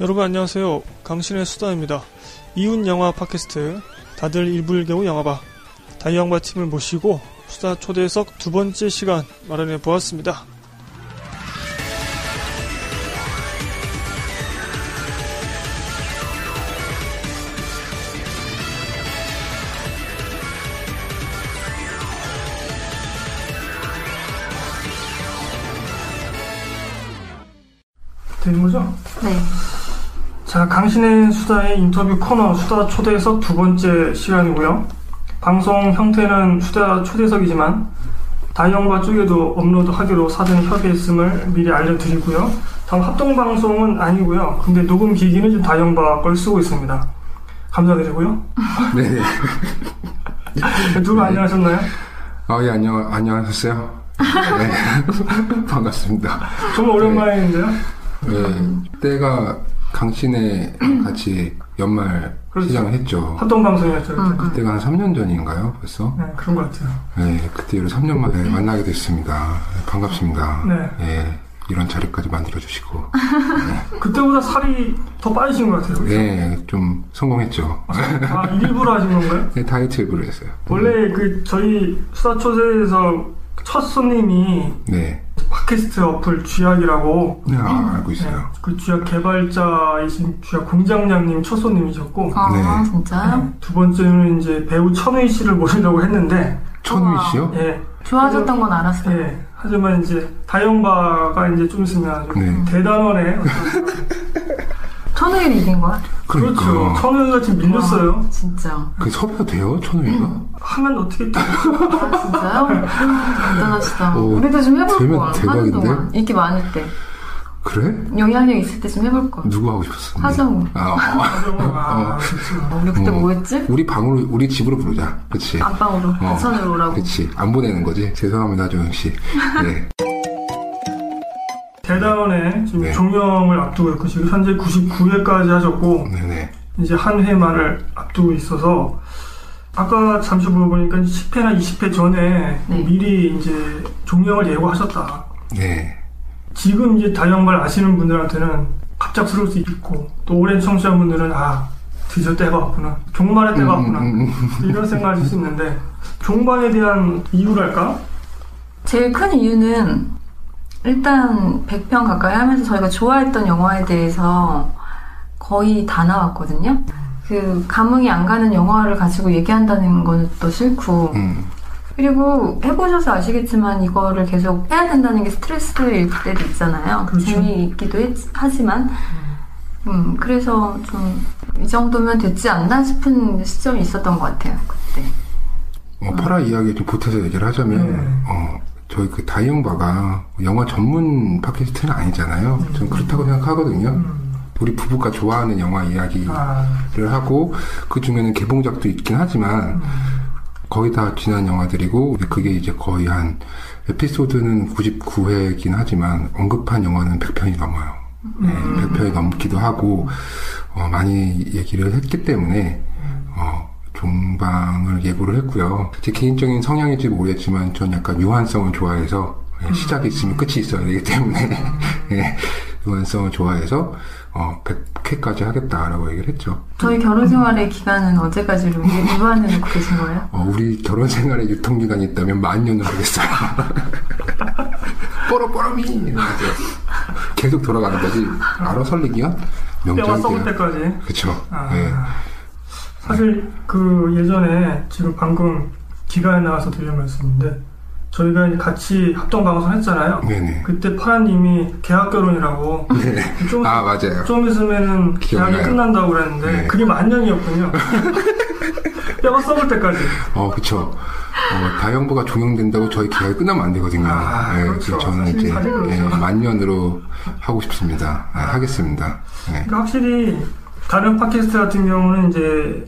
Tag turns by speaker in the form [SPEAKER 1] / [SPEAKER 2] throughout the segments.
[SPEAKER 1] 여러분 안녕하세요. 강신의 수다입니다. 이웃 영화 팟캐스트 다들 일불개우 영화봐 다이 영화 팀을 모시고 수다 초대석 두 번째 시간 마련해 보았습니다. 되는 거죠?
[SPEAKER 2] 네.
[SPEAKER 1] 자, 강신의 수다의 인터뷰 코너 수다 초대석 두 번째 시간이고요. 방송 형태는 수다 초대석이지만 다이영과 쪽에도 업로드하기로 사전 협의했음을 미리 알려드리고요. 다음 합동 방송은 아니고요. 근데 녹음 기기는 지금 다이영바 걸 쓰고 있습니다. 감사드리고요.
[SPEAKER 3] 네.
[SPEAKER 1] 누구 안녕하셨나요?
[SPEAKER 3] 아, 예, 안녕, 안녕하셨어요. 네. 반갑습니다.
[SPEAKER 1] 정말 오랜만인데요.
[SPEAKER 3] 예, 때가 강신에 같이 연말
[SPEAKER 1] 그렇죠.
[SPEAKER 3] 시장을 했죠.
[SPEAKER 1] 합동 방송이었죠. 그때.
[SPEAKER 3] 그때가 한 3년 전인가요, 벌써?
[SPEAKER 1] 네, 음. 그런 것 같아요.
[SPEAKER 3] 예, 그때 이후로 3년 만에 만나게 됐습니다. 반갑습니다.
[SPEAKER 1] 네.
[SPEAKER 3] 예, 이런 자리까지 만들어주시고.
[SPEAKER 1] 그때보다 살이 더 빠지신 것 같아요. 그죠?
[SPEAKER 3] 예, 좀 성공했죠.
[SPEAKER 1] 아, 일부러 하신 건가요?
[SPEAKER 3] 예, 다이어트 일부러 했어요.
[SPEAKER 1] 원래 그 저희 수다초대에서 첫 손님이
[SPEAKER 3] 네.
[SPEAKER 1] 팟캐스트 어플 쥐약이라고
[SPEAKER 3] 네, 아, 알고
[SPEAKER 1] 네,
[SPEAKER 3] 있어요.
[SPEAKER 1] 그 쥐약 개발자이신 쥐약 공장장님 첫 손님이셨고
[SPEAKER 2] 아,
[SPEAKER 3] 네.
[SPEAKER 2] 진짜요?
[SPEAKER 1] 두 번째는 이제 배우 천우희 씨를 모시려고 했는데
[SPEAKER 3] 천우희 씨요?
[SPEAKER 1] 예,
[SPEAKER 2] 좋아하셨던 건 알았어요.
[SPEAKER 1] 예. 하지만 이제 다영바가 이제 좀 있으면 아주
[SPEAKER 3] 네.
[SPEAKER 1] 대단원에 어떤-
[SPEAKER 2] 천우일이 이긴 거야?
[SPEAKER 3] 그러니까.
[SPEAKER 1] 그렇죠 천우희가 지금 밀렸어요
[SPEAKER 2] 와, 진짜.
[SPEAKER 3] 그 섭외가 돼요, 천우희가?
[SPEAKER 1] 하면 어떻게 또
[SPEAKER 2] 아, 진짜요? 대단하시다.
[SPEAKER 3] 오,
[SPEAKER 2] 우리도 좀 해볼
[SPEAKER 3] 되면
[SPEAKER 2] 거야. 하는
[SPEAKER 3] 어, 대박인데?
[SPEAKER 2] 동안. 인기 많을 때.
[SPEAKER 3] 그래?
[SPEAKER 2] 영향력 있을 때 좀 해볼 거야.
[SPEAKER 3] 누구 하고 싶었어?
[SPEAKER 2] 하정우.
[SPEAKER 3] 아, 어.
[SPEAKER 1] 아, 그렇죠.
[SPEAKER 2] 우리 그때
[SPEAKER 3] 어.
[SPEAKER 2] 뭐 했지?
[SPEAKER 3] 우리 방으로, 우리 집으로 부르자. 그치?
[SPEAKER 2] 안방으로, 부천으로 오라고.
[SPEAKER 3] 어. 그치. 안 보내는 거지. 죄송합니다, 조영씨. 네.
[SPEAKER 1] 대단원에 지금
[SPEAKER 3] 네.
[SPEAKER 1] 종영을 앞두고 있고 지금 현재 99회까지 하셨고
[SPEAKER 3] 네네.
[SPEAKER 1] 이제 한 회만을 앞두고 있어서 아까 잠시 물어보니까 10회나 20회 전에
[SPEAKER 2] 네.
[SPEAKER 1] 미리 이제 종영을 예고하셨다.
[SPEAKER 3] 네.
[SPEAKER 1] 지금 이제 다영발 아시는 분들한테는 갑작스러울 수 있고 또 오랜 청취자분들은 아 드디어 때가 왔구나 종말의 때가 왔구나
[SPEAKER 3] 음, 음,
[SPEAKER 1] 이런 생각하실 수 있는데 종말에 대한 이유랄까?
[SPEAKER 2] 제일 큰 이유는 일단 100편 가까이 하면서 저희가 좋아했던 영화에 대해서 거의 다 나왔거든요. 그 감흥이 안 가는 영화를 가지고 얘기한다는 건 또 싫고
[SPEAKER 3] 음.
[SPEAKER 2] 그리고 해보셔서 아시겠지만 이거를 계속 해야 된다는 게 스트레스일 때도 있잖아요.
[SPEAKER 1] 그렇죠.
[SPEAKER 2] 재미있기도 했- 하지만 음 그래서 좀 이 정도면 됐지 않나 싶은 시점이 있었던 것 같아요 그때.
[SPEAKER 3] 어, 파라 이야기 좀 보태서 얘기를 하자면,
[SPEAKER 1] 네.
[SPEAKER 3] 어, 저희 그 다이영바가 영화 전문 팟캐스트는 아니잖아요. 전 그렇다고 생각하거든요.
[SPEAKER 1] 음.
[SPEAKER 3] 우리 부부가 좋아하는 영화 이야기를
[SPEAKER 1] 아,
[SPEAKER 3] 하고, 그 중에는 개봉작도 있긴 하지만, 거의 다 지난 영화들이고 근데 그게 이제 거의 한 에피소드는 99회이긴 하지만 언급한 영화는 100편이 넘어요. 네, 100편이 넘기도 하고 어, 많이 얘기를 했기 때문에 어, 종방을 예고를 했고요. 제 개인적인 성향일지 모르겠지만 전 약간 유한성을 좋아해서 예, 시작이 있으면 끝이 있어야 되기 때문에 예, 유한성을 좋아해서 어, 100회까지 하겠다라고 얘기를 했죠.
[SPEAKER 2] 저희 결혼 생활의 기간은 언제까지로
[SPEAKER 1] 음.
[SPEAKER 2] 유한을 놓고 계신 거예요?
[SPEAKER 3] 어, 우리 결혼 생활에 유통기간이 있다면 만 년을 하겠어요. 뽀로뽀로미! 이러면서 계속 돌아가는 거지. 알아 설리기야?
[SPEAKER 1] 뼈가 썩을
[SPEAKER 3] 명절이야.
[SPEAKER 1] 때까지
[SPEAKER 3] 그쵸.
[SPEAKER 1] 아.
[SPEAKER 3] 예.
[SPEAKER 1] 사실 그 예전에 지금 방금 기가에 나와서 드린 말씀인데 저희가 이제 같이 합동 방송 했잖아요.
[SPEAKER 3] 네네.
[SPEAKER 1] 그때 파란님이 계약 결혼이라고
[SPEAKER 3] 네.
[SPEAKER 1] 좀,
[SPEAKER 3] 아, 맞아요.
[SPEAKER 1] 좀 있으면은
[SPEAKER 3] 기억나요.
[SPEAKER 1] 계약이 끝난다고 그랬는데
[SPEAKER 3] 네.
[SPEAKER 1] 그게 만년이었군요. 뼈가 썩을 때까지.
[SPEAKER 3] 어, 그쵸. 어, 다영부가 종영된다고 저희 계약이 끝나면 안 되거든요.
[SPEAKER 1] 아,
[SPEAKER 3] 예,
[SPEAKER 1] 그렇죠.
[SPEAKER 3] 그래서 저는 이제
[SPEAKER 1] 사실 그렇죠.
[SPEAKER 3] 예, 만년으로 하고 싶습니다. 아, 하겠습니다. 예.
[SPEAKER 1] 그러니까 확실히 다른 팟캐스트 같은 경우는 이제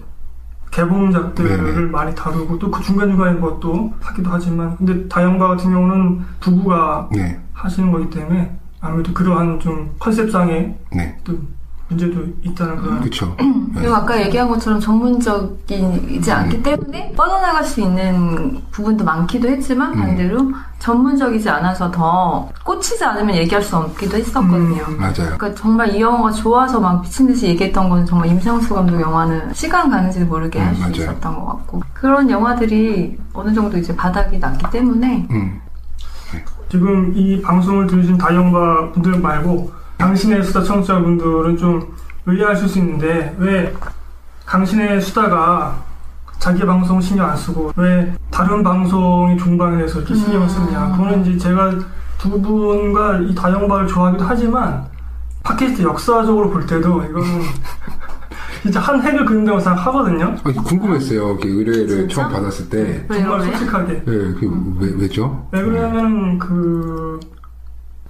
[SPEAKER 1] 개봉작들을
[SPEAKER 3] 네네.
[SPEAKER 1] 많이 다루고 또 그 중간중간에 것도 하기도 하지만 근데 다영바 같은 경우는 부부가
[SPEAKER 3] 네,
[SPEAKER 1] 하시는 거기 때문에 아무래도 그러한 좀 컨셉상의
[SPEAKER 3] 네.
[SPEAKER 1] 또 문제도 있다는 그런
[SPEAKER 3] 그렇죠.
[SPEAKER 1] 음.
[SPEAKER 2] 그리고 아까 얘기한 것처럼 전문적이지 않기 때문에 뻗어나갈 수 있는 부분도 많기도 했지만
[SPEAKER 3] 음.
[SPEAKER 2] 반대로 전문적이지 않아서 더 꽂히지 않으면 얘기할 수 없기도 했었거든요.
[SPEAKER 1] 음.
[SPEAKER 3] 맞아요.
[SPEAKER 2] 그러니까 정말 이 영화가 좋아서 막 미친 듯이 얘기했던 건 정말 임상수 감독 영화는 시간 가는지도 모르게
[SPEAKER 3] 음,
[SPEAKER 2] 할 수
[SPEAKER 3] 맞아요.
[SPEAKER 2] 있었던 것 같고 그런 영화들이 어느 정도 이제 바닥이 났기 때문에
[SPEAKER 3] 음.
[SPEAKER 1] 지금 이 방송을 들으신 다영과 분들 말고 당신의 수다 청취자분들은 좀 의아하실 수 있는데 왜 당신의 수다가 자기 방송 신경 안 쓰고 왜 다른 방송이 중방에서 이렇게 신경을 쓰느냐
[SPEAKER 2] 음.
[SPEAKER 1] 그거는 이제 제가 두 분과 이 다영바를 좋아하기도 하지만 팟캐스트 역사적으로 볼 때도 이거는 진짜 한 획을 그린다고 생각하거든요
[SPEAKER 3] 아니, 궁금했어요. 이렇게 의뢰를
[SPEAKER 2] 진짜?
[SPEAKER 3] 처음 받았을 때.
[SPEAKER 2] 왜
[SPEAKER 1] 정말
[SPEAKER 2] 이러네?
[SPEAKER 1] 솔직하게
[SPEAKER 3] 예, 그게 왜, 왜죠?
[SPEAKER 1] 왜 그러냐면 그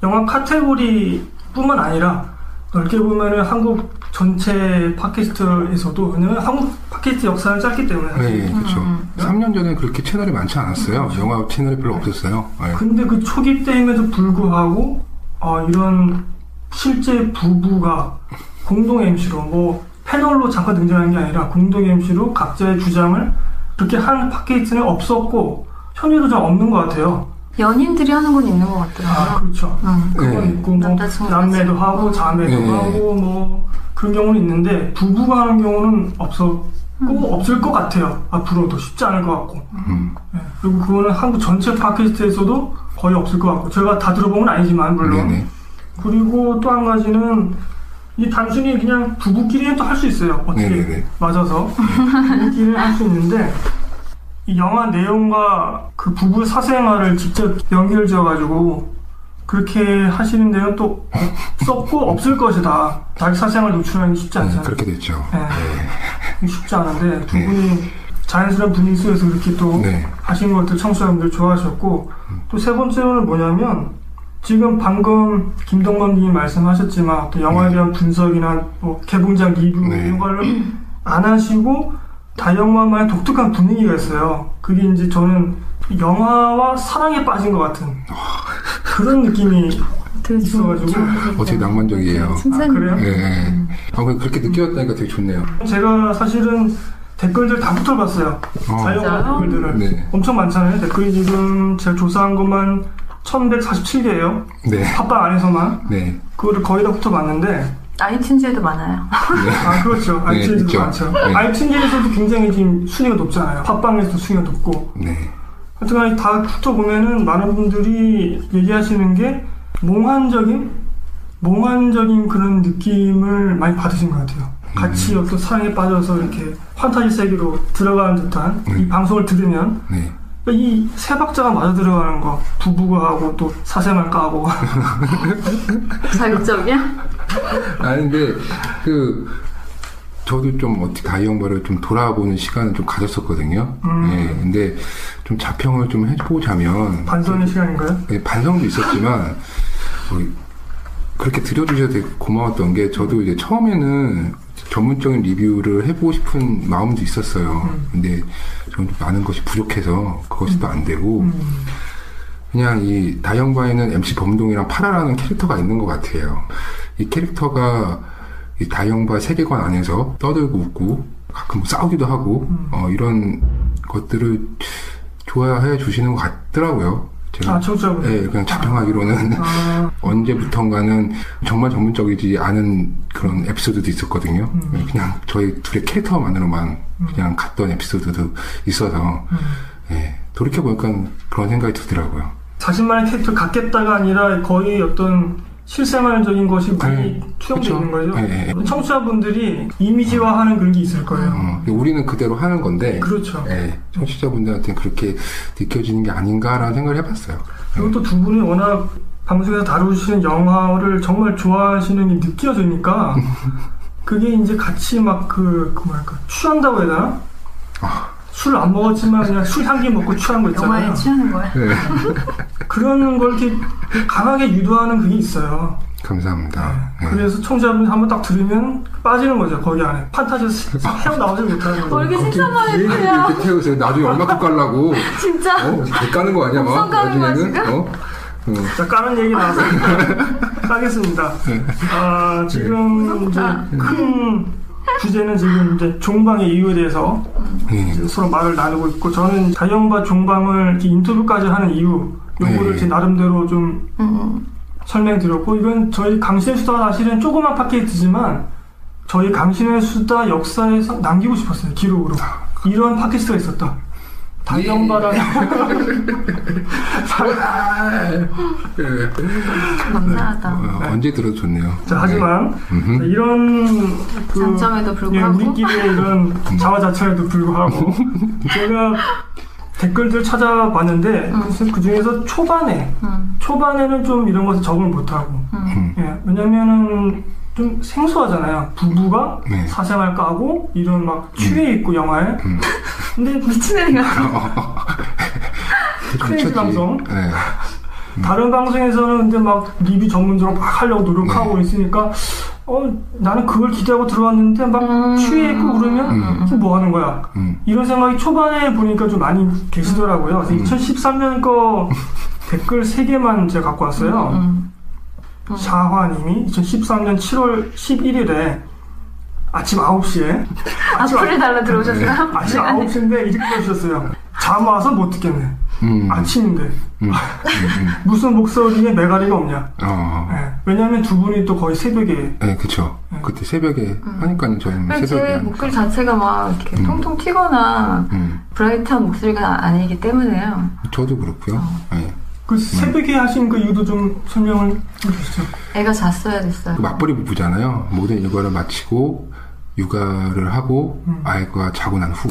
[SPEAKER 1] 영화 카테고리뿐만 아니라 넓게 보면은 한국 전체 팟캐스트에서도 왜냐면 한국 팟캐스트 역사는 짧기 때문에 사실.
[SPEAKER 3] 예, 그렇죠.
[SPEAKER 2] 음.
[SPEAKER 3] 3년 전에 그렇게 채널이 많지 않았어요. 영화 채널이 별로 없었어요. 예.
[SPEAKER 1] 근데 그 초기 때임에도 불구하고 아 이런 실제 부부가 공동 MC로 뭐 패널로 잠깐 등장한 게 아니라 공동 MC로 각자의 주장을 그렇게 한 팟캐스트는 없었고 현재도 잘 없는 것 같아요.
[SPEAKER 2] 연인들이 하는 건 있는 것 같더라고요.
[SPEAKER 1] 아 그렇죠.
[SPEAKER 2] 음.
[SPEAKER 1] 그건
[SPEAKER 3] 예.
[SPEAKER 1] 있고 뭐
[SPEAKER 2] 남자친구
[SPEAKER 1] 남매도
[SPEAKER 2] 같이.
[SPEAKER 1] 하고
[SPEAKER 2] 어.
[SPEAKER 1] 자매도
[SPEAKER 3] 예.
[SPEAKER 1] 하고 뭐 그런 경우는 있는데 부부가 하는 경우는 없었고
[SPEAKER 2] 음.
[SPEAKER 1] 없을 것 같아요 앞으로도 쉽지 않을 것 같고
[SPEAKER 3] 음.
[SPEAKER 1] 예. 그리고 그거는 한국 전체 팟캐스트에서도 거의 없을 것 같고 제가 다 들어본 건 아니지만 물론
[SPEAKER 3] 네네.
[SPEAKER 1] 그리고 또 한 가지는 이 단순히 그냥 부부끼리는 또 할 수 있어요 어떻게
[SPEAKER 3] 네네네.
[SPEAKER 1] 맞아서 부부끼리는 할 수 있는데 이 영화 내용과 그 부부 사생활을 직접 연결 지어가지고 그렇게 하시는 데는 또 없었고 없을 것이다. 자기 사생활 노출하는 게 쉽지
[SPEAKER 3] 네,
[SPEAKER 1] 않잖아요.
[SPEAKER 3] 그렇게 네. 됐죠.
[SPEAKER 1] 예. 쉽지 않은데 두 분이 자연스러운 분위기 속에서 그렇게 또
[SPEAKER 3] 네.
[SPEAKER 1] 하신 것들 청취자분들 좋아하셨고
[SPEAKER 3] 음.
[SPEAKER 1] 또 세 번째로는 뭐냐면 지금 방금 김동건님이 말씀하셨지만 어떤 영화에
[SPEAKER 3] 네.
[SPEAKER 1] 대한 분석이나 뭐 개봉작 리뷰
[SPEAKER 3] 네.
[SPEAKER 1] 이런 걸 안 하시고 다영화만의 독특한 분위기가 있어요. 그게 이제 저는 영화와 사랑에 빠진 것 같은
[SPEAKER 3] 아.
[SPEAKER 1] 그런 느낌이
[SPEAKER 2] 되게
[SPEAKER 1] 있어가지고.
[SPEAKER 3] 어떻게 낭만적이에요.
[SPEAKER 2] 칭찬.
[SPEAKER 1] 아, 그래요?
[SPEAKER 3] 예, 예. 아, 근데 그렇게 느껴졌다니까 되게 좋네요.
[SPEAKER 1] 제가 사실은 댓글들 다 붙어봤어요.
[SPEAKER 3] 어.
[SPEAKER 1] 다영화
[SPEAKER 2] 진짜요?
[SPEAKER 1] 댓글들을
[SPEAKER 3] 네.
[SPEAKER 1] 엄청 많잖아요. 댓글이 지금 제가 조사한 것만 1147개예요.
[SPEAKER 3] 네.
[SPEAKER 1] 팟빵 안에서만.
[SPEAKER 3] 네.
[SPEAKER 1] 그거를 거의 다 붙어봤는데
[SPEAKER 2] 아이튠즈에도 많아요.
[SPEAKER 1] 아 그렇죠
[SPEAKER 3] 네,
[SPEAKER 1] 아이튠즈도
[SPEAKER 3] 있죠.
[SPEAKER 1] 많죠
[SPEAKER 3] 네.
[SPEAKER 1] 아이튠즈에서도 굉장히 지금 순위가 높잖아요 팟빵에서도 순위가 높고
[SPEAKER 3] 네.
[SPEAKER 1] 하여튼 다 훑어보면은 많은 분들이 얘기하시는 게 몽환적인 몽환적인 그런 느낌을 많이 받으신 것 같아요
[SPEAKER 3] 음.
[SPEAKER 1] 같이 어떤 사랑에 빠져서 이렇게 환타지 세계로 들어가는 듯한
[SPEAKER 3] 네.
[SPEAKER 1] 이 방송을 들으면 그러니까
[SPEAKER 3] 네.
[SPEAKER 1] 이 세 박자가 맞아 들어가는 거 부부가 하고 또 사생활 까고
[SPEAKER 2] 자극적이야?
[SPEAKER 3] 아 근데 그 저도 좀 어떻게 다이영바를 좀 돌아보는 시간을 좀 가졌었거든요.
[SPEAKER 1] 음.
[SPEAKER 3] 예. 근데 좀 자평을 좀 해보자면
[SPEAKER 1] 반성의 시간인가요?
[SPEAKER 3] 예, 반성도 있었지만 어, 그렇게 들여주셔서 되게 고마웠던 게 저도 이제 처음에는 전문적인 리뷰를 해보고 싶은 마음도 있었어요. 근데 저는 좀 많은 것이 부족해서 그것이 또 안 되고
[SPEAKER 1] 음.
[SPEAKER 3] 그냥 이 다영바에는 MC 범동이랑 파라라는 캐릭터가 있는 것 같아요. 이 캐릭터가 이 다영바 세계관 안에서 떠들고 웃고 가끔 뭐 싸우기도 하고 어, 이런 것들을 좋아해 주시는 것 같더라고요. 네. 제가
[SPEAKER 1] 아 청취자분
[SPEAKER 3] 예, 그냥 자평하기로는
[SPEAKER 1] 아,
[SPEAKER 3] 언제부턴가는 정말 전문적이지 않은 그런 에피소드도 있었거든요. 예, 그냥 저희 둘의 캐릭터만으로만 그냥 갔던 에피소드도 있어서
[SPEAKER 1] 음.
[SPEAKER 3] 예, 돌이켜보니까 그런 생각이 들더라고요.
[SPEAKER 1] 자신만의 캐릭터를 갖겠다가 아니라 거의 어떤 실생활적인 것이 많이
[SPEAKER 3] 네.
[SPEAKER 1] 투영되어 있는
[SPEAKER 3] 그쵸.
[SPEAKER 1] 거죠.
[SPEAKER 3] 네, 네,
[SPEAKER 1] 청취자분들이 이미지화하는 그런 게 있을 거예요.
[SPEAKER 3] 어, 근데 우리는 그대로 하는 건데
[SPEAKER 1] 그렇죠.
[SPEAKER 3] 예, 청취자분들한테는 그렇게 느껴지는 게 아닌가라는 생각을 해봤어요.
[SPEAKER 1] 그리고 또 두 분이 워낙 방송에서 다루시는 영화를 정말 좋아하시는 게 느껴지니까 그게 이제 같이 막 그 뭐랄까 취한다고 해야 되나?
[SPEAKER 3] 아.
[SPEAKER 1] 술 안 먹었지만 그냥 술 향기 먹고 취한 거
[SPEAKER 2] 영화에
[SPEAKER 1] 있잖아요. 그
[SPEAKER 2] 취하는 거야.
[SPEAKER 3] 예,
[SPEAKER 1] 그런 걸 이렇게 강하게 유도하는 그게 있어요.
[SPEAKER 3] 감사합니다. 예.
[SPEAKER 1] 네. 그래서 청취자분이 한번 딱 들으면 빠지는 거죠 거기 안에 판타지에서 헤어나오지 못하는
[SPEAKER 2] 뭘
[SPEAKER 1] 거죠
[SPEAKER 2] 이렇게 칭찬만
[SPEAKER 3] 왜
[SPEAKER 2] 해주세요.
[SPEAKER 3] 이렇게 태우세요? 나중에 얼마큼 깔라고?
[SPEAKER 2] 진짜.
[SPEAKER 3] 어? 개 까는 거 아니야, 막?
[SPEAKER 2] 엄청 까는 거야,
[SPEAKER 3] 나중에는?
[SPEAKER 2] 지금?
[SPEAKER 3] 어?
[SPEAKER 1] 자, 까는 얘기 나와서 까겠습니다. 아, 지금 이제
[SPEAKER 2] 무섭다.
[SPEAKER 1] 큰 주제는 지금 이제 종방의 이유에 대해서
[SPEAKER 3] 네.
[SPEAKER 1] 이제 서로 말을 나누고 있고 저는 자연과 종방을 이렇게 인터뷰까지 하는 이유 요거를
[SPEAKER 3] 네.
[SPEAKER 1] 제 나름대로 좀
[SPEAKER 2] 음,
[SPEAKER 1] 설명드렸고 이건 저희 강신의 수다 사실은 조그만 팟캐스트지만 저희 강신의 수다 역사에서 남기고 싶었어요 기록으로 이런 팟캐스트가 있었다 다이영바랑
[SPEAKER 2] 참 감사하다.
[SPEAKER 3] 어, 언제 들어도 좋네요.
[SPEAKER 1] 자, 하지만 자, 이런 그
[SPEAKER 2] 장점에도
[SPEAKER 1] 예,
[SPEAKER 2] 불구하고
[SPEAKER 1] 우리끼리의 이런 자화자찬에도 불구하고 제가 댓글들 찾아봤는데 그 중에서 초반에
[SPEAKER 2] 음,
[SPEAKER 1] 초반에는 좀 이런 것에 적응을 못하고
[SPEAKER 2] 음,
[SPEAKER 1] 예, 왜냐면은 좀 생소하잖아요 부부가
[SPEAKER 3] 네.
[SPEAKER 1] 사생활 까고 이런 막 취해 있고 영화에
[SPEAKER 3] 음.
[SPEAKER 1] 근데
[SPEAKER 2] 미친 애가
[SPEAKER 1] 크레이지
[SPEAKER 3] 미쳤지.
[SPEAKER 1] 방송.
[SPEAKER 3] 네.
[SPEAKER 1] 다른 방송에서는 근데 막 리뷰 전문적으로 막 하려고 노력하고
[SPEAKER 3] 네.
[SPEAKER 1] 있으니까 어 나는 그걸 기대하고 들어왔는데 막
[SPEAKER 2] 음.
[SPEAKER 1] 취해 있고 그러면
[SPEAKER 3] 음.
[SPEAKER 1] 지금 뭐 하는 거야
[SPEAKER 3] 음.
[SPEAKER 1] 이런 생각이 초반에 보니까 좀 많이 계시더라고요. 그래서 2013년 거 댓글 3개만 제가 갖고 왔어요.
[SPEAKER 2] 음,
[SPEAKER 1] 샤화님이 2013년 7월 11일에 아침 9시에 아,
[SPEAKER 2] 악플을 달라 들어오셨어요?
[SPEAKER 1] 아침 9시인데 이렇게 해주셨어요. 잠 와서 못 듣겠네.
[SPEAKER 3] 음.
[SPEAKER 1] 아침인데
[SPEAKER 3] 음. 음.
[SPEAKER 1] 무슨 목소리에 메가리가 없냐.
[SPEAKER 3] 어.
[SPEAKER 1] 예. 왜냐하면 두 분이 또 거의 새벽에
[SPEAKER 3] 네, 그쵸. 그때 새벽에 하니까요, 저희는
[SPEAKER 2] 그제
[SPEAKER 3] 새벽에.
[SPEAKER 2] 목소리 자체가 막 이렇게
[SPEAKER 3] 음.
[SPEAKER 2] 통통 튀거나
[SPEAKER 3] 음.
[SPEAKER 2] 브라이트한 목소리가 아니기 때문에요.
[SPEAKER 3] 저도 그렇고요.
[SPEAKER 2] 어.
[SPEAKER 3] 네.
[SPEAKER 1] 그 새벽에 하신 그 이유도 좀 설명을 해주시죠.
[SPEAKER 2] 애가 잤어야 됐어요.
[SPEAKER 3] 그 맞벌이 부부잖아요. 모든 일과를 마치고 육아를 하고
[SPEAKER 1] 음.
[SPEAKER 3] 아이가 자고 난 후.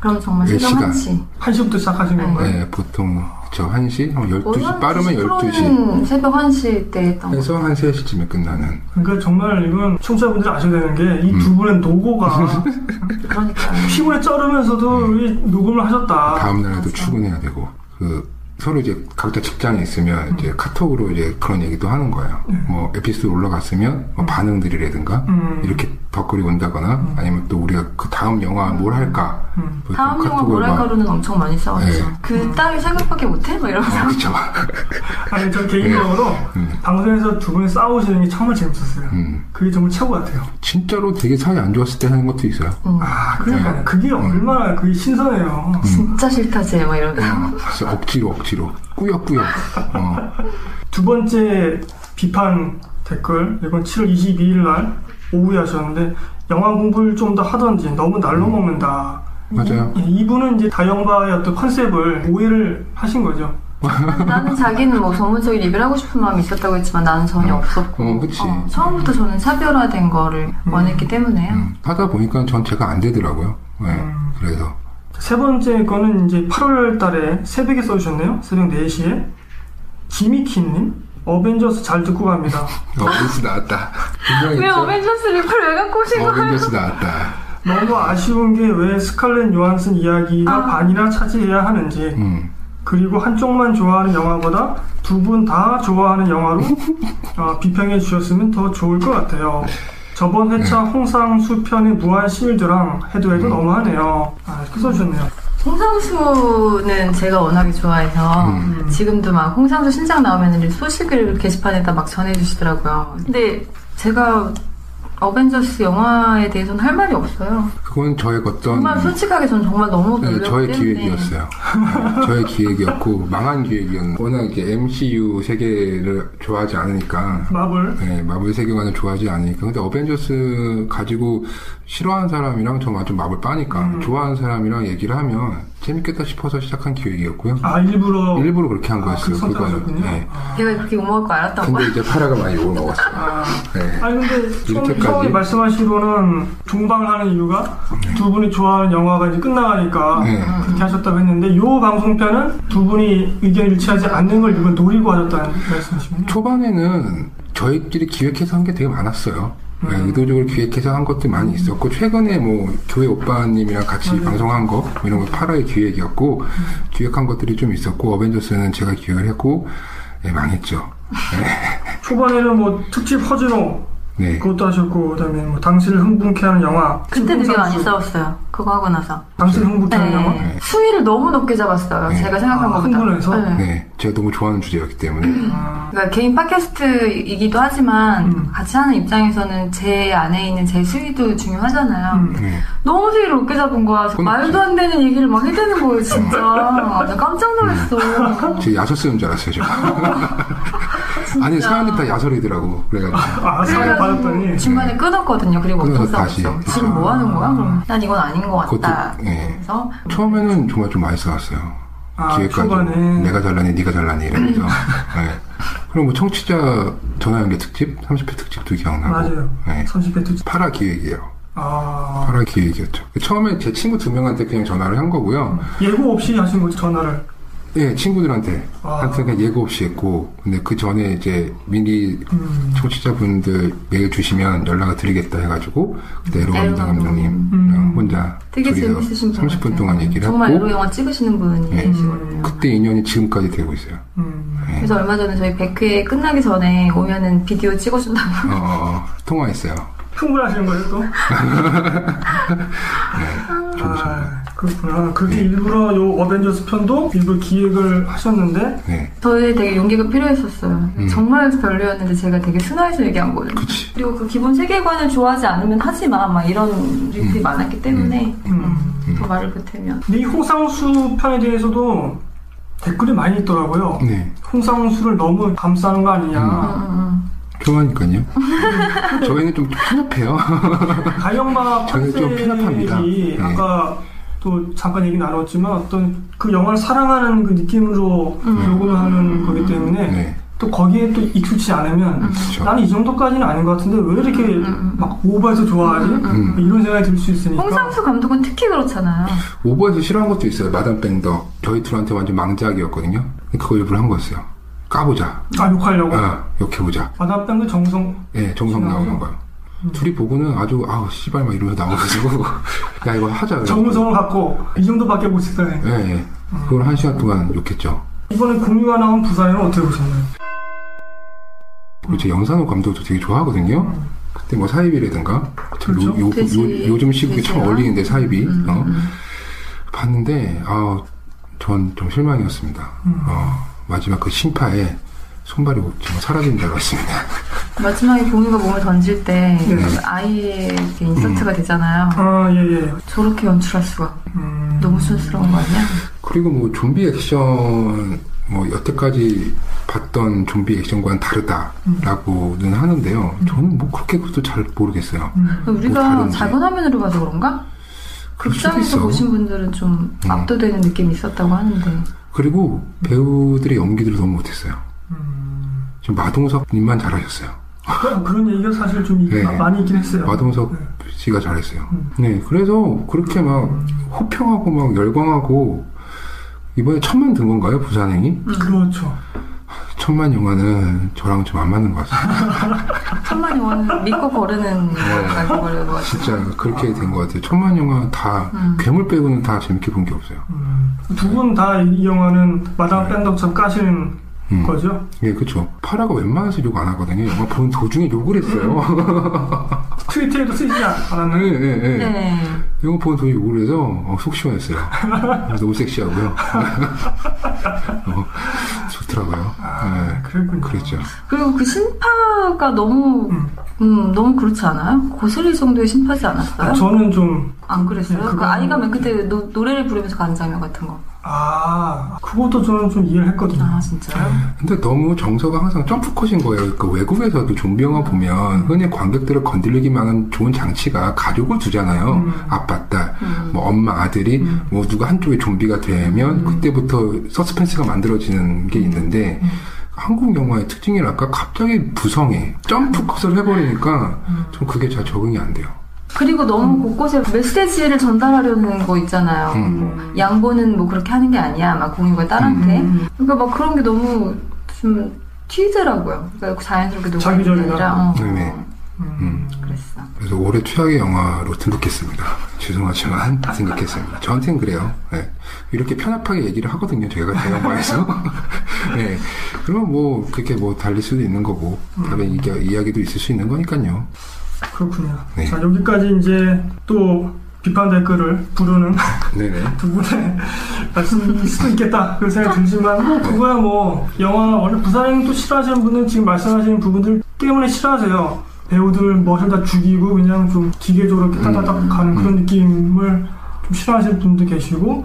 [SPEAKER 2] 그럼 정말
[SPEAKER 3] 몇
[SPEAKER 2] 신경
[SPEAKER 3] 시간?
[SPEAKER 2] 한치.
[SPEAKER 1] 1시부터 시작하신 건가요?
[SPEAKER 3] 네,
[SPEAKER 2] 음.
[SPEAKER 3] 보통 저 1시, 12시, 빠르면 12시.
[SPEAKER 2] 90%는 새벽 1시 때 했던 거.
[SPEAKER 3] 해서 한 3시쯤에 끝나는.
[SPEAKER 1] 그러니까 정말 이건 청취자분들이 아셔야 되는 게
[SPEAKER 3] 음.
[SPEAKER 1] 이 두 분의 노고가
[SPEAKER 2] 그러니까.
[SPEAKER 1] 피곤에 쩔으면서도 이 녹음을 하셨다.
[SPEAKER 3] 다음 날에도 출근해야 되고 그 서로 이제 각자 직장에 있으면
[SPEAKER 2] 음.
[SPEAKER 3] 이제 카톡으로 이제 그런 얘기도 하는 거예요. 뭐 에피소드 올라갔으면
[SPEAKER 2] 음.
[SPEAKER 3] 뭐 반응들이라든가
[SPEAKER 1] 음.
[SPEAKER 3] 이렇게 덧글이 온다거나 아니면 또 우리가 그 다음 영화 뭘 할까
[SPEAKER 1] 음.
[SPEAKER 3] 보통
[SPEAKER 2] 다음 영화
[SPEAKER 3] 뭐 카톡으로 막-
[SPEAKER 2] 모랄가루는 엄청 많이 싸웠죠.
[SPEAKER 3] 네.
[SPEAKER 2] 그 따위 생각밖에 못해? 막 이러면서.
[SPEAKER 3] 어, 그쵸.
[SPEAKER 1] 아니 저 개인적으로
[SPEAKER 3] 음.
[SPEAKER 1] 방송에서 두 분이 싸우시는 게 정말 재밌었어요.
[SPEAKER 3] 음.
[SPEAKER 1] 그게 정말 최고 같아요.
[SPEAKER 3] 진짜로 되게 사이 안 좋았을 때 하는 것도 있어요.
[SPEAKER 2] 음,
[SPEAKER 1] 아 그러니까 요
[SPEAKER 3] 네.
[SPEAKER 1] 그게 얼마나 그게 신선해요.
[SPEAKER 3] 음.
[SPEAKER 2] 진짜 싫다, 쟤. 막 이러면서.
[SPEAKER 3] 어, 그래서 억지로 억지로 꾸역꾸역. 어,
[SPEAKER 1] 두 번째 비판 댓글 이건 7월 22일 날 오후에 하셨는데 영화 공부를 좀 더 하던지 너무 날로 먹는다.
[SPEAKER 3] 맞아요.
[SPEAKER 1] 예, 이분은 이제 다영바의 어떤 컨셉을 오해를 하신 거죠.
[SPEAKER 2] 나는 자기는 뭐 전문적인 리뷰를 하고 싶은 마음이 있었다고 했지만 나는 전혀 없었고.
[SPEAKER 3] 어, 그치.
[SPEAKER 2] 어, 처음부터 저는 차별화된 거를 원했기 때문에요.
[SPEAKER 3] 음, 하다 보니까 전 제가 안 되더라고요. 네,
[SPEAKER 1] 음.
[SPEAKER 3] 그래서
[SPEAKER 1] 세 번째 거는 이제 8월 달에 새벽에 써주셨네요. 새벽 4시에. 지미키님, 어벤져스 잘 듣고 갑니다.
[SPEAKER 3] 어벤져스 나왔다. 분명히
[SPEAKER 2] 왜
[SPEAKER 3] 있죠?
[SPEAKER 2] 어벤져스 리플 왜 갖고 오신 거예요?
[SPEAKER 3] 어벤져스 나왔다.
[SPEAKER 1] 너무 아쉬운 게 왜 스칼렛 요한슨 이야기가
[SPEAKER 2] 아.
[SPEAKER 1] 반이나 차지해야 하는지,
[SPEAKER 3] 음.
[SPEAKER 1] 그리고 한쪽만 좋아하는 영화보다 두 분 다 좋아하는 영화로 아, 비평해 주셨으면 더 좋을 것 같아요. 저번 회차 홍상수 편의 무한 실드랑 해도 해도 네. 너무하네요. 아, 이렇게 써주셨네요.
[SPEAKER 2] 홍상수는 제가 워낙에 좋아해서
[SPEAKER 1] 어.
[SPEAKER 3] 음.
[SPEAKER 2] 지금도 막 홍상수 신작 나오면 이제 소식을 게시판에다 막 전해주시더라고요. 근데 제가 어벤져스 영화에 대해서는 할 말이 없어요.
[SPEAKER 3] 그건 저의 어떤
[SPEAKER 2] 정말 솔직하게 저는 정말 너무
[SPEAKER 3] 네,
[SPEAKER 2] 놀랐기
[SPEAKER 3] 저의
[SPEAKER 2] 때문에
[SPEAKER 3] 기획이었어요. 네, 저의 기획이었고 망한 기획이었는데 워낙 이제 MCU 세계를 좋아하지 않으니까
[SPEAKER 1] 마블.
[SPEAKER 3] 네, 마블 세계관을 좋아하지 않으니까 근데 어벤져스 가지고 싫어하는 사람이랑 저 완전 마블 빠니까
[SPEAKER 1] 음.
[SPEAKER 3] 좋아하는 사람이랑 얘기를 하면 재밌겠다 싶어서 시작한 기획이었고요.
[SPEAKER 1] 아, 일부러.
[SPEAKER 3] 일부러 그렇게 한
[SPEAKER 1] 아,
[SPEAKER 3] 거였어요.
[SPEAKER 1] 그렇게
[SPEAKER 3] 그거는.
[SPEAKER 1] 선택하셨군요.
[SPEAKER 3] 네.
[SPEAKER 2] 제가 그렇게 욕먹을 거 알았던 거야.
[SPEAKER 3] 근데 이제 파라가 많이 욕을 먹었어요.
[SPEAKER 1] 아.
[SPEAKER 3] 네.
[SPEAKER 1] 아니 근데 처음,
[SPEAKER 3] 이렇게까지?
[SPEAKER 1] 처음에 말씀하시로는 종방을 하는 이유가 두 분이 좋아하는 영화가 이제 끝나가니까
[SPEAKER 3] 네.
[SPEAKER 1] 그렇게 하셨다고 했는데 요 방송편은 두 분이 의견 일치하지 않는 걸 이건 노리고 하셨다는 말씀이시군요.
[SPEAKER 3] 초반에는 저희끼리 기획해서 한 게 되게 많았어요. 네, 의도적으로 기획해서 한 것도 많이 있었고 최근에 뭐 교회 오빠님이랑 같이 방송한 거뭐 이런 거 파라의 기획이었고 기획한 것들이 좀 있었고 어벤져스는 제가 네, 기획을 했고 예, 망했죠.
[SPEAKER 1] 초반에는 뭐 특집 허진호
[SPEAKER 3] 네.
[SPEAKER 1] 그것도 하셨고 그다음에 뭐 당신을 흥분케 하는 영화.
[SPEAKER 2] 그때 되게 많이
[SPEAKER 1] 순풍상수.
[SPEAKER 2] 싸웠어요. 그거 하고 나서.
[SPEAKER 1] 당신을 흥분케 하는 영화.
[SPEAKER 2] 네. 수위를 너무 높게 잡았어요.
[SPEAKER 3] 네.
[SPEAKER 2] 제가 생각한
[SPEAKER 1] 아,
[SPEAKER 2] 것보다.
[SPEAKER 1] 흥분해서?
[SPEAKER 2] 네.
[SPEAKER 3] 네. 제가 너무 좋아하는 주제였기 때문에.
[SPEAKER 2] 그러니까 개인 팟캐스트이기도 하지만
[SPEAKER 1] 음.
[SPEAKER 2] 같이 하는 입장에서는 제 안에 있는 제 수위도 중요하잖아요.
[SPEAKER 1] 음.
[SPEAKER 3] 네.
[SPEAKER 2] 너무 수위를 높게 잡은 거야.
[SPEAKER 3] 그건
[SPEAKER 2] 말도 안 되는 얘기를 막 해대는 거예요, 진짜. 아, 나 깜짝 놀랐어.
[SPEAKER 3] 제 야설 쓰는 줄 알았어요, 제가. 아니, 사연이 다 야설이더라고. 그래가지고.
[SPEAKER 1] 아, 사연 받았더니.
[SPEAKER 2] 그래가지고 중간에 끊었거든요. 그리고
[SPEAKER 3] 끊어서
[SPEAKER 2] 엄청 싸웠어.
[SPEAKER 3] 다시. 아.
[SPEAKER 2] 지금 뭐 하는 거야? 그럼 난 이건 아닌 것 같다.
[SPEAKER 3] 그것도, 예.
[SPEAKER 2] 그래서
[SPEAKER 3] 처음에는 정말 좀 많이 싸웠어요.
[SPEAKER 1] 아,
[SPEAKER 3] 뒤에까지
[SPEAKER 1] 초반에.
[SPEAKER 3] 내가 잘나니 네가 잘나니 이러면서
[SPEAKER 2] 음.
[SPEAKER 3] 네. 그리고 뭐 청취자 전화 연결 특집 30회 특집도 기억나고
[SPEAKER 1] 맞아요.
[SPEAKER 3] 네.
[SPEAKER 1] 선식배 투지.
[SPEAKER 3] 파라 기획이에요
[SPEAKER 1] 아.
[SPEAKER 3] 파라 기획이었죠 처음에 제 친구 두 명한테 그냥 전화를 한 거고요
[SPEAKER 2] 음.
[SPEAKER 1] 예고 없이 하신 거죠, 전화를.
[SPEAKER 3] 예 친구들한테
[SPEAKER 1] 아.
[SPEAKER 3] 한테 그냥 예고 없이 했고 근데 그 전에 이제 미리
[SPEAKER 1] 음.
[SPEAKER 3] 청취자분들 메일 주시면 연락을 드리겠다 해가지고 그때 에로감독
[SPEAKER 2] 에로 감독.
[SPEAKER 3] 감독님
[SPEAKER 1] 음.
[SPEAKER 3] 혼자
[SPEAKER 2] 음. 네. 되게
[SPEAKER 3] 둘이서
[SPEAKER 2] 재밌으신 분
[SPEAKER 3] 30분
[SPEAKER 2] 같아요.
[SPEAKER 3] 동안 얘기를
[SPEAKER 2] 정말
[SPEAKER 3] 했고
[SPEAKER 2] 에로 영화 찍으시는
[SPEAKER 3] 네.
[SPEAKER 2] 분이시거든요.
[SPEAKER 3] 그때 인연이 지금까지 되고 있어요
[SPEAKER 1] 음.
[SPEAKER 3] 네.
[SPEAKER 2] 그래서 얼마 전에 저희 100회 끝나기 전에 오면은 비디오 찍어준다고.
[SPEAKER 3] 어, 어, 어, 통화했어요
[SPEAKER 1] 흥분하시는 거예요, 또?
[SPEAKER 3] 네, 좋으셨나요?
[SPEAKER 1] 아,
[SPEAKER 3] 네.
[SPEAKER 1] 그렇구나. 그렇게 일부러 요 어벤져스 편도 일부 기획을 하셨는데,
[SPEAKER 3] 네
[SPEAKER 2] 저희 되게 용기가 필요했었어요.
[SPEAKER 3] 음.
[SPEAKER 2] 정말 별로였는데 제가 되게 순화해서 얘기한 거예요.
[SPEAKER 3] 그치
[SPEAKER 2] 그리고 그 기본 세계관을 좋아하지 않으면 하지 마. 막 이런 일들이 많았기 때문에
[SPEAKER 1] 음.
[SPEAKER 2] 더 말을 보태면.
[SPEAKER 1] 이 홍상수 편에 대해서도 댓글이 많이 있더라고요.
[SPEAKER 3] 네
[SPEAKER 1] 홍상수를 너무 감싸는 거 아니냐.
[SPEAKER 2] 음,
[SPEAKER 3] 좋아하니까요. 저희는 좀 편협해요.
[SPEAKER 1] 가영마
[SPEAKER 3] 저는 좀 편협합니다.
[SPEAKER 1] 컨셉이
[SPEAKER 3] 네.
[SPEAKER 1] 아까 또 잠깐 얘기 나눴지만 어떤 그 영화를 사랑하는 그 느낌으로
[SPEAKER 2] 음.
[SPEAKER 1] 요구를 하는 거기 때문에
[SPEAKER 3] 네,
[SPEAKER 1] 또 거기에 또 익숙치 않으면
[SPEAKER 3] 그렇죠.
[SPEAKER 1] 나는 이 정도까지는 아닌 것 같은데 왜 이렇게
[SPEAKER 2] 음.
[SPEAKER 1] 막 오버해서 좋아하지?
[SPEAKER 3] 음.
[SPEAKER 1] 이런 생각이 들 수
[SPEAKER 2] 음.
[SPEAKER 3] 그러니까.
[SPEAKER 1] 있으니까.
[SPEAKER 2] 홍상수 감독은 특히 그렇잖아요.
[SPEAKER 3] 오버해서 싫어한 것도 있어요. 마담 밴더 저희 둘한테 완전 망작이었거든요. 그걸 일부러 한 거였어요. 까보자.
[SPEAKER 1] 아, 욕하려고.
[SPEAKER 3] 아, 욕해보자.
[SPEAKER 1] 바닷병도 정성.
[SPEAKER 3] 예, 정성 나오는
[SPEAKER 1] 신나서?
[SPEAKER 3] 거요. 둘이 보고는 아주 아우 씨발 막 이러면서 나와가지고 야 이거 하자. 그래서.
[SPEAKER 1] 정성을 갖고 이 정도밖에 못 했다네.
[SPEAKER 3] 예, 예. 그걸 한 시간 동안 욕했죠.
[SPEAKER 1] 이번에 공유가 나온 부산에는 어떻게 보셨나요?
[SPEAKER 3] 그리고 제 영상호 감독도 되게 좋아하거든요. 그때 뭐 사이비라든가 참 요,
[SPEAKER 1] 음. 그렇죠.
[SPEAKER 3] 요,
[SPEAKER 2] 돼지,
[SPEAKER 3] 요, 즘 시국에 참
[SPEAKER 2] 돼지랑.
[SPEAKER 3] 어울리는데 사이비
[SPEAKER 2] 음,
[SPEAKER 3] 어?
[SPEAKER 2] 음.
[SPEAKER 3] 봤는데 아전 좀 실망이었습니다.
[SPEAKER 1] 음.
[SPEAKER 3] 어, 마지막 그 심파에 손발이 뭐 정말 사라진 줄 알았습니다.
[SPEAKER 2] 마지막에 봉이가 몸을 던질 때그
[SPEAKER 3] 음.
[SPEAKER 1] 네.
[SPEAKER 2] 아이의 이렇게 인서트가 되잖아요.
[SPEAKER 1] 아, 예, 예.
[SPEAKER 2] 저렇게 연출할 수가
[SPEAKER 1] 음.
[SPEAKER 2] 너무 촌스러운 거 아니야?
[SPEAKER 3] 그리고 뭐 좀비 액션 뭐 여태까지 봤던 좀비 액션과는 다르다라고는 하는데요. 저는 뭐 그렇게 그것도 잘 모르겠어요.
[SPEAKER 1] 음.
[SPEAKER 3] 뭐
[SPEAKER 2] 우리가
[SPEAKER 3] 다른지.
[SPEAKER 2] 작은 화면으로 봐서 그런가?
[SPEAKER 3] 그럴 수도
[SPEAKER 2] 극장에서
[SPEAKER 3] 있어.
[SPEAKER 2] 보신 분들은 좀
[SPEAKER 3] 음.
[SPEAKER 2] 압도되는 느낌이 있었다고 하는데
[SPEAKER 3] 그리고
[SPEAKER 1] 음.
[SPEAKER 3] 배우들의 연기들을 너무 못했어요. 지금 마동석님만 잘하셨어요.
[SPEAKER 1] 그런, 그런 얘기가 사실 좀
[SPEAKER 3] 네.
[SPEAKER 1] 마- 많이 있긴 했어요.
[SPEAKER 3] 마동석
[SPEAKER 1] 네.
[SPEAKER 3] 씨가 잘했어요.
[SPEAKER 1] 음.
[SPEAKER 3] 네, 그래서 그렇게 막 호평하고 막 열광하고 이번에 천만 든 건가요 부산행이?
[SPEAKER 1] 그렇죠.
[SPEAKER 3] 천만 영화는 저랑 좀 안 맞는 것 같아요.
[SPEAKER 2] 천만 영화는 믿고
[SPEAKER 3] 네.
[SPEAKER 2] 거르는 거가 돼버린 것 같아요.
[SPEAKER 3] 진짜 그렇게 된 것 같아요. 천만 영화 다 괴물 빼고는 다 재밌게 본 게 없어요.
[SPEAKER 1] 두 분 다 이 영화는 마당 뺀덕처럼 까시는
[SPEAKER 3] 네. 음.
[SPEAKER 1] 거죠?
[SPEAKER 3] 예, 그렇죠. 파라가 웬만해서 욕 안 하거든요. 영화 보는 도중에 욕을 했어요.
[SPEAKER 1] 트위터에도 쓰지
[SPEAKER 3] 예,
[SPEAKER 1] 않았나요?
[SPEAKER 3] 예, 예.
[SPEAKER 2] 네.
[SPEAKER 3] 영화 보는 도중에 욕을 해서 어, 속 시원했어요. 너무 섹시하고요. 어, 좋더라고요. 예.
[SPEAKER 1] 아, 그랬군요.
[SPEAKER 3] 그랬죠.
[SPEAKER 2] 그리고 그 심파가 너무
[SPEAKER 1] 음.
[SPEAKER 2] 음 너무 그렇지 않아요? 고슬릴 정도의 심파지
[SPEAKER 1] 아,
[SPEAKER 2] 않았어요?
[SPEAKER 1] 저는 좀,
[SPEAKER 2] 안 그랬어요?
[SPEAKER 1] 네, 그거는-
[SPEAKER 2] 그
[SPEAKER 1] 음.
[SPEAKER 2] 아이가 맨 끝에 노, 노래를 부르면서 가는 장면 같은 거.
[SPEAKER 1] 아, 그것도 저는 좀 이해를 했거든요.
[SPEAKER 2] 아
[SPEAKER 1] 네.
[SPEAKER 2] 진짜요?
[SPEAKER 3] 근데 너무 정서가 항상 점프컷인 거예요. 그 외국에서도 좀비 영화 보면 흔히 관객들을 건드리기만 한 좋은 장치가 가족을 두잖아요.
[SPEAKER 1] 음.
[SPEAKER 3] 아빠, 딸, 뭐 엄마, 아들이 뭐 누가 한쪽에 좀비가 되면
[SPEAKER 1] 음.
[SPEAKER 3] 그때부터 서스펜스가 만들어지는 게 있는데
[SPEAKER 1] 음.
[SPEAKER 3] 한국 영화의 특징이랄까 갑자기 부성해 점프컷을 해버리니까
[SPEAKER 1] 음.
[SPEAKER 3] 좀 그게 잘 적응이 안 돼요.
[SPEAKER 2] 그리고 너무 곳곳에 메시지를 전달하려는 거 있잖아요.
[SPEAKER 3] 음.
[SPEAKER 2] 뭐 양보는 뭐 그렇게 하는 게 아니야. 막 공유가 딸한테.
[SPEAKER 1] 음.
[SPEAKER 2] 그러니까 막 그런 게 너무 좀 튀더라고요. 그러니까 자연스럽게 녹아있는
[SPEAKER 1] 자기적이다.
[SPEAKER 2] 게 아니라. 어,
[SPEAKER 3] 네, 네.
[SPEAKER 2] 어,
[SPEAKER 1] 음.
[SPEAKER 2] 그랬어.
[SPEAKER 3] 그래서 올해 최악의 영화로 등극했습니다. 죄송하지만 등극했습니다. 저한테는 그래요. 네. 이렇게 편협하게 얘기를 하거든요. 제가 대영화에서. 네. 그러면 뭐 그렇게 뭐 달릴 수도 있는 거고 다른 이기- 이야기도 있을 수 있는 거니까요.
[SPEAKER 1] 그렇군요.
[SPEAKER 3] 네.
[SPEAKER 1] 자, 여기까지 이제 또 비판 댓글을 부르는
[SPEAKER 3] 네네.
[SPEAKER 1] 두 분의 말씀일 수도 있겠다. 그 생각이 들지만, 뭐 그거야 뭐, 영화, 원래 부산행 또 싫어하시는 분들 지금 말씀하시는 부분들 때문에 싫어하세요. 배우들 머리를 다 죽이고 그냥 좀 기계적으로 이렇게 따다닥
[SPEAKER 2] 음,
[SPEAKER 1] 가는
[SPEAKER 3] 음.
[SPEAKER 1] 그런 느낌을 좀 싫어하시는 분도 계시고,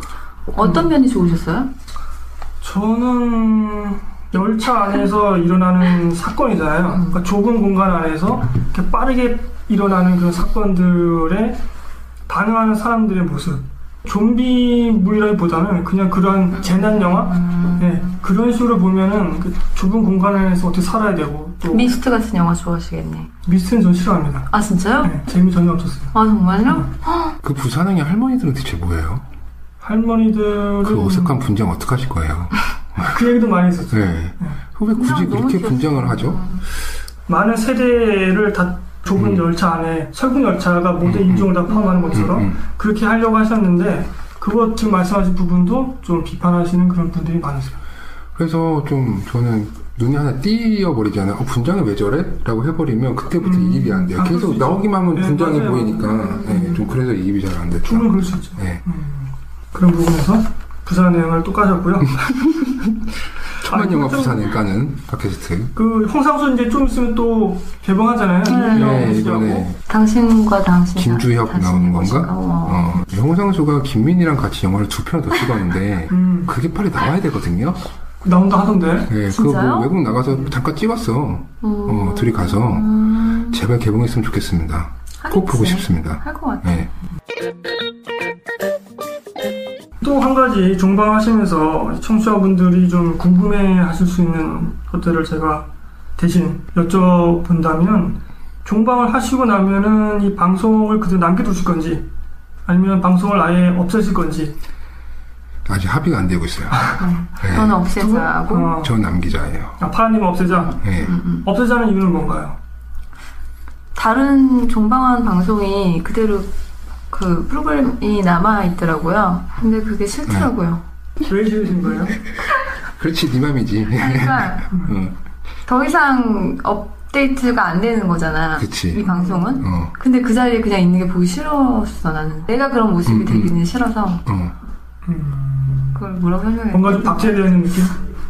[SPEAKER 2] 어떤 면이 좋으셨어요?
[SPEAKER 1] 저는 열차 안에서 일어나는 사건이잖아요.
[SPEAKER 2] 음.
[SPEAKER 1] 그러니까 좁은 공간 안에서 이렇게 빠르게 일어나는 그런 사건들에 반응하는 사람들의 모습. 좀비물이라기보다는 그냥 그런 재난 영화?
[SPEAKER 2] 음,
[SPEAKER 1] 네, 그런 식으로 보면은 그 좁은 공간 안에서 어떻게 살아야 되고 또
[SPEAKER 2] 미스트 같은 영화 좋아하시겠네.
[SPEAKER 1] 미스는 전 싫어합니다.
[SPEAKER 2] 아 진짜요?
[SPEAKER 1] 네, 재미 전혀 없었어요.
[SPEAKER 2] 아 정말요?
[SPEAKER 3] 그 부산항의 할머니들은 대체 뭐예요?
[SPEAKER 1] 할머니들은
[SPEAKER 3] 그 어색한 분쟁 어떡 하실 거예요?
[SPEAKER 1] 그 얘기도 많이 했었죠.
[SPEAKER 3] 네. 왜 굳이
[SPEAKER 2] 분장 너무
[SPEAKER 3] 그렇게
[SPEAKER 2] 귀엽다.
[SPEAKER 3] 분쟁을 하죠?
[SPEAKER 1] 많은 세대를 다 좁은
[SPEAKER 3] 음.
[SPEAKER 1] 열차 안에 설국 열차가 모든
[SPEAKER 3] 음,
[SPEAKER 1] 인종을 다 포함하는 것처럼
[SPEAKER 3] 음, 음.
[SPEAKER 1] 그렇게 하려고 하셨는데 그거 지금 말씀하신 부분도 좀 비판하시는 그런 분들이 많으세요.
[SPEAKER 3] 그래서 좀 저는 눈이 하나 띄어버리잖아요. 어, 분장이 왜 저래? 라고 해버리면 그때부터
[SPEAKER 1] 음.
[SPEAKER 3] 이입이 안 돼요.
[SPEAKER 1] 아, 그럴 수
[SPEAKER 3] 계속
[SPEAKER 1] 있죠.
[SPEAKER 3] 나오기만 하면
[SPEAKER 1] 네,
[SPEAKER 3] 분장이
[SPEAKER 1] 맞아요.
[SPEAKER 3] 보이니까
[SPEAKER 1] 음.
[SPEAKER 3] 네, 좀 그래서 이입이 잘 안 됐죠.
[SPEAKER 1] 충분히 그럴 수 있죠.
[SPEAKER 3] 네.
[SPEAKER 1] 음, 그런 부분에서 부산 여행을 또 까셨고요.
[SPEAKER 3] 천만
[SPEAKER 1] 아니,
[SPEAKER 3] 영화
[SPEAKER 1] 좀-
[SPEAKER 3] 부산일가는 팟캐스트.
[SPEAKER 1] 그 홍상수 이제 좀 있으면 또 개봉하잖아요.
[SPEAKER 2] 네.
[SPEAKER 1] 이런
[SPEAKER 3] 네,
[SPEAKER 1] 모습이라고.
[SPEAKER 3] 이번에
[SPEAKER 2] 당신과 당신.
[SPEAKER 3] 김주혁
[SPEAKER 2] 당신
[SPEAKER 3] 나오는 건가?
[SPEAKER 2] 것인가? 어.
[SPEAKER 3] 어, 홍상수가 김민이랑 같이 영화를 두 편을 더 찍었는데
[SPEAKER 1] 음.
[SPEAKER 3] 그게 빨리 나와야 되거든요.
[SPEAKER 1] 나온다 하던데.
[SPEAKER 3] 네,
[SPEAKER 2] 진짜요?
[SPEAKER 3] 그뭐 외국 나가서 잠깐 찍었어. 어, 둘이 가서
[SPEAKER 2] 음,
[SPEAKER 3] 제발 개봉했으면 좋겠습니다. 꼭 보고
[SPEAKER 2] 하겠지.
[SPEAKER 3] 싶습니다.
[SPEAKER 2] 할 것 같아.
[SPEAKER 3] 네.
[SPEAKER 1] 또 한 가지 종방하시면서 청취자분들이 좀 궁금해 하실 수 있는 것들을 제가 대신 여쭤본다면 종방을 하시고 나면은 이 방송을 그대로 남겨두실 건지 아니면 방송을 아예 없애실 건지
[SPEAKER 3] 아직 합의가 안 되고 있어요.
[SPEAKER 2] 저는
[SPEAKER 3] 네.
[SPEAKER 1] 두
[SPEAKER 2] 없애자 하고.
[SPEAKER 1] 분? 어,
[SPEAKER 3] 저 남기자예요.
[SPEAKER 1] 아, 파라님은 없애자
[SPEAKER 3] 네.
[SPEAKER 1] 없애자는 이유는 뭔가요?
[SPEAKER 2] 다른 종방한 방송이 그대로 그 프로그램이 남아 있더라고요. 근데 그게 싫더라고요.
[SPEAKER 1] 왜 지으신 거예요?
[SPEAKER 3] 그렇지, 네 맘이지.
[SPEAKER 2] 그러니까
[SPEAKER 3] 응,
[SPEAKER 2] 더 이상 업데이트가 안 되는 거잖아.
[SPEAKER 3] 그치.
[SPEAKER 2] 이 방송은.
[SPEAKER 3] 어,
[SPEAKER 2] 근데 그 자리에 그냥 있는 게 보기 싫었어 나는. 내가 그런 모습이
[SPEAKER 3] 음,
[SPEAKER 2] 되기는 싫어서
[SPEAKER 3] 어.
[SPEAKER 2] 그걸 뭐라고 설명해?
[SPEAKER 1] 뭔가 좀 박제되어 있는 느낌?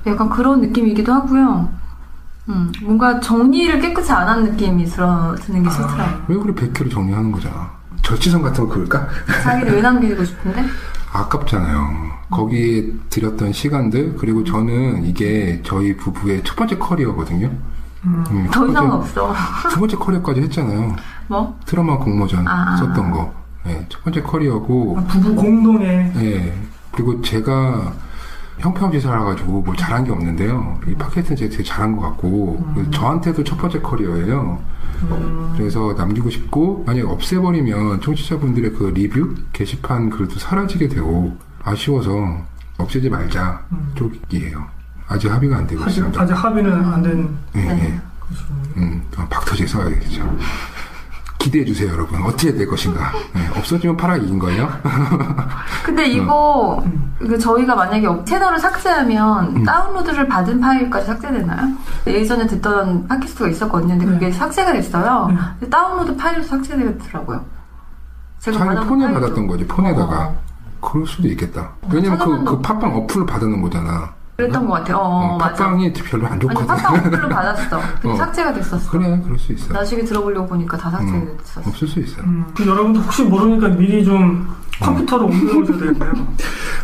[SPEAKER 2] 약간 그런 느낌이기도 하고요. 음, 뭔가 정리를 깨끗이 안 한 느낌이 들어 드는 게 싫더라고.
[SPEAKER 3] 왜 우리 100회로 정리하는 거잖아. 절치선 같은 거 그을까?
[SPEAKER 2] 자기를 왜 남기고 싶은데?
[SPEAKER 3] 아깝잖아요. 거기에 들였던 시간들, 그리고 저는 이게 저희 부부의 첫 번째 커리어거든요. 음,
[SPEAKER 2] 더 이상은
[SPEAKER 3] 첫 번째-
[SPEAKER 2] 없어.
[SPEAKER 3] 두 번째 커리어까지 했잖아요.
[SPEAKER 2] 뭐?
[SPEAKER 3] 드라마 공모전
[SPEAKER 2] 아.
[SPEAKER 3] 썼던 거. 네, 첫 번째 커리어고,
[SPEAKER 1] 아, 부부 공동의
[SPEAKER 3] 예. 그리고 제가 형편없이 살아가지고 뭘 잘한 게 없는데요. 이 팟캐스트는 제가 되게 잘한 것 같고, 그래서 저한테도 첫 번째 커리어예요. 그래서 남기고 싶고, 만약에 없애버리면 청취자분들의 그 리뷰? 게시판 글도 사라지게 되고, 아쉬워서 없애지 말자 쪽이에요. 아직 합의가 안 되고
[SPEAKER 1] 아직,
[SPEAKER 3] 있습니다.
[SPEAKER 1] 아직 합의는 안 된.
[SPEAKER 3] 예,
[SPEAKER 2] 네.
[SPEAKER 3] 예. 음, 아, 박터지에 써야겠죠. 기대해주세요, 여러분. 어떻게 될 것인가. 예, 없어지면 파락이인 거예요?
[SPEAKER 2] 근데
[SPEAKER 3] 음.
[SPEAKER 2] 이거 그 저희가 만약에 업- 채널을
[SPEAKER 3] 음.
[SPEAKER 2] 삭제하면 다운로드를 받은 파일까지 삭제되나요? 예전에 듣던 팟캐스트가 있었거든요. 근데
[SPEAKER 3] 네.
[SPEAKER 2] 그게 삭제가 됐어요.
[SPEAKER 3] 음.
[SPEAKER 1] 네.
[SPEAKER 2] 근데 다운로드 파일도 삭제되더라고요. 제가
[SPEAKER 3] 자기
[SPEAKER 2] 받아본
[SPEAKER 3] 폰에
[SPEAKER 2] 파일도.
[SPEAKER 3] 받았던 거지 폰에다가
[SPEAKER 2] 어.
[SPEAKER 3] 그럴 수도 있겠다 왜냐면 그,
[SPEAKER 2] 찾아봤는데
[SPEAKER 3] 그 팟빵 어플을 받는 거잖아
[SPEAKER 2] 그랬던 것 같아요. 어,
[SPEAKER 3] 어,
[SPEAKER 2] 맞아.
[SPEAKER 3] 팟빵이 별로 안
[SPEAKER 2] 아니
[SPEAKER 3] 좋거든
[SPEAKER 2] 팟빵 어플로 받았어. 근데
[SPEAKER 3] 어.
[SPEAKER 2] 삭제가 됐었어.
[SPEAKER 3] 그래 그럴 수 있어
[SPEAKER 2] 나중에 들어보려고 보니까 다
[SPEAKER 3] 음,
[SPEAKER 2] 삭제됐었어.
[SPEAKER 3] 없을 수 있어
[SPEAKER 1] 음, 그 여러분도 혹시 모르니까 미리 좀 컴퓨터로 옮겨놓으셔야 되겠네요.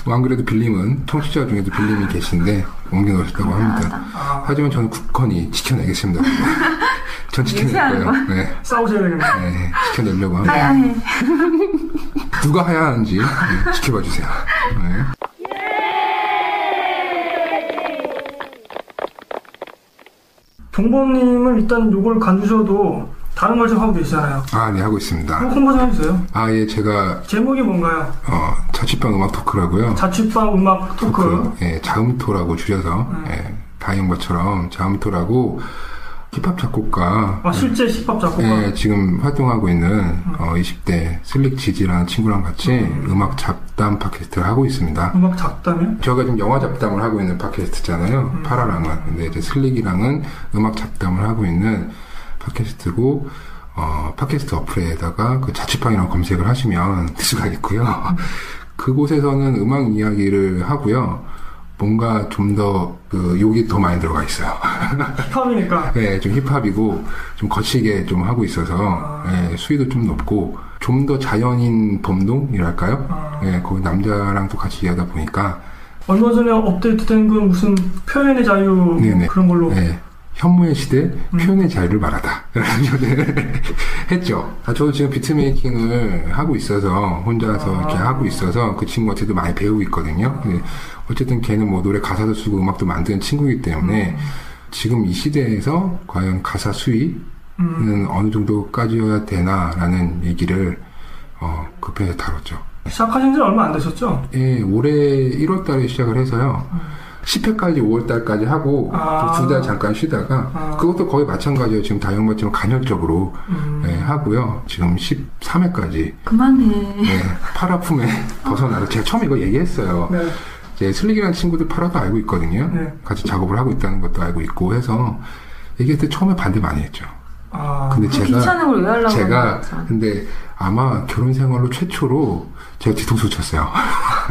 [SPEAKER 3] 안 그래도 빌림은 청취자 중에도 빌림이 계신데 옮겨놓으셨다고 합니다
[SPEAKER 2] 미안하다.
[SPEAKER 1] 아,
[SPEAKER 3] 하지만 저는 굳건히 지켜내겠습니다 전 지켜낼
[SPEAKER 2] 유지하는
[SPEAKER 3] 거예요 네.
[SPEAKER 1] 싸우셔야 되겠네요.
[SPEAKER 3] 네, 지켜내려고 합니다
[SPEAKER 2] 하야해.
[SPEAKER 3] 누가 하야하는지 네, 지켜봐 주세요 네.
[SPEAKER 1] 동범님은 일단 요걸 간주셔도 다른 걸 좀 하고 계시잖아요.
[SPEAKER 3] 아, 네, 하고
[SPEAKER 1] 그럼
[SPEAKER 3] 있습니다.
[SPEAKER 1] 홍보 좀 해주세요.
[SPEAKER 3] 아, 예, 제가,
[SPEAKER 1] 제목이 뭔가요?
[SPEAKER 3] 어, 자취방 음악 토크라고요.
[SPEAKER 1] 자취방 음악 토크.
[SPEAKER 3] 그, 예, 자음토라고 줄여서, 예, 다이영과처럼 자음토라고 힙합 작곡가
[SPEAKER 1] 아, 실제 힙합 작곡가.
[SPEAKER 3] 예, 지금 활동하고 있는 어, 20대 슬릭 지지라는 친구랑 같이 음. 악 잡담 팟캐스트를 하고 있습니다.
[SPEAKER 1] 음악 작다면?
[SPEAKER 3] 저희가 지금 영화 잡담을 하고 있는 팟캐스트잖아요. 파라랑은. 근데 이제 슬릭이랑은 음악 잡담을 하고 있는 팟캐스트고, 어, 팟캐스트 어플에다가 그 자취방이라고 검색을 하시면 뜰 수가 있고요. 그곳에서는 음악 이야기를 하고요. 뭔가 좀 더 그 욕이 더 많이 들어가 있어요.
[SPEAKER 1] 힙합이니까.
[SPEAKER 3] 네, 좀 힙합이고 좀 거칠게 좀 하고 있어서 예, 수위도 좀 높고 좀 더 자연인 범동이랄까요?
[SPEAKER 1] 아.
[SPEAKER 3] 예, 거기 남자랑 또 같이 일하다 보니까
[SPEAKER 1] 얼마 전에 업데이트된 건 무슨 표현의 자유
[SPEAKER 3] 네네.
[SPEAKER 1] 그런 걸로.
[SPEAKER 3] 예, 현무의 시대 표현의 자유를 말하다 라는 표현을 했죠. 아, 저도 지금 비트 메이킹을 하고 있어서 혼자서 이렇게 하고 있어서 그 친구한테도 많이 배우고 있거든요. 근데 어쨌든 걔는 뭐 노래 가사도 쓰고 음악도 만드는 친구이기 때문에 지금 이 시대에서 과연 가사 수위는
[SPEAKER 1] 음,
[SPEAKER 3] 어느 정도까지여야 되나라는 얘기를 어, 급해서 다뤘죠.
[SPEAKER 1] 시작하신 지 얼마 안 되셨죠?
[SPEAKER 3] 예, 올해 1월 달에 시작을 해서요. 10회까지 5월 달까지 하고
[SPEAKER 1] 아.
[SPEAKER 3] 두 달 잠깐 쉬다가
[SPEAKER 1] 아.
[SPEAKER 3] 그것도 거의 마찬가지예요. 지금 다영마처럼 간헐적으로
[SPEAKER 1] 음,
[SPEAKER 3] 예, 하고요. 지금 13회까지
[SPEAKER 2] 그만해.
[SPEAKER 3] 예, 팔아품에 벗어나서 제가 처음 이거 얘기했어요.
[SPEAKER 1] 네.
[SPEAKER 3] 제 슬릭이라는 친구들 팔아도 알고 있거든요.
[SPEAKER 1] 네.
[SPEAKER 3] 같이 작업을 하고 있다는 것도 알고 있고 해서 얘기할 때 처음에 반대 많이 했죠.
[SPEAKER 1] 아.
[SPEAKER 3] 근데
[SPEAKER 2] 그
[SPEAKER 3] 제가
[SPEAKER 2] 귀찮은 걸 왜 하려고
[SPEAKER 3] 제가
[SPEAKER 2] 그러는 거죠?
[SPEAKER 3] 근데 아마 결혼 생활로 최초로 제가 뒤통수 쳤어요.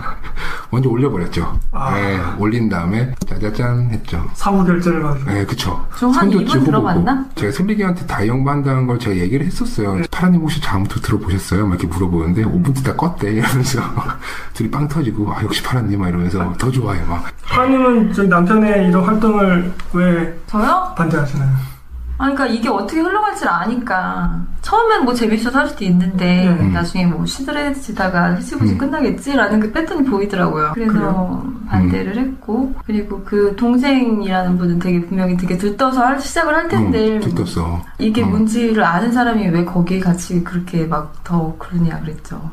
[SPEAKER 3] 먼저 올려버렸죠.
[SPEAKER 1] 아.
[SPEAKER 3] 예, 올린 다음에 짜자잔 했죠.
[SPEAKER 1] 사후 결제를 받기.
[SPEAKER 3] 예, 그쵸.
[SPEAKER 2] 저한
[SPEAKER 3] 선조
[SPEAKER 2] 이분
[SPEAKER 3] 찍어보고.
[SPEAKER 2] 들어봤나?
[SPEAKER 3] 제가 슬리기한테 다이영바 한다는 걸 제가 얘기를 했었어요. 파라님 혹시 장부터 들어보셨어요? 막 이렇게 물어보는데 5분 뒤다 껐대 이러면서 둘이 빵 터지고 아 역시 파라님 막 이러면서 더 좋아해 막.
[SPEAKER 1] 하나님은 저희 남편의 이런 활동을 왜
[SPEAKER 2] 저요?
[SPEAKER 1] 반대하시나요?
[SPEAKER 2] 아, 그러니까 이게 어떻게 흘러갈지 아니까. 처음엔 뭐 재밌어서 할 수도 있는데,
[SPEAKER 1] 음.
[SPEAKER 2] 나중에 뭐 시들해지다가 해지고지
[SPEAKER 3] 네. 음.
[SPEAKER 2] 끝나겠지라는 그 패턴이 보이더라고요. 그래서
[SPEAKER 1] 그래요?
[SPEAKER 2] 반대를
[SPEAKER 3] 음.
[SPEAKER 2] 했고, 그리고 그 동생이라는 분은 되게 분명히 되게 들떠서 할- 시작을 할 텐데,
[SPEAKER 3] 음, 듣겠어.
[SPEAKER 2] 이게
[SPEAKER 3] 음.
[SPEAKER 2] 뭔지를 아는 사람이 왜 거기에 같이 그렇게 막 더 그러냐 그랬죠.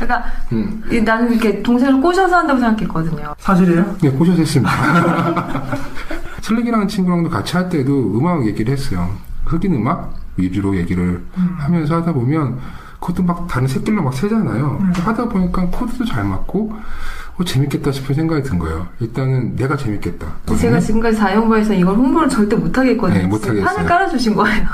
[SPEAKER 2] 그러니까
[SPEAKER 3] 음.
[SPEAKER 2] 이- 나는 이렇게 동생을 꼬셔서 한다고 생각했거든요.
[SPEAKER 1] 사실이에요?
[SPEAKER 3] 네, 꼬셔졌습니다. 슬릭이라는 친구랑도 같이 할 때도 음악 얘기를 했어요. 흑인 음악 위주로 얘기를 하면서 하다 보면 그것도 막 다른 색깔로 막 세잖아요. 하다 보니까 코드도 잘 맞고 어, 재밌겠다 싶은 생각이 든 거예요. 일단은 내가 재밌겠다.
[SPEAKER 2] 그 제가 지금까지 자영업에서 이걸 홍보를 절대 못하겠거든요.
[SPEAKER 3] 네, 못하겠어요. 네.
[SPEAKER 2] 판을 깔아주신 거예요.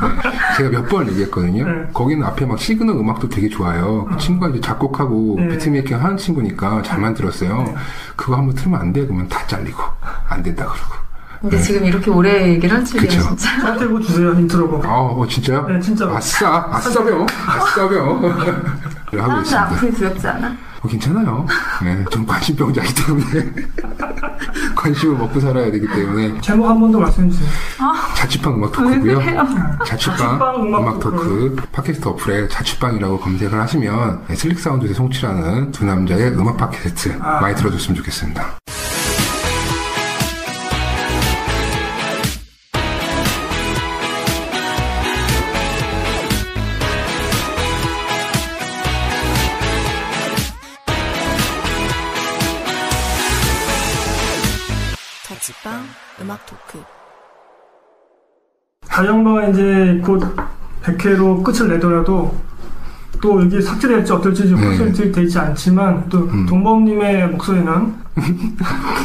[SPEAKER 3] 제가 몇 번 얘기했거든요.
[SPEAKER 1] 네.
[SPEAKER 3] 거기는 앞에 막 시그널 음악도 되게 좋아요. 그 친구가 이제 작곡하고
[SPEAKER 1] 네.
[SPEAKER 3] 비트메이킹 하는 친구니까 잘 만들었어요. 그거 한번 틀면 안 돼. 그러면 다 잘리고 안 된다 그러고.
[SPEAKER 2] 근데 지금 이렇게 오래 얘기를 할 줄이야,
[SPEAKER 3] 그쵸.
[SPEAKER 2] 진짜.
[SPEAKER 1] 저한테 이거 주세요, 힌트로고.
[SPEAKER 3] 아, 어, 진짜요?
[SPEAKER 1] 네, 진짜로.
[SPEAKER 3] 아싸, 아싸병, 아싸병. 하고
[SPEAKER 2] 사람들
[SPEAKER 3] 있습니다.
[SPEAKER 2] 악플이 두렵지 않아?
[SPEAKER 3] 어, 괜찮아요. 네, 전 관심병자이기 때문에 관심을 먹고 살아야 되기 때문에
[SPEAKER 1] 제목 한 번 더 말씀해 주세요.
[SPEAKER 3] 자취방 음악
[SPEAKER 2] 왜 그래요?
[SPEAKER 3] 토크고요. 자취방,
[SPEAKER 1] 자취방
[SPEAKER 3] 음악,
[SPEAKER 1] 음악
[SPEAKER 3] 토크 팟캐스트 어플에 자취방이라고 검색을 하시면 네, 슬릭 사운드에서 송치라는 두 남자의 음악 팟캐스트
[SPEAKER 1] 아.
[SPEAKER 3] 많이 들어줬으면 좋겠습니다.
[SPEAKER 4] 자취방 음악 토크
[SPEAKER 1] 다영바가 이제 곧 100회로 끝을 내더라도 또 이게 삭제될지 어떨지 지금
[SPEAKER 3] 네. 음.
[SPEAKER 1] 확실히 되지 않지만 또 동범님의 목소리는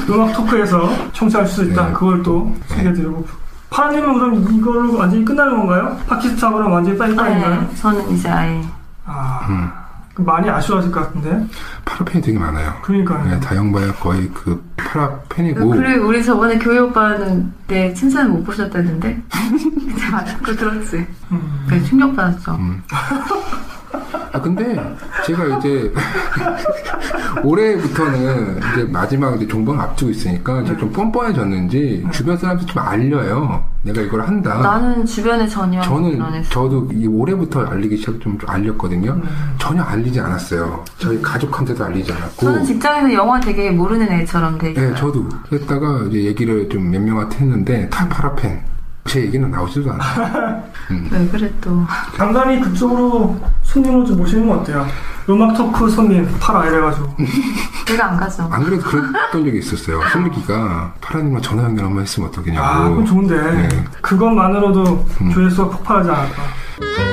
[SPEAKER 1] 음악 토크에서 청취할 수 있다.
[SPEAKER 3] 네.
[SPEAKER 1] 그걸 또 소개해드리고 파라님은 그럼 이걸로 완전히 끝나는 건가요? 팟캐스트하고는 완전히 빠이빠이인가요?
[SPEAKER 2] 네, 저는 이제 아예.
[SPEAKER 1] 아,
[SPEAKER 3] 음.
[SPEAKER 1] 그럼 많이 아쉬워하실 것 같은데?
[SPEAKER 3] 파라팬이 되게 많아요.
[SPEAKER 1] 그러니까요.
[SPEAKER 3] 네, 다영바야 거의 그 파라팬이고
[SPEAKER 2] 아, 그리고 우리 저번에 교회 오빠는 내 칭찬을 못 보셨다는데? 그때 맞아. 그거 들었지. 그래서 충격받았죠.
[SPEAKER 3] 음. 아 근데 제가 이제 올해부터는 이제 마지막 이제 종방 앞두고 있으니까 이제 좀 뻔뻔해졌는지 주변 사람들 좀 알려요. 내가 이걸 한다.
[SPEAKER 2] 나는 주변에 전혀
[SPEAKER 3] 아. 저는
[SPEAKER 2] 안 했어.
[SPEAKER 3] 저도 이 올해부터 알리기 시작 좀, 좀 알렸거든요. 전혀 알리지 않았어요. 저희 가족한테도 알리지
[SPEAKER 2] 음.
[SPEAKER 3] 않았고.
[SPEAKER 2] 저는 직장에서 영화 되게 모르는 애처럼 되게.
[SPEAKER 3] 네, 저도. 그랬다가 이제 얘기를 좀 몇 명한테 했는데 다 파라팬. 제 얘기는 나오지도 않아요.
[SPEAKER 2] 왜 네, 그래 또.
[SPEAKER 1] 간간히 그쪽으로 손님으로 좀 모시는 건 어때요? 음악 토크 손님 팔아 이래가지고
[SPEAKER 2] 내가 안 가죠.
[SPEAKER 3] 안 그래도 그랬던 적이 있었어요. 솔미기가 파라님과 전화 연결 한번 했으면 어떡하냐고.
[SPEAKER 1] 아 그럼 좋은데
[SPEAKER 3] 네. 음.
[SPEAKER 1] 그것만으로도 조회수가 폭발하지 않을까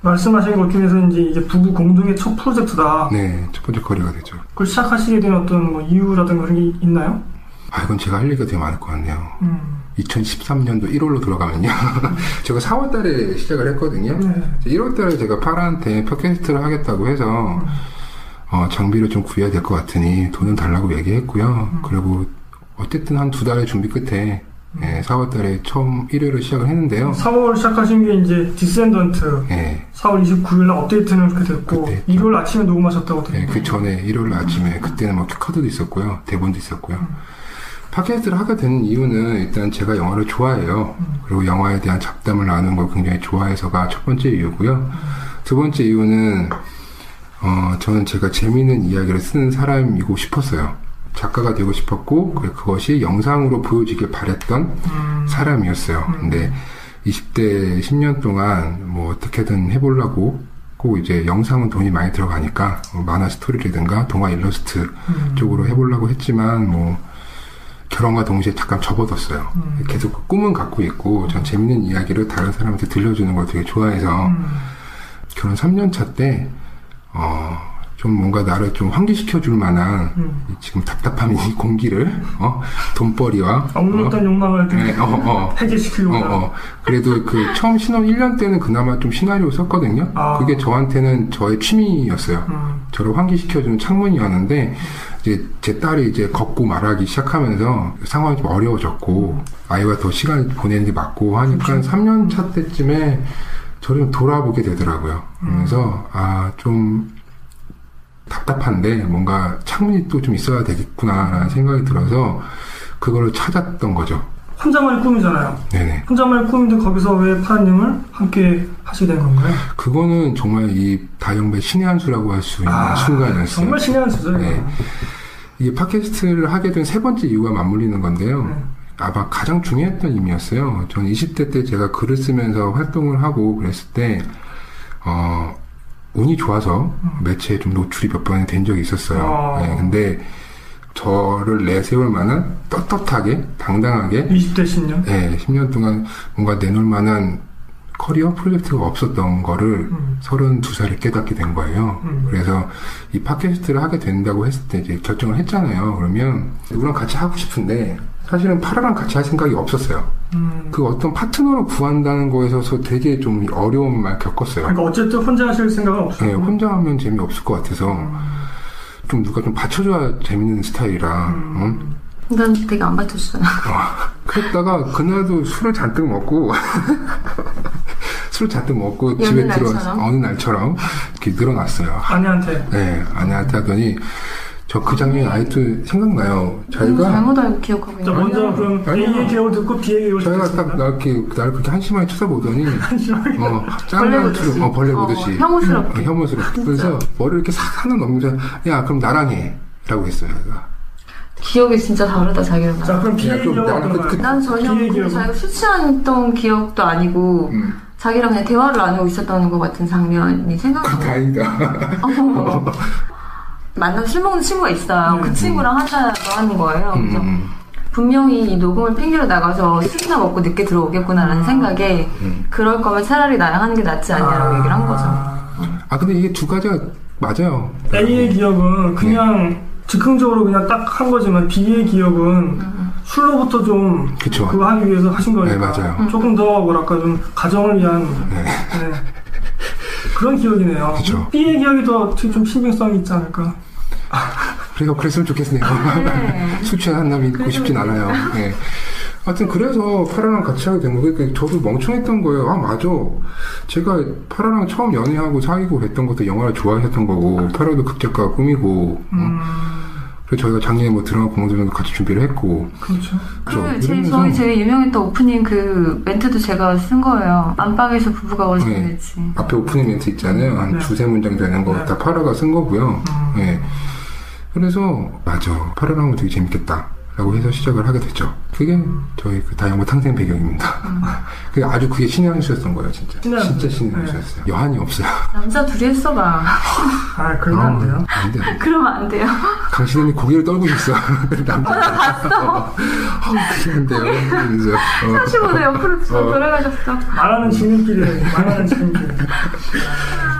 [SPEAKER 1] 말씀하신 것 중에서 이제 이게 부부 공동의 첫 프로젝트다
[SPEAKER 3] 네, 첫 번째 거리가 되죠.
[SPEAKER 1] 그걸 시작하시게 된 어떤 뭐 이유라든가 그런 게 있나요?
[SPEAKER 3] 아, 이건 제가 할 얘기가 되게 많을 것 같네요.
[SPEAKER 1] 음.
[SPEAKER 3] 2013년도 1월로 돌아가면요. 제가 4월 달에 시작을 했거든요.
[SPEAKER 1] 네.
[SPEAKER 3] 1월 달에 제가 파라한테 팟캐스트를 하겠다고 해서 어, 장비를 좀 구해야 될 것 같으니 돈은 달라고 얘기했고요. 그리고 어쨌든 한 두 달의 준비 끝에 예, 4월 달에 처음 1회를 시작을 했는데요.
[SPEAKER 1] 4월 시작하신 게 이제 디센던트
[SPEAKER 3] 예,
[SPEAKER 1] 4월 29일 날 업데이트는 그렇게 됐고
[SPEAKER 3] 그때 했죠.
[SPEAKER 1] 일요일 아침에 녹음하셨다고
[SPEAKER 3] 예,
[SPEAKER 1] 들었어요.
[SPEAKER 3] 그 전에 일요일 아침에 그때는 막 카드도 있었고요. 대본도 있었고요. 팟캐스트를 하게 된 이유는 일단 제가 영화를 좋아해요. 그리고 영화에 대한 잡담을 나누는 걸 굉장히 좋아해서가 첫 번째 이유고요. 두 번째 이유는 어, 저는 제가 재미있는 이야기를 쓰는 사람이고 싶었어요. 작가가 되고 싶었고 그리고 그것이 영상으로 보여지길 바랬던
[SPEAKER 1] 음.
[SPEAKER 3] 사람이었어요. 근데 20대 10년 동안 뭐 어떻게든 해보려고 꼭 이제 영상은 돈이 많이 들어가니까 뭐 만화 스토리라든가 동화 일러스트
[SPEAKER 1] 음.
[SPEAKER 3] 쪽으로 해보려고 했지만 뭐 결혼과 동시에 잠깐 접어뒀어요.
[SPEAKER 1] 음.
[SPEAKER 3] 계속 그 꿈은 갖고 있고 전 재밌는 이야기를 다른 사람한테 들려주는 걸 되게 좋아해서
[SPEAKER 1] 음.
[SPEAKER 3] 결혼 3년 차 때 어, 좀 뭔가 나를 좀 환기시켜 줄 만한
[SPEAKER 1] 음.
[SPEAKER 3] 이 지금 답답함이 공기를 어? 돈벌이와
[SPEAKER 1] 억눌렀던 욕망을
[SPEAKER 3] 어? 네,
[SPEAKER 1] 이렇게
[SPEAKER 3] 어, 어.
[SPEAKER 1] 해제시키려고
[SPEAKER 3] 어, 어. 그래도 그 처음 신혼 1년 때는 그나마 좀 시나리오 썼거든요.
[SPEAKER 1] 아.
[SPEAKER 3] 그게 저한테는 저의 취미였어요.
[SPEAKER 1] 음.
[SPEAKER 3] 저를 환기시켜주는 창문이었는데, 이제 제 딸이 이제 걷고 말하기 시작하면서 상황이 좀 어려워졌고, 아이와 더 시간 보내는 게 맞고 하니까 3년 차 때쯤에 저를 좀 돌아보게 되더라고요. 그래서, 아, 좀 답답한데 뭔가 창문이 또 좀 있어야 되겠구나라는 생각이 들어서 그걸 찾았던 거죠.
[SPEAKER 1] 혼자만의 꿈이잖아요.
[SPEAKER 3] 네네.
[SPEAKER 1] 혼자만의 꿈인데 거기서 왜 파라님을 함께 하시게 된 건가요?
[SPEAKER 3] 그거는 정말 이 다영배 신의 한 수라고 할 수 있는 순간이었어요.
[SPEAKER 1] 아, 정말 신기한 수죠. 이거.
[SPEAKER 3] 아, 네. 이게 팟캐스트를 하게 된 세 번째 이유가 맞물리는 건데요.
[SPEAKER 1] 네.
[SPEAKER 3] 아마 가장 중요했던 의미였어요. 전 20대 때 제가 글을 쓰면서 활동을 하고 그랬을 때, 어, 운이 좋아서 매체에 좀 노출이 몇 번 된 적이 있었어요.
[SPEAKER 1] 아.
[SPEAKER 3] 네, 근데 저를 내세울 만한 떳떳하게, 당당하게
[SPEAKER 1] 20대 신년.
[SPEAKER 3] 네, 10년 동안 뭔가 내놓을 만한 커리어 프로젝트가 없었던 거를
[SPEAKER 1] 음.
[SPEAKER 3] 32살에 깨닫게 된 거예요.
[SPEAKER 1] 음.
[SPEAKER 3] 그래서 이 팟캐스트를 하게 된다고 했을 때 이제 결정을 했잖아요. 그러면 누구랑 같이 하고 싶은데 사실은 파라랑 같이 할 생각이 없었어요.
[SPEAKER 1] 음.
[SPEAKER 3] 그 어떤 파트너를 구한다는 거에서 되게 좀 어려운 말 겪었어요.
[SPEAKER 1] 그러니까 어쨌든 혼자 하실 생각은 없어요.
[SPEAKER 3] 네, 혼자 하면 재미없을 것 같아서 좀 누가 좀 받쳐줘야 재밌는 스타일이라 응?
[SPEAKER 2] 난 되게 안 받쳐주잖아.
[SPEAKER 3] 그랬다가 그날도 술을 잔뜩 먹고 술을 잔뜩 먹고
[SPEAKER 2] 여느
[SPEAKER 3] 집에
[SPEAKER 2] 날처럼?
[SPEAKER 3] 들어와서 어느 날처럼 이렇게 늘어났어요.
[SPEAKER 1] 아내한테
[SPEAKER 3] 네, 아내한테 하더니 저 그 장면이 아직도 생각나요.
[SPEAKER 2] 내가
[SPEAKER 3] 저희가
[SPEAKER 2] 잘못 알고 기억하고
[SPEAKER 1] 자,
[SPEAKER 2] 있는 거야.
[SPEAKER 1] 먼저 그럼
[SPEAKER 3] 아니요.
[SPEAKER 1] A의 계획을 듣고 B의 계획을
[SPEAKER 3] 저희가 딱
[SPEAKER 1] 듣겠습니다.
[SPEAKER 3] 나 이렇게 나를 그렇게 한심하게 쳐다보더니
[SPEAKER 1] 잠시만요.
[SPEAKER 3] 어,
[SPEAKER 2] 벌레
[SPEAKER 3] 짠한
[SPEAKER 2] 보듯이.
[SPEAKER 3] 투로 어, 벌레 보듯이
[SPEAKER 2] 어, 혐오스럽게.
[SPEAKER 3] 어, 혐오스럽게 그래서 머리를 이렇게 싹 하나 넘기자 야 그럼 나랑 해라고 했어요. 제가.
[SPEAKER 2] 기억이 진짜 다르다 자기랑.
[SPEAKER 1] 자 그럼 B의
[SPEAKER 3] 야, 그럼
[SPEAKER 1] 계획을
[SPEAKER 3] 나는 그-
[SPEAKER 1] 들어가요.
[SPEAKER 2] 난 전혀
[SPEAKER 1] B의
[SPEAKER 2] 그
[SPEAKER 1] 계획을
[SPEAKER 2] 자기가 술 취했던 기억도 아니고
[SPEAKER 3] 음,
[SPEAKER 2] 자기랑 그냥 대화를 안 하고 있었다는 것 같은 장면이 생각나.
[SPEAKER 3] 다행이다.
[SPEAKER 2] 어. 만나서 술 먹는 친구가 있어요. 그 친구랑 하자고 하는 거예요.
[SPEAKER 3] 음,
[SPEAKER 2] 그래서
[SPEAKER 3] 음,
[SPEAKER 2] 분명히 이 녹음을 핑계로 나가서 술이나 먹고 늦게 들어오겠구나라는 생각에
[SPEAKER 3] 음.
[SPEAKER 2] 그럴 거면 차라리 나랑 하는 게 낫지 않냐라고 얘기를 한 거죠.
[SPEAKER 3] 아 근데 이게 두 가지가 맞아요.
[SPEAKER 1] E A의 기억은 그냥
[SPEAKER 3] 네.
[SPEAKER 1] 즉흥적으로 그냥 딱 한 거지만 B의 E 기억은 술로부터 좀
[SPEAKER 3] 음. 그쵸.
[SPEAKER 1] 그거 하기 위해서 하신 거니까 음.
[SPEAKER 3] 네, 맞아요.
[SPEAKER 1] 조금 더 뭐랄까 좀 가정을 위한
[SPEAKER 3] 네.
[SPEAKER 1] 네. 그런 기억이네요.
[SPEAKER 3] 그쵸.
[SPEAKER 1] B의 E 기억이 더 어떻게 좀 신빙성이 있지 않을까.
[SPEAKER 3] 그러니까 그래서 그랬으면 좋겠네요.
[SPEAKER 2] 네.
[SPEAKER 3] 술 취한 한 남이 있고 싶진 않아요. 예. 하여튼 그래서 파라랑 같이 하게 된 거고 그러니까 저도 멍청했던 거예요. 아 맞아. 제가 파라랑 처음 연애하고 사귀고 했던 것도 영화를 좋아했던 거고 파라도 극작가 꿈이고 응?
[SPEAKER 1] 음.
[SPEAKER 3] 그래서 저희가 작년에 뭐 드라마 공모전도 같이 준비를 했고
[SPEAKER 1] 그렇죠.
[SPEAKER 2] 그
[SPEAKER 3] 그렇죠.
[SPEAKER 2] 제,
[SPEAKER 3] 이러면서-
[SPEAKER 2] 저희 제일 유명했던 오프닝 그 멘트도 제가 쓴 거예요. 안방에서 부부가
[SPEAKER 3] 네.
[SPEAKER 2] 어색했지.
[SPEAKER 3] 앞에 오프닝 멘트 있잖아요. 한
[SPEAKER 1] 네.
[SPEAKER 3] 두세 문장 되는 거
[SPEAKER 1] 네.
[SPEAKER 3] 다 파라가 쓴 거고요. 예. 그래서 맞아 파란 왕후 되게 재밌겠다. 라고 해서 시작을 하게 됐죠. 그게
[SPEAKER 1] 음.
[SPEAKER 3] 저희 그 다영과 탄생 배경입니다. 그게 아주 그게 신의 한 수였던 거예요, 진짜.
[SPEAKER 1] 신의 한 수.
[SPEAKER 3] 진짜 신의 한
[SPEAKER 1] 네.
[SPEAKER 3] 수였어요. 여한이 없어요.
[SPEAKER 2] 남자 둘이 했어 봐.
[SPEAKER 1] 아, 그러면 안 돼요.
[SPEAKER 3] 안 돼요.
[SPEAKER 2] 그러면 안 돼요.
[SPEAKER 3] 강신님이 고개를 떨고 있어.
[SPEAKER 1] 아,
[SPEAKER 3] 남자. 봤어. 어, 그게 안 돼요. 그래서, 어.
[SPEAKER 2] 45도 옆으로 쭉
[SPEAKER 3] 어.
[SPEAKER 2] 돌아가셨어.
[SPEAKER 1] 말하는 지인끼리, 말하는 지인끼리.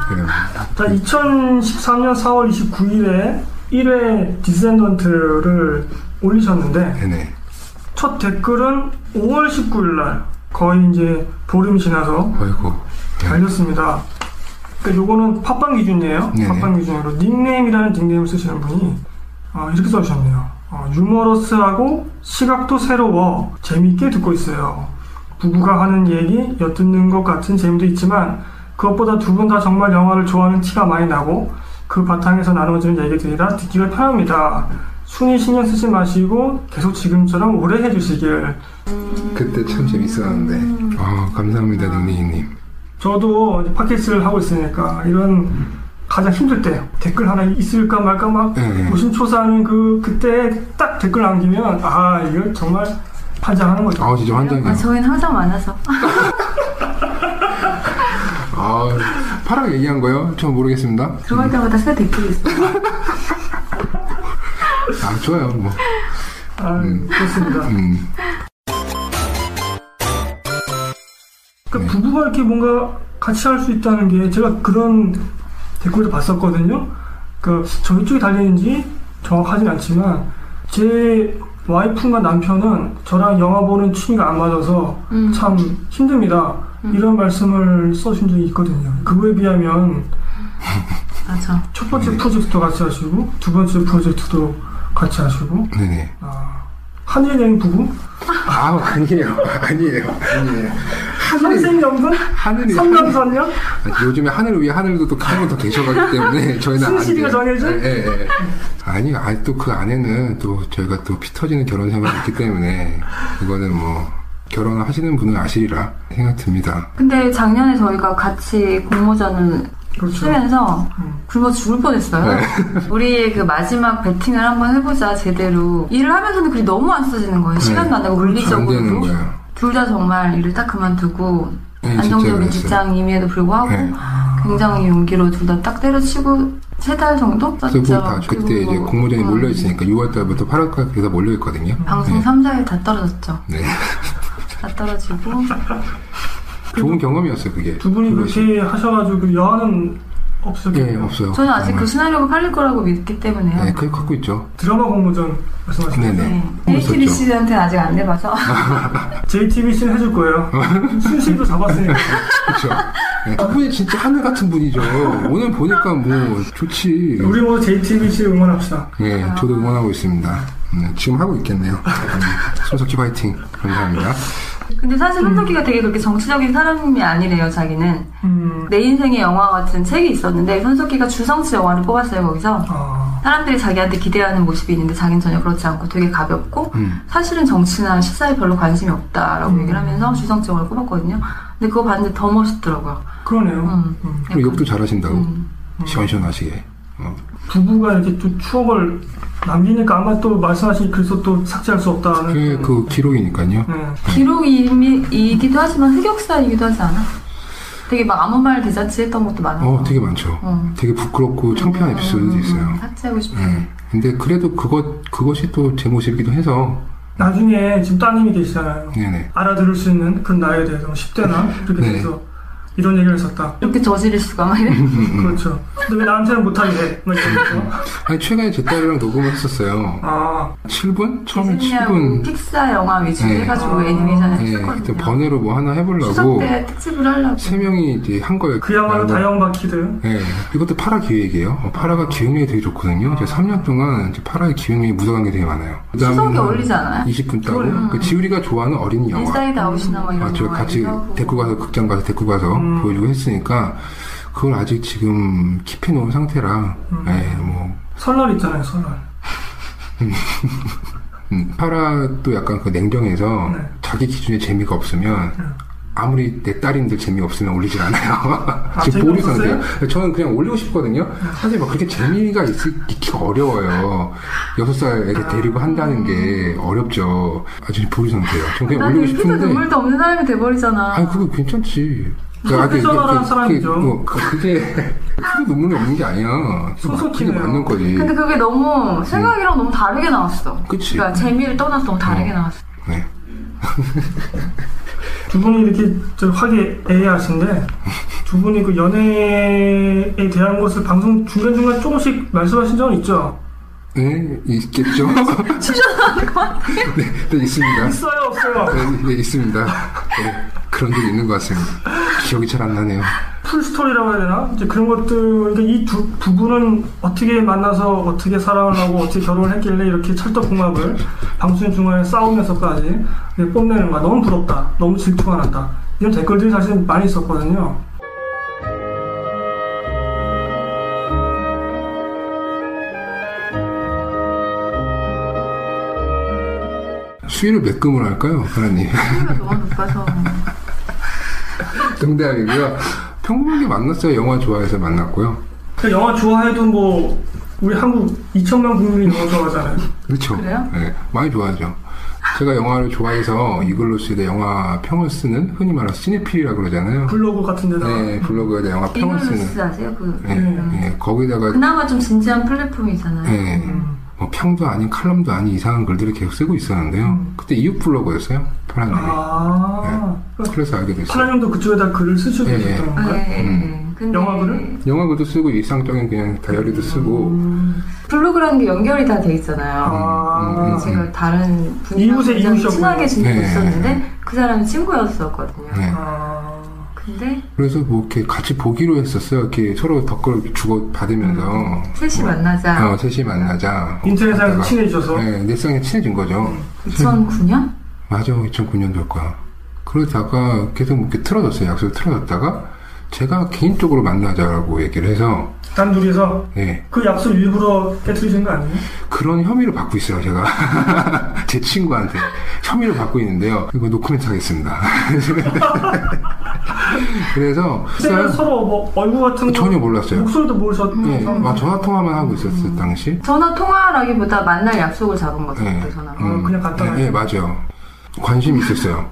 [SPEAKER 3] 그래요.
[SPEAKER 1] 자, 2013년 4월 29일에 1회 디센던트를 올리셨는데,
[SPEAKER 3] 네네.
[SPEAKER 1] 첫 댓글은 5월 19일날, 거의 이제 보름 지나서
[SPEAKER 3] 아이고. 네.
[SPEAKER 1] 달렸습니다. 그러니까 요거는 팟빵 기준이에요.
[SPEAKER 3] 네네.
[SPEAKER 1] 팟빵 기준으로 닉네임이라는 닉네임을 쓰시는 분이 어, 이렇게 써주셨네요. 어, 유머러스하고 시각도 새로워 재미있게 듣고 있어요. 부부가 하는 얘기 엿듣는 것 같은 재미도 있지만 그것보다 두 분 다 정말 영화를 좋아하는 티가 많이 나고 그 바탕에서 나눠지는 얘기들이라 듣기가 편합니다. 순위 신경 쓰지 마시고 계속 지금처럼 오래 해주시길
[SPEAKER 3] 그때 참
[SPEAKER 1] 음.
[SPEAKER 3] 재밌었는데. 아, 감사합니다, 닉네임님.
[SPEAKER 1] 저도 이제 팟캐스트를 하고 있으니까 이런 가장 힘들 때 댓글 하나 있을까 말까 막
[SPEAKER 3] 네.
[SPEAKER 1] 무심초사하는 그 그때 딱 댓글 남기면 아 이거 정말 환장하는 거죠.
[SPEAKER 3] 아, 진짜
[SPEAKER 2] 아,
[SPEAKER 3] 환장해요.
[SPEAKER 2] 저희는 항상 많아서.
[SPEAKER 3] 아, 파랑 얘기한 거예요? 전 모르겠습니다.
[SPEAKER 2] 들어갈 때마다 새 댓글이 있어.
[SPEAKER 3] 아, 좋아요, 뭐.
[SPEAKER 1] 아, 그렇습니다.
[SPEAKER 3] 음,
[SPEAKER 1] 그러니까 부부가 이렇게 뭔가 같이 할 수 있다는 게 제가 그런 댓글도 봤었거든요. 그 저희 쪽이 달리는지 정확하진 않지만 제 와이프나 남편은 저랑 영화 보는 취미가 안 맞아서
[SPEAKER 2] 음.
[SPEAKER 1] 참 힘듭니다.
[SPEAKER 2] 음.
[SPEAKER 1] 이런 말씀을 써주신 적이 있거든요. 그거에 비하면
[SPEAKER 2] 맞아.
[SPEAKER 1] 첫 번째
[SPEAKER 3] 네.
[SPEAKER 1] 프로젝트도 같이 하시고 두 번째 프로젝트도 같이 하시고
[SPEAKER 3] 네네.
[SPEAKER 1] 아, 한일여행 부부?
[SPEAKER 3] 아, 아니에요. 아니에요. 아니에요.
[SPEAKER 1] 삼생연분?
[SPEAKER 3] 하늘이.
[SPEAKER 1] 삼남선녀?
[SPEAKER 3] 아니, 요즘에 하늘 위에 하늘도 또 그런 분더 계셔가기 때문에 저희는 안
[SPEAKER 1] 승실이가
[SPEAKER 3] 돼요.
[SPEAKER 1] 정해진?
[SPEAKER 3] 예, 예, 예. 아니, 아니 또그 안에는 또 저희가 또 피터지는 결혼 생활이 있기 때문에 이거는 뭐 결혼하시는 분은 아시리라 생각 듭니다.
[SPEAKER 2] 근데 작년에 저희가 같이 공모전을
[SPEAKER 1] 그렇죠.
[SPEAKER 2] 쓰면서
[SPEAKER 3] 네.
[SPEAKER 1] 음.
[SPEAKER 2] 굶어 죽을 뻔했어요. 우리의 그 마지막 배팅을 한번 해보자 제대로. 일을 하면서는 글이 너무 안 써지는 거예요. 시간도 안 나고
[SPEAKER 3] 네. 그렇죠. 안 되는
[SPEAKER 2] 물리적으로도.
[SPEAKER 3] 거예요.
[SPEAKER 2] 둘 다 정말 일을 딱 그만두고
[SPEAKER 3] 네,
[SPEAKER 2] 안정적인
[SPEAKER 3] 진짜
[SPEAKER 2] 직장임에도 불구하고
[SPEAKER 3] 네.
[SPEAKER 2] 굉장히 용기로 둘 다 딱 때려치고 세 달 정도 썼죠.
[SPEAKER 3] 그래서 다
[SPEAKER 2] 그리고
[SPEAKER 3] 그때 이제
[SPEAKER 2] 뭐,
[SPEAKER 3] 공모전이
[SPEAKER 2] 음,
[SPEAKER 3] 몰려있으니까 6월 달부터 8월까지 그래서 몰려있거든요.
[SPEAKER 2] 방송
[SPEAKER 3] 네.
[SPEAKER 2] 3자에 다 떨어졌죠.
[SPEAKER 3] 네.
[SPEAKER 2] 다 떨어지고
[SPEAKER 3] 좋은 경험이었어요, 그게.
[SPEAKER 1] 두 분이
[SPEAKER 3] 그것이.
[SPEAKER 1] 그렇게 하셔가지고 그 여한은
[SPEAKER 3] 예,
[SPEAKER 1] 없었겠네요.
[SPEAKER 3] 없어요.
[SPEAKER 2] 저는 아직
[SPEAKER 3] 정말.
[SPEAKER 2] 그 시나리오가 팔릴 거라고 믿기 때문에요.
[SPEAKER 3] 네, 그게 갖고 있죠.
[SPEAKER 1] 드라마 공모전 말씀하시죠.
[SPEAKER 3] 네네.
[SPEAKER 2] 네.
[SPEAKER 3] 있었죠.
[SPEAKER 2] HBC한테는 아직 안 해봐서
[SPEAKER 3] 네.
[SPEAKER 1] JTBC는 해줄 거예요. 순실도 잡았으니까.
[SPEAKER 3] 그렇죠. 네. 그분이 진짜 하늘 같은 분이죠. 오늘 보니까 뭐 좋지.
[SPEAKER 1] 우리 모두 JTBC 응원합시다.
[SPEAKER 3] 예,
[SPEAKER 2] 아.
[SPEAKER 3] 저도 응원하고 있습니다. 음, 지금 하고 있겠네요. 음, 손석희 파이팅. 감사합니다. 네.
[SPEAKER 2] 근데 사실 손석희가 되게 그렇게 정치적인 사람이 아니래요 자기는
[SPEAKER 1] 음,
[SPEAKER 2] 내 인생의 영화 같은 책이 있었는데 손석희가 주성치 영화를 뽑았어요 거기서
[SPEAKER 1] 아,
[SPEAKER 2] 사람들이 자기한테 기대하는 모습이 있는데 자기는 전혀 그렇지 않고 되게 가볍고
[SPEAKER 3] 음,
[SPEAKER 2] 사실은 정치나 시사에 별로 관심이 없다라고
[SPEAKER 1] 음.
[SPEAKER 2] 얘기를 하면서 주성치 영화를 뽑았거든요 근데 그거 봤는데 더 멋있더라고요
[SPEAKER 1] 그러네요.
[SPEAKER 2] 음.
[SPEAKER 1] 음.
[SPEAKER 3] 그리고 욕도 잘하신다고.
[SPEAKER 2] 음.
[SPEAKER 3] 시원시원하시게. 어,
[SPEAKER 1] 부부가 이렇게 또 추억을 남기니까 아마 또 말씀하신 글에서 또 삭제할 수 없다는.
[SPEAKER 3] 그게 그 기록이니까요.
[SPEAKER 1] 네.
[SPEAKER 2] 기록이기도 하지만 흑역사이기도 하지 않아? 되게 막 아무 말 대잔치 했던 것도 많아요
[SPEAKER 3] 어, 되게 많죠.
[SPEAKER 2] 음.
[SPEAKER 3] 되게 부끄럽고 창피한 에피소드도 있어요.
[SPEAKER 2] 삭제하고 싶은
[SPEAKER 3] 예. 근데 그래도 그것, 그것이 또 제 모습이기도 해서.
[SPEAKER 1] 나중에 지금 따님이 계시잖아요.
[SPEAKER 3] 네네.
[SPEAKER 1] 알아들을 수 있는 그 나이에 대해서 10대나 이렇게
[SPEAKER 3] 네.
[SPEAKER 1] 돼서 이런 얘기를 했었다.
[SPEAKER 2] 이렇게 저지를 수가 막 이래
[SPEAKER 3] 음.
[SPEAKER 1] 그렇죠. 근데 왜 나한테는 못하게 해? 막 이러면서.
[SPEAKER 3] 아니, 최근에 제 딸이랑 녹음을 했었어요.
[SPEAKER 1] 아,
[SPEAKER 3] 7분? 처음에
[SPEAKER 2] 디즈니하고
[SPEAKER 3] 7분.
[SPEAKER 2] 픽사 영화 위주로
[SPEAKER 3] 네.
[SPEAKER 2] 해가지고
[SPEAKER 1] 아.
[SPEAKER 2] 애니메이션을
[SPEAKER 3] 예, 그때
[SPEAKER 2] 했었거든요.
[SPEAKER 3] 번외로 뭐 하나
[SPEAKER 2] 추석
[SPEAKER 3] 해보려고.
[SPEAKER 2] 때 특집을 하려고.
[SPEAKER 3] 세 명이 이제 한 거예요.
[SPEAKER 1] 그야말로
[SPEAKER 3] 나름.
[SPEAKER 1] 다영바 키드.
[SPEAKER 3] 예, 이것도 파라 기획이에요. 어, 파라가 기획력이 되게 좋거든요. 제가 3년 동안 이제 파라의 기획력이 묻어간 게 되게 많아요.
[SPEAKER 2] 추석에 어울리지 않아요? 음.
[SPEAKER 3] 20분 따고
[SPEAKER 1] 그거요.
[SPEAKER 3] 그 지우리가 좋아하는 어린 영화.
[SPEAKER 2] 인사이드 아웃이나 막 이런
[SPEAKER 3] 아, 저
[SPEAKER 2] 거
[SPEAKER 3] 같이
[SPEAKER 2] 하고.
[SPEAKER 3] 데리고 가서 극장 가서 데리고 가서
[SPEAKER 1] 음.
[SPEAKER 3] 보여주고 했으니까 그걸 아직 지금 킵해 놓은 상태라
[SPEAKER 2] 음.
[SPEAKER 3] 예, 뭐
[SPEAKER 1] 설날 있잖아요, 설날.
[SPEAKER 3] 음, 파라도 약간 그 냉정해서
[SPEAKER 1] 네.
[SPEAKER 3] 자기 기준에 재미가 없으면 아무리 내 딸인들 재미없으면 올리질 않아요. 지금 모르
[SPEAKER 1] 재미없었어요?
[SPEAKER 3] 상태예요. 저는 그냥 올리고 싶거든요. 사실 막 그렇게 재미가 있, 있기가 어려워요. 여섯 살 애를 데리고 한다는 게 어렵죠. 아주 보류 상태예요. 저는 그냥
[SPEAKER 2] 나는
[SPEAKER 3] 올리고
[SPEAKER 2] 피도
[SPEAKER 3] 싶은데.
[SPEAKER 2] 눈물도 없는 사람이 돼버리잖아.
[SPEAKER 3] 아니, 그거 괜찮지. 그러니까 아주
[SPEAKER 1] 프로페셔널한
[SPEAKER 3] 그게-
[SPEAKER 1] 사람이죠.
[SPEAKER 3] 어, 그게, 피도 눈물이 없는 게 아니야. 그게 맞- 그게
[SPEAKER 1] 소속이네요.
[SPEAKER 3] 맞는 거지.
[SPEAKER 2] 근데 그게 너무 생각이랑 너무 다르게 나왔어.
[SPEAKER 3] 예. 음. 그치.
[SPEAKER 2] 러니까 재미를 떠나서 너무 다르게
[SPEAKER 3] 어.
[SPEAKER 2] 나왔어.
[SPEAKER 3] 네.
[SPEAKER 1] 두 분이 이렇게 저 화기 애애하신데 두 분이 그 연애에 대한 것을 방송 중간 중간 조금씩 말씀하신 적은 있죠?
[SPEAKER 3] 네, 있겠죠.
[SPEAKER 2] 추천하는 것 같아.
[SPEAKER 3] 네, 네, 있습니다.
[SPEAKER 1] 있어요, 없어요.
[SPEAKER 3] 네, 네, 있습니다. 네, 그런 게 있는 것 같습니다. 기억이 잘 안 나네요.
[SPEAKER 1] 풀 스토리라고 해야 되나? 이제 그런 것들 그러니까 이두 두 분은 어떻게 만나서 어떻게 사랑을 하고 어떻게 결혼을 했길래 이렇게 찰떡궁합을 방송 중간에 싸우면서까지 이렇게 뽐내는 거야. 너무 부럽다. 너무 질투가 난다. 이런 댓글들이 사실 많이 있었거든요.
[SPEAKER 3] 수위를 몇 금으로 할까요, 하나님?
[SPEAKER 2] 피부가 너무 높아서.
[SPEAKER 3] 정답이고요. 평범하게 만났어요. 영화 좋아해서 만났고요.
[SPEAKER 1] 그 영화 좋아해도 뭐 우리 한국 2천만 국민이 영화 좋아하잖아요.
[SPEAKER 3] 그렇죠.
[SPEAKER 2] 그래요?
[SPEAKER 3] 네, 많이 좋아하죠. 제가 영화를 좋아해서 이글로스에 대해 영화 평을 쓰는 흔히 말하는 시네필이라고 그러잖아요.
[SPEAKER 1] 블로그 같은 데다가
[SPEAKER 3] 네, 블로그에 대해 영화 평을
[SPEAKER 2] 이글루스
[SPEAKER 3] 쓰는.
[SPEAKER 2] 아세요? 그
[SPEAKER 3] 네, 네, 거기다가
[SPEAKER 2] 그나마 좀 진지한 플랫폼이잖아요.
[SPEAKER 3] 네,
[SPEAKER 1] 음.
[SPEAKER 3] 뭐 평도 아닌 칼럼도 아닌 이상한 글들을 계속 쓰고 있었는데요.
[SPEAKER 1] 음.
[SPEAKER 3] 그때 이웃 블로그였어요. 파란 놈이.
[SPEAKER 1] 아
[SPEAKER 3] 그래서 알게 됐어요.
[SPEAKER 1] 파란형도 그쪽에다 글을 쓰셔도
[SPEAKER 3] 네. 예, 예.
[SPEAKER 1] 되셨던
[SPEAKER 2] 아,
[SPEAKER 1] 건가요?
[SPEAKER 2] 예, 예,
[SPEAKER 3] 음.
[SPEAKER 2] 예. 근데
[SPEAKER 1] 영화 글을?
[SPEAKER 3] 영화 글도 쓰고 일상적인 그냥 다이어리도 쓰고
[SPEAKER 1] 음.
[SPEAKER 2] 블로그라는 게 연결이 다 돼 있잖아요.
[SPEAKER 1] 아
[SPEAKER 3] 음,
[SPEAKER 2] 제가 다른 분이랑
[SPEAKER 1] 이웃의
[SPEAKER 2] 굉장히
[SPEAKER 1] 이웃이었군요.
[SPEAKER 2] 친하게 지내고
[SPEAKER 3] 네.
[SPEAKER 2] 있었는데 그 사람이 친구였었거든요.
[SPEAKER 3] 네.
[SPEAKER 1] 아,
[SPEAKER 2] 근데
[SPEAKER 3] 그래서 뭐 이렇게 같이 보기로 했었어요. 이렇게 서로 댓글 주고 받으면서
[SPEAKER 2] 셋이
[SPEAKER 3] 뭐,
[SPEAKER 2] 만나자.
[SPEAKER 3] 어, 셋이 만나자.
[SPEAKER 1] 음. 인터넷상에서 음.
[SPEAKER 3] 하다가,
[SPEAKER 1] 친해지셔서
[SPEAKER 3] 네, 넷상에 친해진 거죠.
[SPEAKER 2] 2009년?
[SPEAKER 3] 음. 맞아, 2009년도일 거야. 그러다가 계속 뭐 이렇게 틀어졌어요. 약속을 틀어졌다가 제가 개인적으로 만나자라고 얘기를 해서
[SPEAKER 1] 단 둘이서
[SPEAKER 3] 네,
[SPEAKER 1] 그 약속 일부러 깨뜨리신 거 아니에요?
[SPEAKER 3] 그런 혐의를 받고 있어요. 제가 제 친구한테 혐의를 받고 있는데요. 이거 노코멘트 하겠습니다. 그래서
[SPEAKER 1] 그때는 서로 뭐 얼굴 같은 거
[SPEAKER 3] 전혀 몰랐어요.
[SPEAKER 1] 목소리도 음.
[SPEAKER 3] 예,
[SPEAKER 1] 모르셨던
[SPEAKER 3] 아, 전화 통화만 하고 있었을 당시.
[SPEAKER 2] 전화 통화라기보다 만날 약속을 잡은 거죠.
[SPEAKER 3] 네.
[SPEAKER 2] 그 전화로.
[SPEAKER 1] 어, 그냥 간단하게.
[SPEAKER 3] 예, 예, 맞아요. 관심이 있었어요.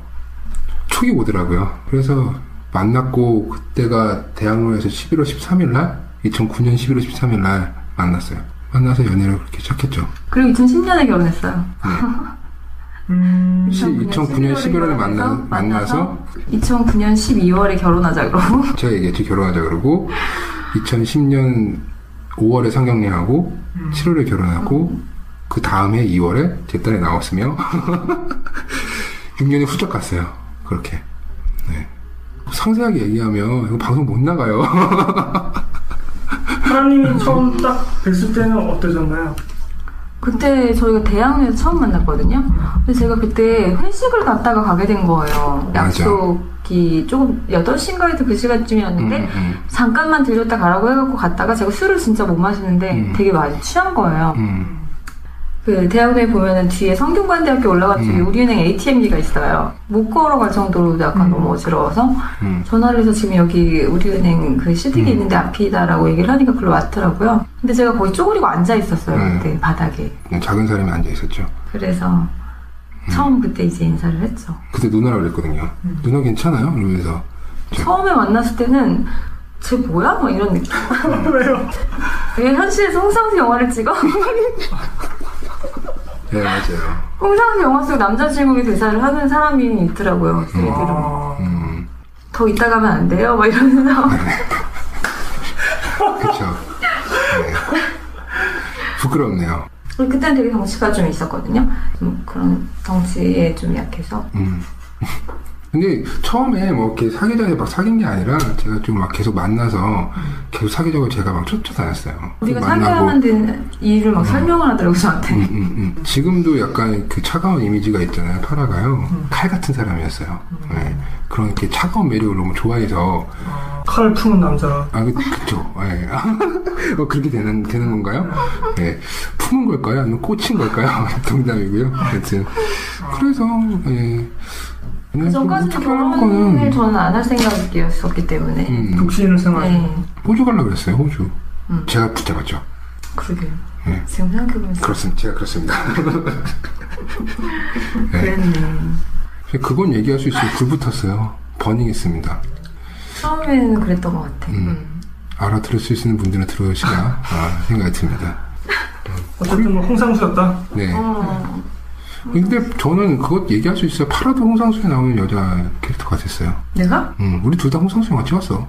[SPEAKER 3] 촉이 오더라고요. 그래서 만났고 그때가 대학로에서 11월 13일 날, 2009년 11월 13일 날 만났어요. 만나서 연애를 그렇게 시작했죠.
[SPEAKER 2] 그리고 2010년에 결혼했어요.
[SPEAKER 1] 음,
[SPEAKER 3] 2009년 11월에 만나,
[SPEAKER 2] 결혼해서
[SPEAKER 3] 만나서
[SPEAKER 2] 2009년 12월에 결혼하자 그러고
[SPEAKER 3] 제가 얘기했죠. 결혼하자 그러고 2010년 5월에 상경례하고 7월에 결혼하고 그 다음에 2월에 제 딸이 나왔으며 6년이 후쩍 갔어요. 그렇게. 네. 상세하게 얘기하면 이거 방송 못 나가요.
[SPEAKER 1] 파란님이 처음 딱 뵀을 때는 어떠셨나요?
[SPEAKER 2] 그때 저희가 대학에서 처음 만났거든요. 근데 제가 그때 회식을 갔다가 가게 된 거예요.
[SPEAKER 3] 맞아.
[SPEAKER 2] 약속이 조금 8시인가에도 그 시간쯤이었는데
[SPEAKER 3] 음, 음,
[SPEAKER 2] 잠깐만 들렸다 가라고 해갖고 갔다가 제가 술을 진짜 못 마시는데
[SPEAKER 3] 음.
[SPEAKER 2] 되게 많이 취한 거예요.
[SPEAKER 3] 음.
[SPEAKER 2] 그 대학로에 보면은 뒤에 성균관대학교 올라가서
[SPEAKER 3] 음.
[SPEAKER 2] 우리은행 ATM기가 있어요. 못 걸어갈 정도로 약간
[SPEAKER 1] 음.
[SPEAKER 2] 너무 어지러워서
[SPEAKER 3] 음.
[SPEAKER 2] 전화를 해서 지금 여기 우리은행 그 CD기
[SPEAKER 3] 음.
[SPEAKER 2] 있는데 앞이다라고 얘기를 하니까 글로 왔더라고요. 근데 제가 거기 쪼그리고 앉아 있었어요.
[SPEAKER 3] 음.
[SPEAKER 2] 그때 바닥에.
[SPEAKER 3] 그냥 작은 사람이 앉아 있었죠.
[SPEAKER 2] 그래서 처음 그때 이제 인사를 했죠.
[SPEAKER 3] 그때 누나라고 그랬거든요. 누나 괜찮아요? 이러면서. 네.
[SPEAKER 2] 처음에 만났을 때는 쟤 뭐야? 뭐 이런 느낌.
[SPEAKER 3] 음.
[SPEAKER 1] 왜요?
[SPEAKER 2] 왜 현실에서 홍상수 영화를 찍어?
[SPEAKER 3] 네, 맞아요.
[SPEAKER 2] 홍상수 영화 속 남자 주인공이 대사를 하는 사람이 있더라고요. 그래서 얘들은 뭐,
[SPEAKER 1] 아,
[SPEAKER 3] 음.
[SPEAKER 2] 더 이따 가면 안 돼요? 막 이러면서.
[SPEAKER 3] 그쵸. 네. 부끄럽네요.
[SPEAKER 2] 그때는 되게 덩치가 좀 있었거든요. 좀 그런 덩치에 좀 약해서.
[SPEAKER 3] 음. 근데 처음에 뭐 이렇게 사귀 전에 막 사귄 게 아니라 제가 좀 막 계속 만나서 계속 사귀자고 제가 막 쫓아다녔어요.
[SPEAKER 2] 우리가
[SPEAKER 3] 만나고.
[SPEAKER 2] 사귀어야만 되는 이유를 막 설명을 하더라고요, 저한테.
[SPEAKER 3] 음, 음, 음. 지금도 약간 그 차가운 이미지가 있잖아요. 파라가요.
[SPEAKER 2] 음.
[SPEAKER 3] 칼 같은 사람이었어요. 네. 그런 이렇게 차가운 매력을 너무 좋아해서
[SPEAKER 1] 칼을 품은 남자
[SPEAKER 3] 아, 그, 그쵸. 예. 어, 그렇게 되는, 되는 건가요? 예. 품은 걸까요? 아니면 꽂힌 걸까요? 농담이고요. 하여튼. 그래서, 예. 왜냐면
[SPEAKER 2] 그
[SPEAKER 3] 좀
[SPEAKER 2] 전까지는 결혼을
[SPEAKER 3] 특별한 거는
[SPEAKER 2] 저는 안 할 생각이었었기 때문에.
[SPEAKER 3] 음,
[SPEAKER 1] 독신을 생활.
[SPEAKER 2] 네,
[SPEAKER 3] 호주 가려고 그랬어요, 호주.
[SPEAKER 2] 음.
[SPEAKER 3] 제가 붙잡았죠.
[SPEAKER 2] 그러게요.
[SPEAKER 3] 네.
[SPEAKER 2] 지금 생각해보면
[SPEAKER 3] 그렇습니다. 제가 그렇습니다.
[SPEAKER 2] 그랬네.
[SPEAKER 3] 그건 얘기할 수 있어요. 불 붙었어요. 버닝했습니다.
[SPEAKER 2] 처음에는 그랬던 것 같아.
[SPEAKER 3] 음.
[SPEAKER 2] 음.
[SPEAKER 3] 알아들을 수 있는 분들은 들어오시라 아, 생각이 듭니다.
[SPEAKER 1] 어쨌든 뭐 홍상수였다.
[SPEAKER 3] 네.
[SPEAKER 2] 어,
[SPEAKER 3] 근데 저는 그것 얘기할 수 있어요. 파라도 홍상수에 나오는 여자 캐릭터 같았어요.
[SPEAKER 2] 내가?
[SPEAKER 3] 음, 우리 둘 다 홍상수 영화 찍었어.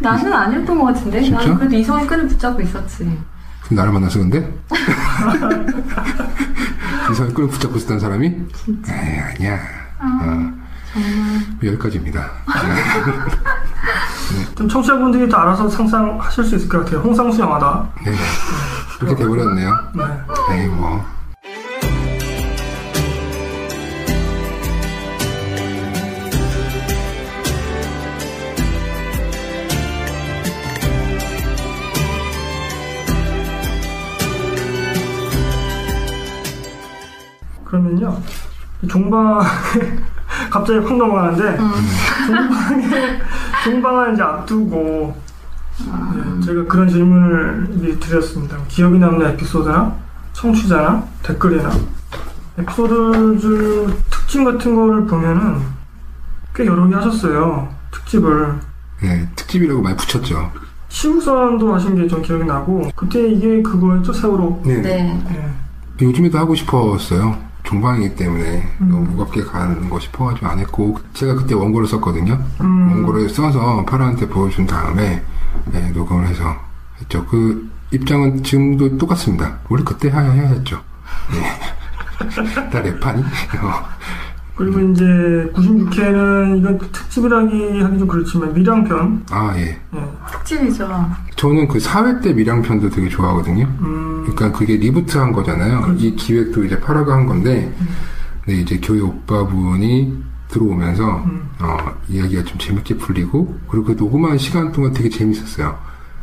[SPEAKER 2] 나는 아니었던 것 같은데.
[SPEAKER 3] 진짜?
[SPEAKER 2] 나는 그래도 이성의 끈을 붙잡고 있었지.
[SPEAKER 3] 그럼 나를 만나서 근데? 이사람 끌 붙잡고 있었다는 사람이? 에이, 아니야. 어,
[SPEAKER 2] 정말.
[SPEAKER 3] 여기까지입니다.
[SPEAKER 1] 좀 청취자분들이 다 알아서 상상하실 수 있을 것 같아요. 홍상수 영화다.
[SPEAKER 3] 네. 이렇게 돼버렸네요.
[SPEAKER 1] 네.
[SPEAKER 3] 에이, 뭐.
[SPEAKER 1] 그러면요. 이 종방에 갑자기 확 넘어가는데 종방에 종방을 이제 앞두고 네, 제가 그런 질문을 미리 드렸습니다. 기억에 남는 에피소드나 청취자나 댓글이나 에피소드 중 특징 같은 거를 보면은 꽤 여러 개 하셨어요. 특집을
[SPEAKER 3] 네, 특집이라고 많이 붙였죠.
[SPEAKER 1] 시국선도 하신 게 좀 기억이 나고 그때 이게 그거였죠 세월호.
[SPEAKER 2] 네.
[SPEAKER 1] 네.
[SPEAKER 3] 요즘에도 하고 싶었어요. 종방이기 때문에
[SPEAKER 1] 음.
[SPEAKER 3] 너무 무겁게 가는 거 싶어가지고 안 했고 제가 그때 원고를 썼거든요.
[SPEAKER 1] 음.
[SPEAKER 3] 원고를 써서 파라한테 보여준 다음에 네, 녹음을 해서 했죠. 그 입장은 지금도 똑같습니다. 원래 그때 해야 해야 했죠. 네. 나 랩하니? 어.
[SPEAKER 1] 그리고 이제 96회는 이건 특집이라기 하기 좀 그렇지만 미량편.
[SPEAKER 3] 아 예.
[SPEAKER 1] 예.
[SPEAKER 2] 특집이죠.
[SPEAKER 3] 저는 그 사회 때 밀양편도 되게 좋아하거든요.
[SPEAKER 1] 음,
[SPEAKER 3] 그러니까 그게 리부트한 거잖아요. 이
[SPEAKER 1] 그렇죠.
[SPEAKER 3] 기획도 이제 파라가 한 건데,
[SPEAKER 1] 음,
[SPEAKER 3] 근데 이제 교회 오빠분이 들어오면서
[SPEAKER 1] 음.
[SPEAKER 3] 어, 이야기가 좀 재밌게 풀리고 그리고 그 녹음한 시간 동안 되게 재밌었어요.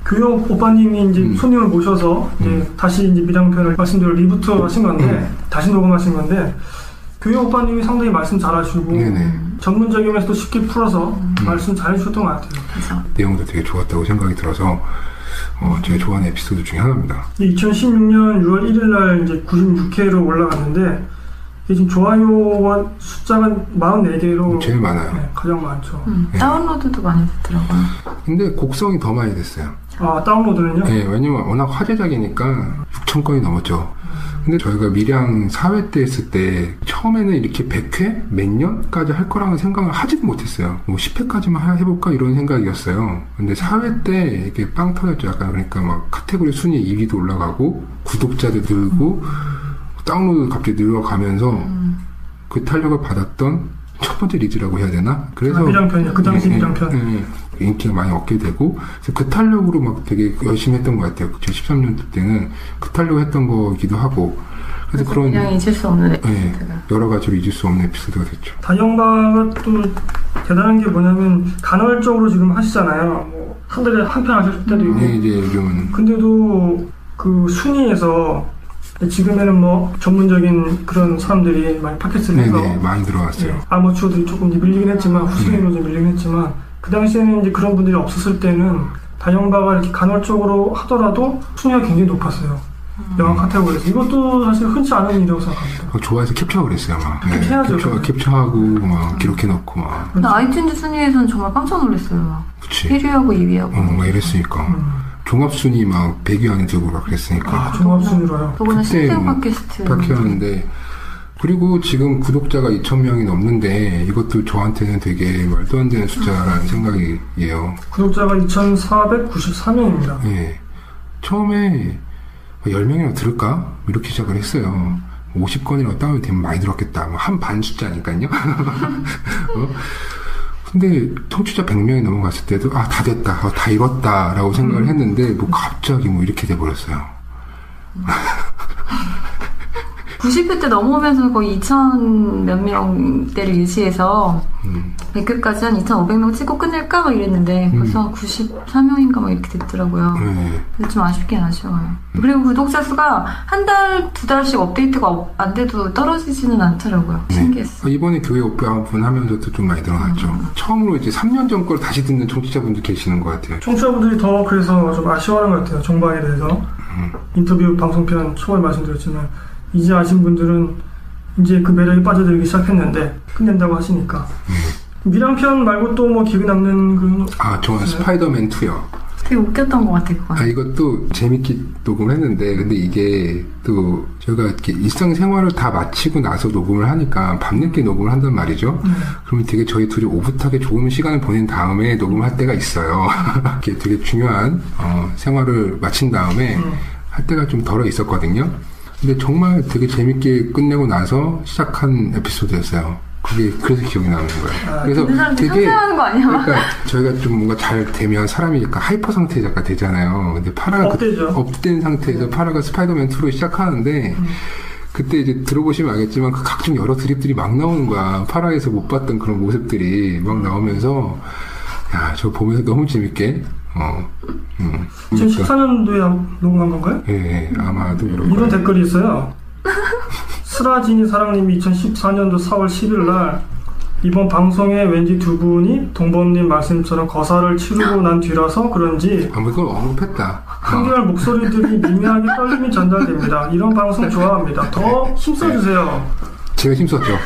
[SPEAKER 1] 교요 오빠님이 이제
[SPEAKER 3] 음.
[SPEAKER 1] 손님을 모셔서 이제 다시 이제 미량편을 말씀대로 리부트 하신 건데
[SPEAKER 3] 음.
[SPEAKER 1] 다시 녹음하신 건데 교요 오빠님이 상당히 말씀 잘하시고
[SPEAKER 3] 네네.
[SPEAKER 1] 전문적이면서도 쉽게 풀어서
[SPEAKER 3] 음.
[SPEAKER 1] 말씀 잘해주셨던 것 같아요.
[SPEAKER 2] 그죠.
[SPEAKER 3] 내용도 되게 좋았다고 생각이 들어서 어, 제가 좋아하는 에피소드 중에 하나입니다.
[SPEAKER 1] 2016년 6월 1일날 이제 96회로 올라갔는데 이게 지금 좋아요와 숫자가 44개로
[SPEAKER 3] 제일 많아요.
[SPEAKER 1] 네, 가장 많죠.
[SPEAKER 2] 음,
[SPEAKER 3] 네.
[SPEAKER 2] 다운로드도 많이 됐더라고요.
[SPEAKER 3] 근데 곡성이 더 많이 됐어요.
[SPEAKER 1] 아 다운로드는요?
[SPEAKER 3] 예, 왜냐면 워낙 화제작이니까 6천 건이 넘었죠. 근데 저희가 밀양 사회 때 했을 때 처음에는 이렇게 100회 몇 년까지 할 거라는 생각을 하지도 못했어요. 뭐 10회까지만 해볼까 이런 생각이었어요. 근데 사회 때 이렇게 빵 터졌죠. 약간 그러니까 막 카테고리 순위 2위도 올라가고 구독자도 늘고 다운로드 갑자기 늘어가면서 그 탄력을 받았던 첫 번째 리드라고 해야 되나? 그래서
[SPEAKER 1] 아, 미량편이요. 그 당시
[SPEAKER 3] 예, 예,
[SPEAKER 1] 미량편.
[SPEAKER 3] 예, 예. 인기가 많이 얻게 되고 그래서 그 탄력으로 막 되게 열심히 했던 것 같아요. 2013년도 때는 그 탄력 했던 거기도 하고 그래서 그런
[SPEAKER 2] 그냥 잊을 수 없는
[SPEAKER 3] 예,
[SPEAKER 2] 에피소드가.
[SPEAKER 3] 여러 가지로 잊을 수 없는 에피소드가 됐죠.
[SPEAKER 1] 다영바가 또 대단한 게 뭐냐면 간헐적으로 지금 하시잖아요. 뭐한 달에 한 편 하실 때도 있고.
[SPEAKER 3] 예, 이게 이제 요즘은
[SPEAKER 1] 근데도 그 순위에서 지금에는 뭐 전문적인 그런 사람들이 많이 팟캐스트를 해서
[SPEAKER 3] 네네 많이 들어왔어요.
[SPEAKER 1] 예, 아마추어들이 조금 이제 밀리긴 했지만 후순위로 좀 밀리긴 했지만 그 당시에는 이제 그런 분들이 없었을 때는 다영바가 이렇게 간헐적으로 하더라도 순위가 굉장히 높았어요. 영화 카테고리에서 이것도 사실 흔치 않은 일이라고 생각합니다.
[SPEAKER 3] 그거 어, 좋아해서 캡처를 했어요, 막. 예,
[SPEAKER 1] 캡처해야죠,
[SPEAKER 3] 캡처,
[SPEAKER 1] 그러면. 음.
[SPEAKER 3] 캡처하고, 막, 기록해놓고, 막.
[SPEAKER 2] 나 아이튠즈 순위에서는 정말 깜짝 놀랐어요. 네. 음,
[SPEAKER 3] 그치.
[SPEAKER 2] 음. 1위하고 2위하고.
[SPEAKER 3] 어, 막 이랬으니까. 종합순위 막 100위 안에 들고 막 그랬으니까.
[SPEAKER 1] 음. 아, 종합순위로요.
[SPEAKER 2] 그거는
[SPEAKER 3] 그때
[SPEAKER 2] 10대
[SPEAKER 3] 뭐
[SPEAKER 2] 음, 팟캐스트.
[SPEAKER 3] 밝혔는데 그리고 지금 구독자가 2,000명이 넘는데 이것도 저한테는 되게 말도 안 되는 숫자라는 생각이에요.
[SPEAKER 1] 구독자가 2,493명입니다.
[SPEAKER 3] 예. 처음에 뭐 10명이나 들을까? 이렇게 시작을 했어요. 뭐 50건이라고 따면 되면 많이 들었겠다. 뭐 한 반 숫자니까요. 어? 근데 청취자 100명이 넘어갔을 때도 아, 다 됐다. 아, 다 이뤘다. 라고 생각을 했는데 뭐 갑자기 뭐 이렇게 돼버렸어요.
[SPEAKER 2] 90회 때 넘어오면서 거의 2천 몇 명대를 유지해서
[SPEAKER 3] 음.
[SPEAKER 2] 100회까지 한 2,500명 찍고 끝낼까 막 이랬는데 벌써 한 94명인가 막 이렇게 됐더라고요.
[SPEAKER 3] 네.
[SPEAKER 2] 근데 좀 아쉽긴 아쉬워요. 그리고 구독자 수가 한 달, 두 달씩 업데이트가 어- 안 돼도 떨어지지는 않더라고요.
[SPEAKER 3] 네.
[SPEAKER 2] 신기했어.
[SPEAKER 3] 아, 이번에 교회 오프분 하면서도 좀 많이 늘어났죠. 처음으로 이제 3년 전 걸 다시 듣는 청취자분들 계시는 것 같아요.
[SPEAKER 1] 청취자분들이 더 그래서 좀 아쉬워하는 것 같아요. 정방에 대해서. 인터뷰 방송편 초반에 말씀드렸지만, 이제 아신 분들은 이제 그 매력에 빠져들기 시작했는데, 끝낸다고 하시니까. 미랑편 말고 또 뭐 기억에 남는 그런,
[SPEAKER 3] 아,
[SPEAKER 2] 네.
[SPEAKER 3] 저는 스파이더맨 2요.
[SPEAKER 2] 되게 웃겼던 것 같아, 그건.
[SPEAKER 3] 아, 이것도 재밌게 녹음을 했는데, 근데 이게 또 저희가 이렇게 일상생활을 다 마치고 나서 녹음을 하니까 밤늦게 녹음을 한단 말이죠. 그러면 되게 저희 둘이 오붓하게 조금 시간을 보낸 다음에 녹음할 때가 있어요. 이렇게 되게 중요한 어, 생활을 마친 다음에 할 때가 좀 덜어 있었거든요. 근데 정말 되게 재밌게 끝내고 나서 시작한 에피소드였어요. 그게 그래서 기억이 나는 거예요. 그래서
[SPEAKER 2] 모든 아, 사람들이
[SPEAKER 3] 되게
[SPEAKER 2] 상상하는 거 아니야? 막.
[SPEAKER 3] 그러니까 저희가 좀 뭔가 잘 되면 사람이 약간 하이퍼 상태 약간 되잖아요. 근데 파라가 그
[SPEAKER 1] 업되죠.
[SPEAKER 3] 업된 상태에서 파라가 스파이더맨 2로 시작하는데 그때 이제 들어보시면 알겠지만 그 각종 여러 드립들이 막 나오는 거야. 파라에서 못 봤던 그런 모습들이 막 나오면서 야, 저 보면서 너무 재밌게 어. 음. 그러니까
[SPEAKER 1] 2014년도에 녹음한 건가요?
[SPEAKER 3] 예, 예, 아마도 그럴
[SPEAKER 1] 이런
[SPEAKER 3] 거예요.
[SPEAKER 1] 댓글이 있어요. 스라진이 사랑님이 2014년도 4월 10일 날 이번 방송에 왠지 두 분이 동범님 말씀처럼 거사를 치르고 난 뒤라서 그런지
[SPEAKER 3] 아무튼 그건 언급했다. 어.
[SPEAKER 1] 한결 목소리들이 미묘하게 떨림이 전달됩니다. 이런 방송 좋아합니다.
[SPEAKER 3] 네.
[SPEAKER 1] 더 힘써주세요.
[SPEAKER 3] 제가 힘썼죠.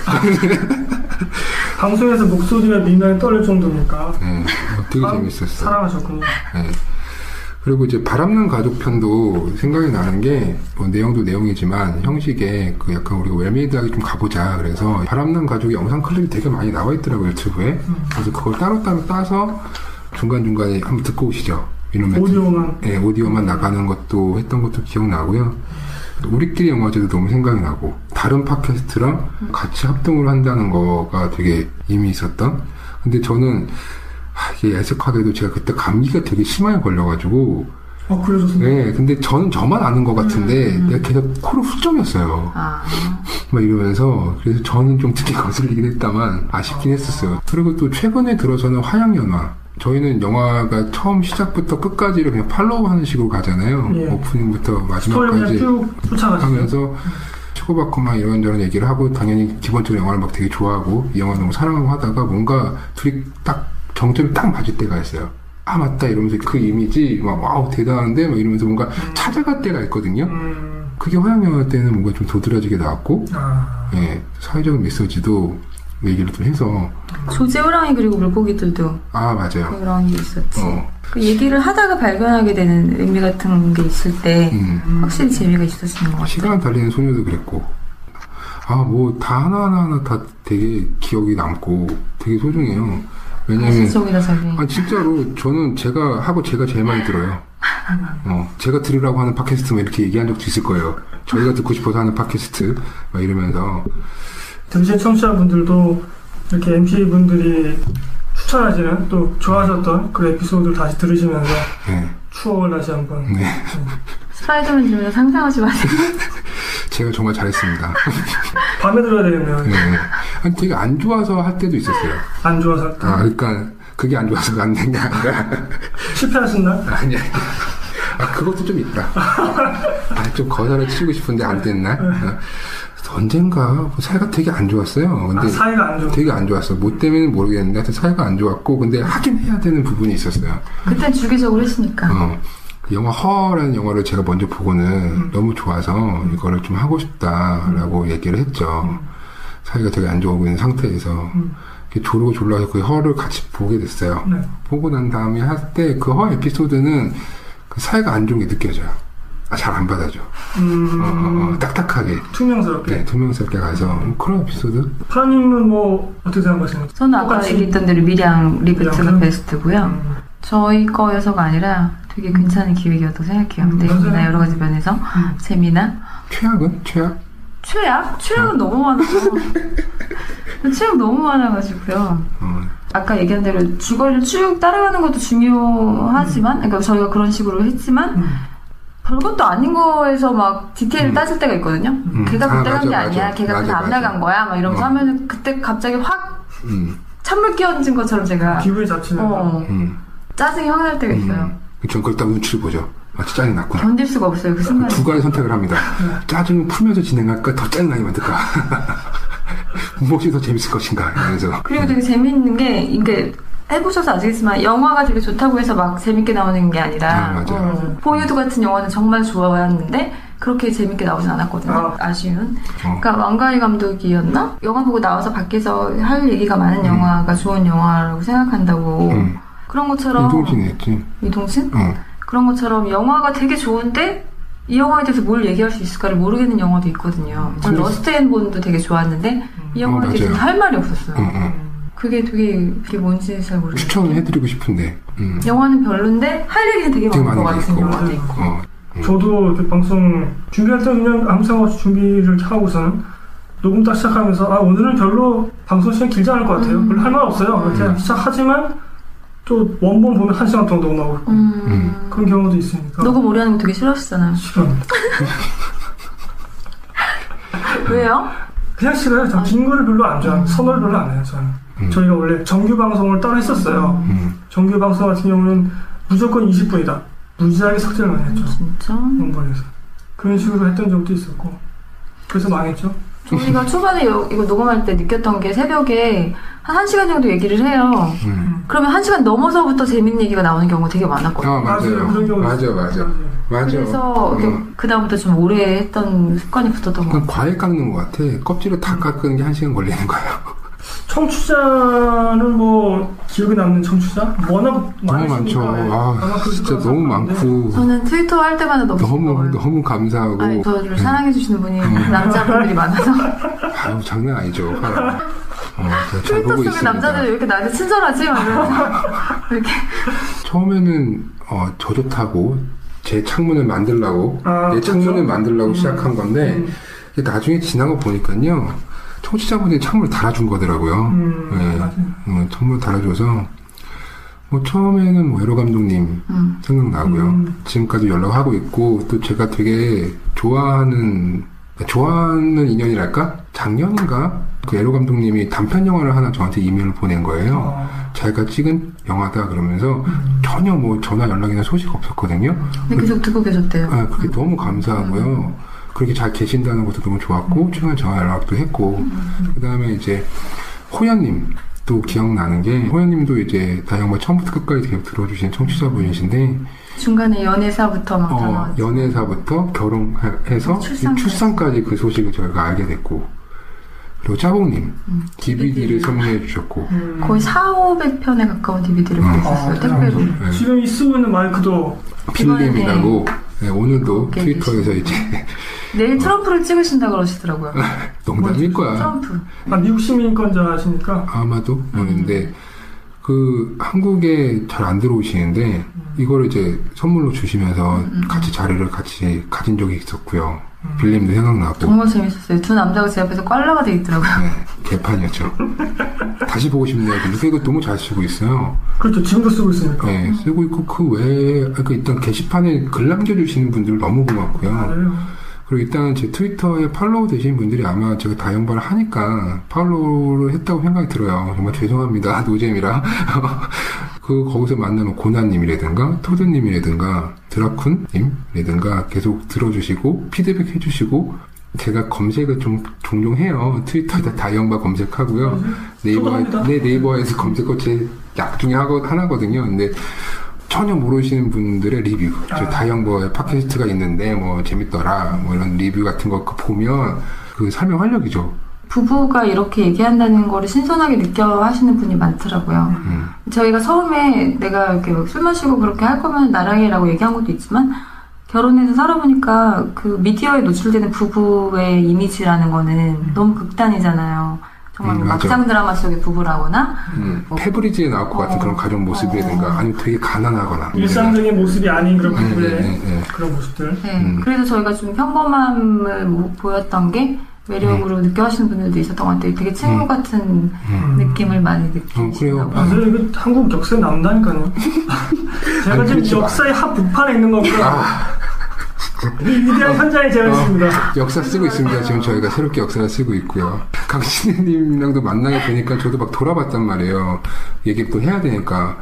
[SPEAKER 1] 방송에서 목소리가 미묘하게 떨릴 정도니까
[SPEAKER 3] 예, 되게
[SPEAKER 1] 사-
[SPEAKER 3] 재밌었어요.
[SPEAKER 1] 사랑하셨군요.
[SPEAKER 3] 네. 그리고 이제 바람난 가족 편도 생각이 나는 게뭐 내용도 내용이지만 형식에 그 약간 우리가 웰메이드하게 좀 가보자 그래서 바람난 가족 영상 클립이 되게 많이 나와 있더라고요 유튜브에 그래서 그걸 따로따로 따서 중간중간에 한번 듣고 오시죠 이놈의
[SPEAKER 1] 오디오만
[SPEAKER 3] 예, 오디오만 나가는 것도 했던 것도 기억나고요. 우리끼리 영화제도 너무 생각이 나고 다른 팟캐스트랑 같이 합동을 한다는 거가 되게 이미 있었던. 근데 저는 하, 이게 애석하게도 제가 그때 감기가 되게 심하게 걸려가지고
[SPEAKER 1] 어 그래서
[SPEAKER 3] 네, 근데 저는 저만 아는 것 같은데 내가 계속 코로 훌쩍이었어요.
[SPEAKER 2] 아,
[SPEAKER 3] 막뭐 이러면서 그래서 저는 좀 특히 거슬리긴 했다만 아쉽긴 했었어요. 그리고 또 최근에 들어서는 화양연화. 저희는 영화가 처음 시작부터 끝까지를 그냥 팔로우하는 식으로 가잖아요.
[SPEAKER 1] 예.
[SPEAKER 3] 오프닝부터
[SPEAKER 1] 스토리 그냥
[SPEAKER 3] 마지막까지
[SPEAKER 1] 쭉 쫓아가시죠.
[SPEAKER 3] 네. 하면서 치고받고 막 이런저런 얘기를 하고 당연히 기본적으로 영화를 막 되게 좋아하고 이 영화 너무 사랑하고 하다가 뭔가 둘이 딱 정점이 딱 맞을 때가 있어요. 아 맞다 이러면서 그 이미지 막 와우 대단한데 막 이러면서 뭔가 찾아갈 때가 있거든요.
[SPEAKER 1] 음,
[SPEAKER 3] 그게 화양연화 때는 뭔가 좀 도드라지게 나왔고
[SPEAKER 1] 아,
[SPEAKER 3] 예, 사회적 메시지도 얘기를 좀 해서
[SPEAKER 2] 아, 조제 호랑이 그리고 물고기들도
[SPEAKER 3] 아 맞아요.
[SPEAKER 2] 그런 게 있었지.
[SPEAKER 3] 어,
[SPEAKER 2] 그 얘기를 하다가 발견하게 되는 의미 같은 게 있을 때
[SPEAKER 3] 음.
[SPEAKER 2] 확실히 재미가 있었던 것 같아요.
[SPEAKER 3] 시간 달리는 소녀도 그랬고 아 뭐 다 하나하나 하나 다 되게 기억이 남고 되게 소중해요. 왜냐면
[SPEAKER 2] 가시적이다 저기.
[SPEAKER 3] 음. 아 진짜로 저는 제가 하고 제가 제일 많이 들어요. 어, 제가 들으라고 하는 팟캐스트 뭐 이렇게 얘기한 적도 있을 거예요. 저희가 듣고 싶어서 하는 팟캐스트 막 이러면서
[SPEAKER 1] 들으신 청취자분들도 이렇게 MC 분들이 추천하시는 또 좋아하셨던 그 에피소드를 다시 들으시면서
[SPEAKER 3] 예,
[SPEAKER 1] 추억을 다시 한번
[SPEAKER 3] 네.
[SPEAKER 2] 스파이더맨 들으면서 상상하지 마세요.
[SPEAKER 3] 제가 정말 잘했습니다.
[SPEAKER 1] 밤에 들어야 되겠네요.
[SPEAKER 3] 네. 아니, 되게 안 좋아서 할 때도 있었어요.
[SPEAKER 1] 안 좋아서 할 때.
[SPEAKER 3] 아 그러니까 그게 안 좋아서가 안 된 게 아니라
[SPEAKER 1] 실패하신 날?
[SPEAKER 3] 아니야. 아, 그것도 좀 있다. 아, 좀 거사를 치고 싶은데 안 됐나? 어. 그래서 언젠가 뭐 사이가 되게 안 좋았어요.
[SPEAKER 1] 아,
[SPEAKER 3] 근데
[SPEAKER 1] 사이가 안 좋아.
[SPEAKER 3] 되게 안 좋았어. 뭐 때문에는 모르겠는데 하여튼 사이가 안 좋았고, 근데 하긴 해야 되는 부분이 있었어요.
[SPEAKER 2] 그땐 주기적으로 했으니까.
[SPEAKER 3] 어. 그 영화 허라는 영화를 제가 먼저 보고는 너무 좋아서 이거를 좀 하고 싶다라고 얘기를 했죠. 사이가 되게 안 좋고 있는 상태에서 이렇게 조르고 졸라서 그 허를 같이 보게 됐어요.
[SPEAKER 1] 네.
[SPEAKER 3] 보고 난 다음에 할 때 그 허 에피소드는 그 사이가 안 좋은 게 느껴져요. 아, 잘 안 받아줘.
[SPEAKER 1] 음,
[SPEAKER 3] 어, 어, 어, 딱딱하게.
[SPEAKER 1] 투명스럽게.
[SPEAKER 3] 네, 투명스럽게 가서 음, 그런 에피소드?
[SPEAKER 1] 프라님은 뭐, 어떻게 생각하시나요?
[SPEAKER 2] 저는 아까
[SPEAKER 1] 똑같이.
[SPEAKER 2] 얘기했던 대로 미량 리부트가
[SPEAKER 1] 미량.
[SPEAKER 2] 베스트고요.
[SPEAKER 1] 음,
[SPEAKER 2] 저희 거여서가 아니라 되게 괜찮은 기획이었다고 생각해요.
[SPEAKER 1] 음,
[SPEAKER 2] 내용이나
[SPEAKER 1] 맞아요.
[SPEAKER 2] 여러 가지 면에서
[SPEAKER 1] 음.
[SPEAKER 2] 재미나
[SPEAKER 3] 최악은? 최악?
[SPEAKER 2] 최악? 최악은 너무 많아서 최악 너무 많아가지고요.
[SPEAKER 3] 어,
[SPEAKER 2] 아까 얘기한 대로 주거리를 쭉 따라가는 것도 중요하지만, 그러니까 저희가 그런 식으로 했지만
[SPEAKER 1] 음.
[SPEAKER 2] 별것도 아닌 거에서 막 디테일을
[SPEAKER 3] 음.
[SPEAKER 2] 따질 때가 있거든요.
[SPEAKER 3] 음.
[SPEAKER 2] 걔가
[SPEAKER 3] 아,
[SPEAKER 2] 그때 간
[SPEAKER 3] 맞아,
[SPEAKER 2] 게
[SPEAKER 3] 맞아.
[SPEAKER 2] 아니야. 걔가
[SPEAKER 3] 맞아,
[SPEAKER 2] 그때 안
[SPEAKER 3] 맞아.
[SPEAKER 2] 나간 거야. 막 이러면서
[SPEAKER 3] 어.
[SPEAKER 2] 하면은 그때 갑자기 확
[SPEAKER 3] 음,
[SPEAKER 2] 찬물 끼얹은 것처럼 제가
[SPEAKER 1] 기분이 잡치는 거.
[SPEAKER 2] 어,
[SPEAKER 3] 음.
[SPEAKER 2] 짜증이 확 날 때가 있어요.
[SPEAKER 3] 전 그걸 딱 눈치를 보죠. 아, 진짜 짜증이 났구나.
[SPEAKER 2] 견딜 수가 없어요. 그 순간.
[SPEAKER 3] 두 가지 선택을 합니다.
[SPEAKER 2] 네.
[SPEAKER 3] 짜증을 풀면서 진행할까, 더 짜증나게 만들까. 무엇이 더 재밌을 것인가, 이러면서.
[SPEAKER 2] 그리고 되게 재밌는 게 이게 해보셔서 아시겠지만 영화가 되게 좋다고 해서 막 재밌게 나오는 게
[SPEAKER 3] 아,
[SPEAKER 2] 아니라
[SPEAKER 3] 맞아요.
[SPEAKER 2] 어, 보유드 같은 영화는 정말 좋아했는데 그렇게 재밌게 나오진 않았거든요.
[SPEAKER 1] 아.
[SPEAKER 2] 아쉬운.
[SPEAKER 3] 어.
[SPEAKER 2] 그러니까 왕가희 감독이었나? 영화 보고 나와서 밖에서 할 얘기가 많은
[SPEAKER 3] 음.
[SPEAKER 2] 영화가 좋은 영화라고 생각한다고
[SPEAKER 3] 음.
[SPEAKER 2] 그런 것처럼
[SPEAKER 3] 인동신이 했지.
[SPEAKER 2] 이동진?
[SPEAKER 3] 어.
[SPEAKER 2] 그런 것처럼 영화가 되게 좋은데 이 영화에 대해서 뭘 얘기할 수 있을까를 모르겠는 영화도 있거든요. 저는
[SPEAKER 3] 그래서-
[SPEAKER 2] 러스트 앤 본도 되게 좋았는데 이
[SPEAKER 3] 어,
[SPEAKER 2] 영화에 대해서
[SPEAKER 3] 맞아요.
[SPEAKER 2] 할 말이 없었어요.
[SPEAKER 3] 어, 어.
[SPEAKER 2] 그게 되게 그게 뭔지 잘 모르겠어요.
[SPEAKER 3] 추천을 해드리고 싶은데. 음.
[SPEAKER 2] 영화는 별론데 할 얘기는 되게
[SPEAKER 3] 되게
[SPEAKER 2] 많은 것
[SPEAKER 3] 많은 게
[SPEAKER 2] 같은
[SPEAKER 3] 있고.
[SPEAKER 2] 영화도 있고.
[SPEAKER 3] 어.
[SPEAKER 1] 저도 이렇게 방송 준비할 때 그냥 아무 생각 없이 준비를 하고서는 녹음 딱 시작하면서 아 오늘은 별로 방송 시간 길지 않을 것 같아요.
[SPEAKER 2] 음.
[SPEAKER 1] 별로 할 말 없어요.
[SPEAKER 3] 음.
[SPEAKER 1] 이렇게 시작하지만 또 원본 보면 한 시간 동안 너무 나오고 있고
[SPEAKER 2] 음.
[SPEAKER 3] 음.
[SPEAKER 1] 그런 경우도 있으니까
[SPEAKER 2] 녹음 오래 하는 거 되게 싫어하시잖아요.
[SPEAKER 1] 싫어합니다.
[SPEAKER 2] 왜요?
[SPEAKER 1] 그냥 싫어요.
[SPEAKER 2] 아.
[SPEAKER 1] 저 긴 거를 별로 안
[SPEAKER 2] 음.
[SPEAKER 1] 좋아해요. 선호를 별로 안 해요. 저는
[SPEAKER 3] 음.
[SPEAKER 1] 저희가 원래 정규 방송을 따로 했었어요.
[SPEAKER 3] 음.
[SPEAKER 1] 정규 방송 같은 경우는 무조건 20분이다. 무지하게 삭제를 많이 했죠.
[SPEAKER 2] 진짜?
[SPEAKER 1] 원본에서 그런 식으로 했던 적도 있었고 그래서 망했죠.
[SPEAKER 2] 저희가 초반에 여- 이거 녹음할 때 느꼈던 게 새벽에 한 1시간 정도 얘기를 해요.
[SPEAKER 3] 음.
[SPEAKER 2] 그러면 1시간 넘어서부터 재밌는 얘기가 나오는 경우가 되게 많았거든요.
[SPEAKER 3] 아, 맞아요.
[SPEAKER 1] 그런 경우
[SPEAKER 3] 맞아, 맞아. 맞아.
[SPEAKER 2] 그래서
[SPEAKER 3] 어.
[SPEAKER 2] 그 다음부터 좀 오래 했던 습관이 붙었던 것
[SPEAKER 3] 그건
[SPEAKER 2] 같아요.
[SPEAKER 3] 과일 깎는 것 같아. 껍질을 다 깎는 게 한 시간 걸리는 거예요.
[SPEAKER 1] 청취자는 뭐 기억에 남는 청취자 워낙
[SPEAKER 3] 너무
[SPEAKER 1] 많으시니까 네.
[SPEAKER 3] 많죠. 아, 진짜 너무 많고.
[SPEAKER 2] 저는 트위터 할 때마다 너무
[SPEAKER 3] 너무, 음.
[SPEAKER 2] 즐거워요.
[SPEAKER 3] 너무 감사하고.
[SPEAKER 2] 아, 아니, 저를 사랑해주시는 분이 남자분들이 많아서
[SPEAKER 3] 아유, 장난 아니죠. 봐라. 어, 제가 잘
[SPEAKER 2] 트위터
[SPEAKER 3] 보고
[SPEAKER 2] 속의
[SPEAKER 3] 있습니다.
[SPEAKER 2] 남자들 왜 이렇게 나한테 친절하지? 막 이러면서 이렇게
[SPEAKER 3] 처음에는 어, 저 좋다고 제 창문을 만들라고
[SPEAKER 1] 아,
[SPEAKER 3] 내
[SPEAKER 1] 그렇죠.
[SPEAKER 3] 창문을 만들라고 시작한 건데
[SPEAKER 1] 음.
[SPEAKER 3] 이게 나중에 지난 거 보니까요 청취자분들이 창문을 달아준 거더라고요.
[SPEAKER 1] 음,
[SPEAKER 3] 예.
[SPEAKER 1] 맞아요.
[SPEAKER 3] 어, 창문을 달아줘서 뭐 처음에는 뭐 여러 감독님
[SPEAKER 2] 음.
[SPEAKER 3] 생각나고요.
[SPEAKER 1] 음.
[SPEAKER 3] 지금까지 연락하고 있고 또 제가 되게 좋아하는 좋아하는 인연이랄까 작년인가 그 에로 감독님이 단편 영화를 하나 저한테 이메일을 보낸 거예요.
[SPEAKER 1] 아,
[SPEAKER 3] 자기가 찍은 영화다 그러면서 전혀 뭐 전화 연락이나 소식 없었거든요.
[SPEAKER 2] 근데 계속 듣고 계셨대요.
[SPEAKER 3] 아, 그게 너무 감사하고요. 그렇게 잘 계신다는 것도 너무 좋았고, 최근에 전화 연락도 했고, 그 음. 다음에 이제 호연님. 또 기억나는 게 호연님도 이제 다영마 처음부터 끝까지 계속 들어주신 청취자분이신데
[SPEAKER 2] 중간에 연애사부터 막 다
[SPEAKER 3] 어,
[SPEAKER 2] 나왔죠.
[SPEAKER 3] 연애사부터 결혼해서
[SPEAKER 2] 출산까지.
[SPEAKER 3] 이 출산까지 그 소식을 저희가 알게 됐고 그리고 짜봉님
[SPEAKER 2] 음.
[SPEAKER 3] DVD를 선물해 주셨고
[SPEAKER 1] 음.
[SPEAKER 2] 거의 4, 500편에 가까운 DVD를
[SPEAKER 3] 음.
[SPEAKER 2] 보냈었어요.
[SPEAKER 1] 아,
[SPEAKER 2] 택배로.
[SPEAKER 1] 그래요?
[SPEAKER 3] 네.
[SPEAKER 1] 지금 이 쓰고 있는 마이크도
[SPEAKER 3] 필름이라고 네, 오늘도
[SPEAKER 2] 이렇게
[SPEAKER 3] 트위터에서 이제
[SPEAKER 2] 내일 트럼프를 찍으신다 그러시더라고요.
[SPEAKER 3] 네. 농담일 거야
[SPEAKER 2] 트럼프.
[SPEAKER 1] 아, 미국 시민권자시니까
[SPEAKER 3] 아마도
[SPEAKER 2] 음.
[SPEAKER 3] 그런데 그 한국에 잘 안 들어오시는데
[SPEAKER 2] 음.
[SPEAKER 3] 이걸 이제 선물로 주시면서 같이 자리를 같이 가진 적이 있었고요
[SPEAKER 2] 음.
[SPEAKER 3] 빌림도 생각나고
[SPEAKER 2] 정말 재밌었어요. 두 남자가 제 앞에서 꽐라가 돼 있더라고요.
[SPEAKER 3] 네, 개판이었죠 다시 보고 싶네요 요새 이거 너무 잘 쓰고 있어요
[SPEAKER 1] 그렇죠 지금도 쓰고 있으니까
[SPEAKER 3] 네, 쓰고 있고 그 외에 그 일단 게시판에 글 남겨주시는 분들 너무 고맙고요
[SPEAKER 1] 맞아요.
[SPEAKER 3] 그리고 일단은 제 트위터에 팔로우 되신 분들이 아마 제가 다영발을 하니까 팔로우를 했다고 생각이 들어요. 정말 죄송합니다. 노잼이라. 그, 거기서 만나는 고나님이라든가, 토드님이라든가, 드라쿤님이라든가 계속 들어주시고, 피드백 해주시고, 제가 검색을 좀 종종 해요. 트위터에다 다영바 검색하고요.
[SPEAKER 1] 음,
[SPEAKER 3] 네이버에,
[SPEAKER 1] 저도 합니다.
[SPEAKER 3] 네, 네이버에서 검색하고 제 약 중에 하고- 하나거든요. 근데 전혀 모르시는 분들의 리뷰.
[SPEAKER 1] 아.
[SPEAKER 3] 저 다영버의 팟캐스트가 있는데 뭐 재밌더라. 뭐 이런 리뷰 같은 거 그거 보면 그 설명 활력이죠.
[SPEAKER 2] 부부가 이렇게 얘기한다는 거를 신선하게 느껴 하시는 분이 많더라고요.
[SPEAKER 3] 음.
[SPEAKER 2] 저희가 처음에 내가 이렇게 막술 마시고 그렇게 할 거면 나랑이라고 얘기한 것도 있지만 결혼해서 살아보니까 그 미디어에 노출되는 부부의 이미지라는 거는 너무 극단이잖아요. 정말
[SPEAKER 3] 음,
[SPEAKER 2] 뭐
[SPEAKER 3] 맞아.
[SPEAKER 2] 막상 드라마 속의
[SPEAKER 1] 아.
[SPEAKER 2] 부부라거나
[SPEAKER 3] 음.
[SPEAKER 2] 뭐-
[SPEAKER 3] 페브리지에 나올 것 같은
[SPEAKER 2] 어.
[SPEAKER 3] 그런 가정 모습이라든가
[SPEAKER 2] 어.
[SPEAKER 3] 아니면 되게 가난하거나.
[SPEAKER 1] 일상적인 모습이 아닌 그런
[SPEAKER 3] 네,
[SPEAKER 1] 부부의
[SPEAKER 3] 네, 네, 네.
[SPEAKER 1] 그런 모습들
[SPEAKER 2] 네,
[SPEAKER 3] 음.
[SPEAKER 2] 그래서 저희가 좀 평범함을 뭐 보였던 게
[SPEAKER 3] 음.
[SPEAKER 2] 매력으로 느껴하시는 분들도 있었던 것 같아요. 되게 친구 같은
[SPEAKER 1] 음.
[SPEAKER 2] 느낌을 많이
[SPEAKER 3] 어, 그래요.
[SPEAKER 2] 느끼시더라고요.
[SPEAKER 1] 맞아요 이거 한국 역사에 남다니까요 제가
[SPEAKER 3] 아니, 그렇지
[SPEAKER 1] 지금
[SPEAKER 3] 마.
[SPEAKER 1] 역사의 하 북판에 있는 거니까
[SPEAKER 3] 아,
[SPEAKER 1] 이 위대한 현장에 제가 있습니다.
[SPEAKER 3] 역사 쓰고 있습니다. 지금 저희가 새롭게 역사를 쓰고 있고요. 강신혜님이랑도 만나게 되니까 저도 막 돌아봤단 말이에요. 얘기를 또 해야 되니까.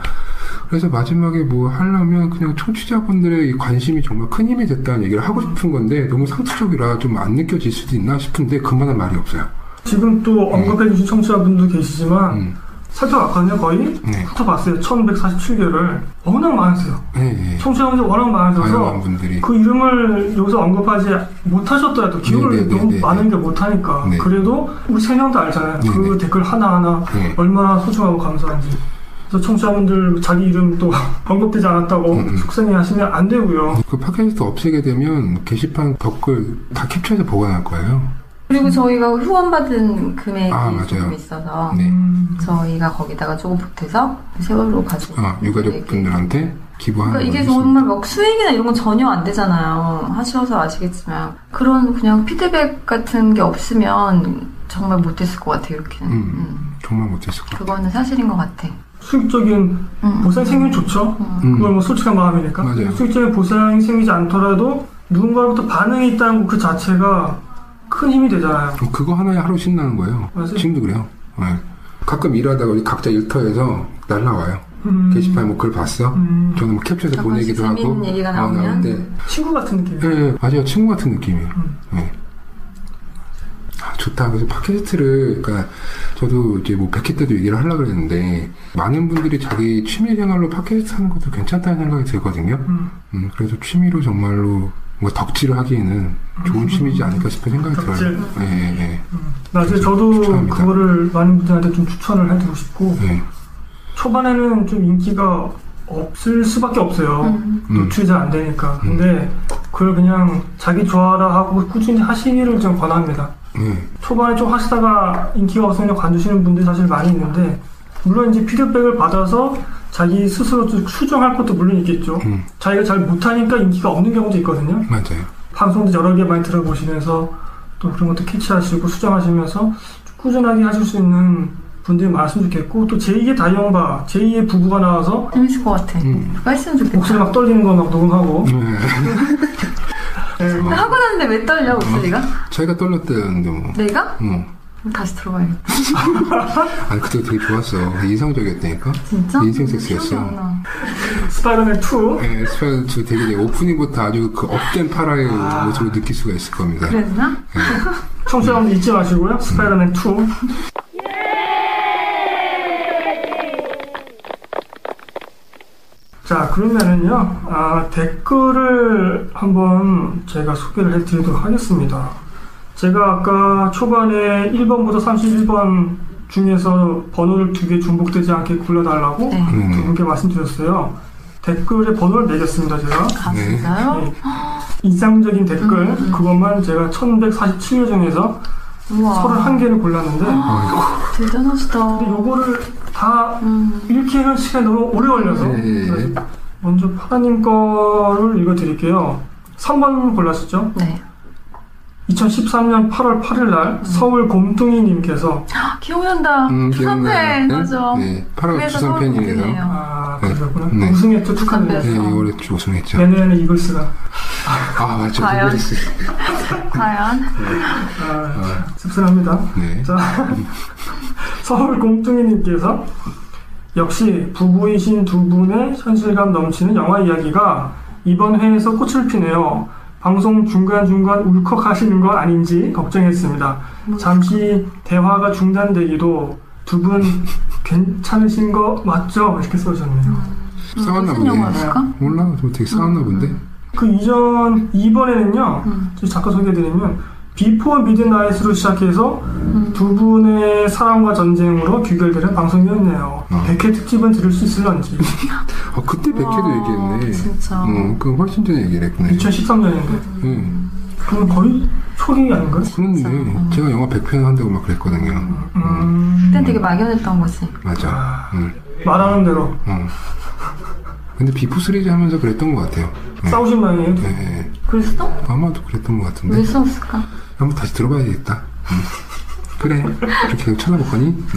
[SPEAKER 3] 그래서 마지막에 뭐 하려면 그냥 청취자분들의 이 관심이 정말 큰 힘이 됐다는 얘기를 하고 싶은 건데 너무 상투적이라 좀 안 느껴질 수도 있나 싶은데 그만한 말이 없어요.
[SPEAKER 1] 지금 또 언급해주신 청취자분도 계시지만
[SPEAKER 3] 음.
[SPEAKER 1] 살펴봤거든요 거의
[SPEAKER 3] 네.
[SPEAKER 1] 훑어봤어요 1147개를 워낙 많으세요
[SPEAKER 3] 네, 네.
[SPEAKER 1] 청취자분들이 워낙
[SPEAKER 3] 다양한
[SPEAKER 1] 많으셔서
[SPEAKER 3] 분들이.
[SPEAKER 1] 그 이름을 여기서 언급하지 못하셨더라도 기억을
[SPEAKER 3] 네, 네,
[SPEAKER 1] 너무
[SPEAKER 3] 네, 네.
[SPEAKER 1] 많은 게 못하니까
[SPEAKER 3] 네.
[SPEAKER 1] 그래도 우리 세 명 다 알잖아요
[SPEAKER 3] 네,
[SPEAKER 1] 그
[SPEAKER 3] 네.
[SPEAKER 1] 댓글 하나하나
[SPEAKER 3] 네.
[SPEAKER 1] 얼마나 소중하고 감사한지 그래서 청취자분들 자기 이름 또 언급되지 않았다고
[SPEAKER 3] 음, 음.
[SPEAKER 1] 속상해 하시면 안 되고요
[SPEAKER 3] 그 팟캐스트 없애게 되면 게시판 댓글 다 캡처해서 보관할 거예요.
[SPEAKER 2] 그리고 저희가 후원받은 금액이
[SPEAKER 3] 아, 맞아요.
[SPEAKER 2] 조금 있어서
[SPEAKER 3] 네.
[SPEAKER 1] 음,
[SPEAKER 2] 저희가 거기다가 조금 보태서 세월로 가지고
[SPEAKER 3] 아, 유가족분들한테 기부하는
[SPEAKER 2] 네, 그러니까 이게
[SPEAKER 3] 거겠습니다.
[SPEAKER 2] 정말 막 수익이나 이런 건 전혀 안 되잖아요. 하셔서 아시겠지만 그런 그냥 피드백 같은 게 없으면 정말 못했을 것 같아요. 이렇게는
[SPEAKER 3] 음.
[SPEAKER 2] 음.
[SPEAKER 3] 정말 못했을 것
[SPEAKER 2] 그거는 사실인 것 같아.
[SPEAKER 1] 수익적인
[SPEAKER 2] 음.
[SPEAKER 1] 보상이 생기면 좋죠
[SPEAKER 3] 같아요. 음.
[SPEAKER 1] 그걸 뭐 솔직한 마음이니까.
[SPEAKER 3] 맞아요.
[SPEAKER 1] 실제 보상이 생기지 않더라도 누군가로부터 반응이 있다는 그 자체가 큰 힘이 되잖아요.
[SPEAKER 3] 어, 그럼 그거 하나에 하루 신나는 거예요.
[SPEAKER 1] 맞아요.
[SPEAKER 3] 지금도 그래요. 네. 가끔 일하다가 우리 각자 일터에서 날라와요.
[SPEAKER 1] 음,
[SPEAKER 3] 게시판에 뭐 글 봤어?
[SPEAKER 1] 음.
[SPEAKER 3] 저는 뭐 캡처해서
[SPEAKER 2] 가끔씩
[SPEAKER 3] 보내기도 하고. 어,
[SPEAKER 2] 재미있는 얘기가 나오면?
[SPEAKER 3] 나오는데.
[SPEAKER 1] 친구 같은 느낌.
[SPEAKER 3] 예, 예, 맞아요. 친구 같은 느낌이에요.
[SPEAKER 1] 음.
[SPEAKER 3] 예. 아, 좋다. 그래서 팟캐스트를, 그니까, 저도 이제 뭐 100회 때도 얘기를 하려고 그랬는데, 많은 분들이 자기 취미생활로 팟캐스트 하는 것도 괜찮다는 생각이 들거든요.
[SPEAKER 1] 음.
[SPEAKER 3] 음, 그래서 취미로 정말로 뭔가 덕질을 하기에는 좋은 취미지 않을까 싶은 생각이
[SPEAKER 1] 음. 덕질.
[SPEAKER 3] 들어요. 예, 예, 예.
[SPEAKER 1] 나중에
[SPEAKER 3] 진짜
[SPEAKER 1] 저도
[SPEAKER 3] 추천합니다.
[SPEAKER 1] 그거를 많은 분들한테 좀 추천을 해드리고 싶고
[SPEAKER 3] 예.
[SPEAKER 1] 초반에는 좀 인기가 없을 수밖에 없어요.
[SPEAKER 2] 음.
[SPEAKER 3] 음.
[SPEAKER 1] 노출이 잘 안 되니까. 근데 그걸 그냥 자기 좋아라 하고 꾸준히 하시기를 좀 권합니다.
[SPEAKER 3] 예.
[SPEAKER 1] 초반에 좀 하시다가 인기가 없으면 관두시는 분들이 사실 많이 있는데 물론 이제 피드백을 받아서 자기 스스로 좀 수정할 것도 물론 있겠죠.
[SPEAKER 3] 음.
[SPEAKER 1] 자기가 잘 못하니까 인기가 없는 경우도 있거든요.
[SPEAKER 3] 맞아요.
[SPEAKER 1] 방송도 여러 개 많이 들어보시면서 또 그런 것도 캐치하시고 수정하시면서 좀 꾸준하게 하실 수 있는 분들이 많았으면 좋겠고 또 제2의 다이영바, 제2의 부부가 나와서
[SPEAKER 2] 재밌을 것 같아.
[SPEAKER 3] 음.
[SPEAKER 2] 누가 했으면
[SPEAKER 1] 목소리
[SPEAKER 2] 좋겠다.
[SPEAKER 1] 막 떨리는 거 막 녹음하고
[SPEAKER 3] 예.
[SPEAKER 1] 예,
[SPEAKER 3] 음.
[SPEAKER 2] 근데 하고 났는데 왜
[SPEAKER 3] 어?
[SPEAKER 2] 떨려 목소리가?
[SPEAKER 3] 저희가 떨렸다는데 뭐.
[SPEAKER 2] 내가?
[SPEAKER 3] 어.
[SPEAKER 2] 다시 들어봐야겠다.
[SPEAKER 3] 아니, 그때 되게 좋았어. 인상적이었다니까.
[SPEAKER 2] 진짜?
[SPEAKER 3] 인생 섹스였어.
[SPEAKER 2] 기억이 안 나.
[SPEAKER 1] 스파이더맨 2
[SPEAKER 3] 예, 스페셜 되게 되게 오프닝부터 아주 그 업된 파라의 모습을 느낄 수가 있을 겁니다.
[SPEAKER 2] 그랬나?
[SPEAKER 1] 청취자분들 잊지 마시고요. 스파이더맨 2 자, 그러면은요, 아, 댓글을 한번 제가 소개를 해드리도록 하겠습니다. 제가 아까 초반에 1번부터 31번 중에서 번호를 두 개 중복되지 않게 굴려달라고
[SPEAKER 2] 네.
[SPEAKER 1] 두
[SPEAKER 3] 음.
[SPEAKER 1] 분께 말씀드렸어요. 댓글에 번호를 매겼습니다, 제가.
[SPEAKER 2] 아
[SPEAKER 3] 네.
[SPEAKER 2] 진짜요?
[SPEAKER 1] 네. 인상적인 댓글,
[SPEAKER 2] 음, 음.
[SPEAKER 1] 그것만 제가 1147개 중에서
[SPEAKER 2] 우와
[SPEAKER 1] 31개를 골랐는데,
[SPEAKER 3] 아이고.
[SPEAKER 2] 대단하시다.
[SPEAKER 1] 근데 요거를 다
[SPEAKER 2] 음.
[SPEAKER 1] 읽기에는 시간이 너무 오래 걸려서
[SPEAKER 3] 예, 예, 예.
[SPEAKER 1] 그래서 먼저 파라님 거를 읽어드릴게요 3번 골랐었죠
[SPEAKER 2] 네.
[SPEAKER 1] 2013년 8월 8일 날 서울 곰뚱이님께서
[SPEAKER 2] 아, 기억난다.
[SPEAKER 3] 음,
[SPEAKER 2] 카페
[SPEAKER 3] 기억나요?
[SPEAKER 2] 맞아.
[SPEAKER 3] 네. 파라
[SPEAKER 2] 그래서
[SPEAKER 3] 주산 팬이에요.
[SPEAKER 2] 서울이에요.
[SPEAKER 1] 아
[SPEAKER 3] 네.
[SPEAKER 1] 그러구나
[SPEAKER 3] 네.
[SPEAKER 1] 우승했죠 축하드려요
[SPEAKER 2] 축하드려요.
[SPEAKER 3] 네, 이번에 주 우승했죠.
[SPEAKER 1] 내년에는 이글스가
[SPEAKER 3] 아, 맞죠.
[SPEAKER 2] 과연?
[SPEAKER 3] 모르겠어요.
[SPEAKER 2] 과연?
[SPEAKER 1] 아, 씁쓸합니다
[SPEAKER 3] 네.
[SPEAKER 1] 자, 서울 공뚱이님께서 역시 부부이신 두 분의 현실감 넘치는 영화 이야기가 이번 회에서 꽃을 피네요. 방송 중간중간 울컥하시는 건 아닌지 걱정했습니다. 잠시 대화가 중단되기도 두 분 괜찮으신 거 맞죠? 이렇게 써주셨네요.
[SPEAKER 2] 음,
[SPEAKER 3] 싸웠나
[SPEAKER 2] 무슨
[SPEAKER 3] 보네.
[SPEAKER 2] 영화일까?
[SPEAKER 3] 몰라. 좀 되게 싸웠나 본데.
[SPEAKER 1] 그 이전 2번에는요.
[SPEAKER 2] 음.
[SPEAKER 1] 잠깐 소개해드리면 비포 미드나잇으로 시작해서
[SPEAKER 2] 음.
[SPEAKER 1] 두 분의 사랑과 전쟁으로 귀결되는 방송이었네요.
[SPEAKER 3] 어.
[SPEAKER 1] 백회 특집은 들을 수 있을런지
[SPEAKER 3] 아, 그때 백회도
[SPEAKER 2] 와,
[SPEAKER 3] 얘기했네.
[SPEAKER 2] 진짜.
[SPEAKER 3] 어, 그 훨씬 전에 얘기를 했네.
[SPEAKER 1] 2013년인데
[SPEAKER 3] 네.
[SPEAKER 1] 그럼 거의 초기 아닌가요?
[SPEAKER 3] 그런데
[SPEAKER 2] 진짜.
[SPEAKER 3] 제가 영화 100편 한다고 막 그랬거든요.
[SPEAKER 1] 음,
[SPEAKER 2] 그땐 되게 막연했던 거지.
[SPEAKER 3] 맞아. 응.
[SPEAKER 1] 말하는 대로
[SPEAKER 3] 어. 근데 비포 시리즈 하면서 그랬던 것 같아요. 네.
[SPEAKER 1] 싸우신 모양이에요.
[SPEAKER 3] 네, 네.
[SPEAKER 2] 그랬어?
[SPEAKER 3] 아마도 그랬던 것 같은데.
[SPEAKER 2] 왜 싸웠을까?
[SPEAKER 3] 한번 다시 들어봐야겠다. 음. 그래. 이렇게 계속 쳐다볼 거니? 음.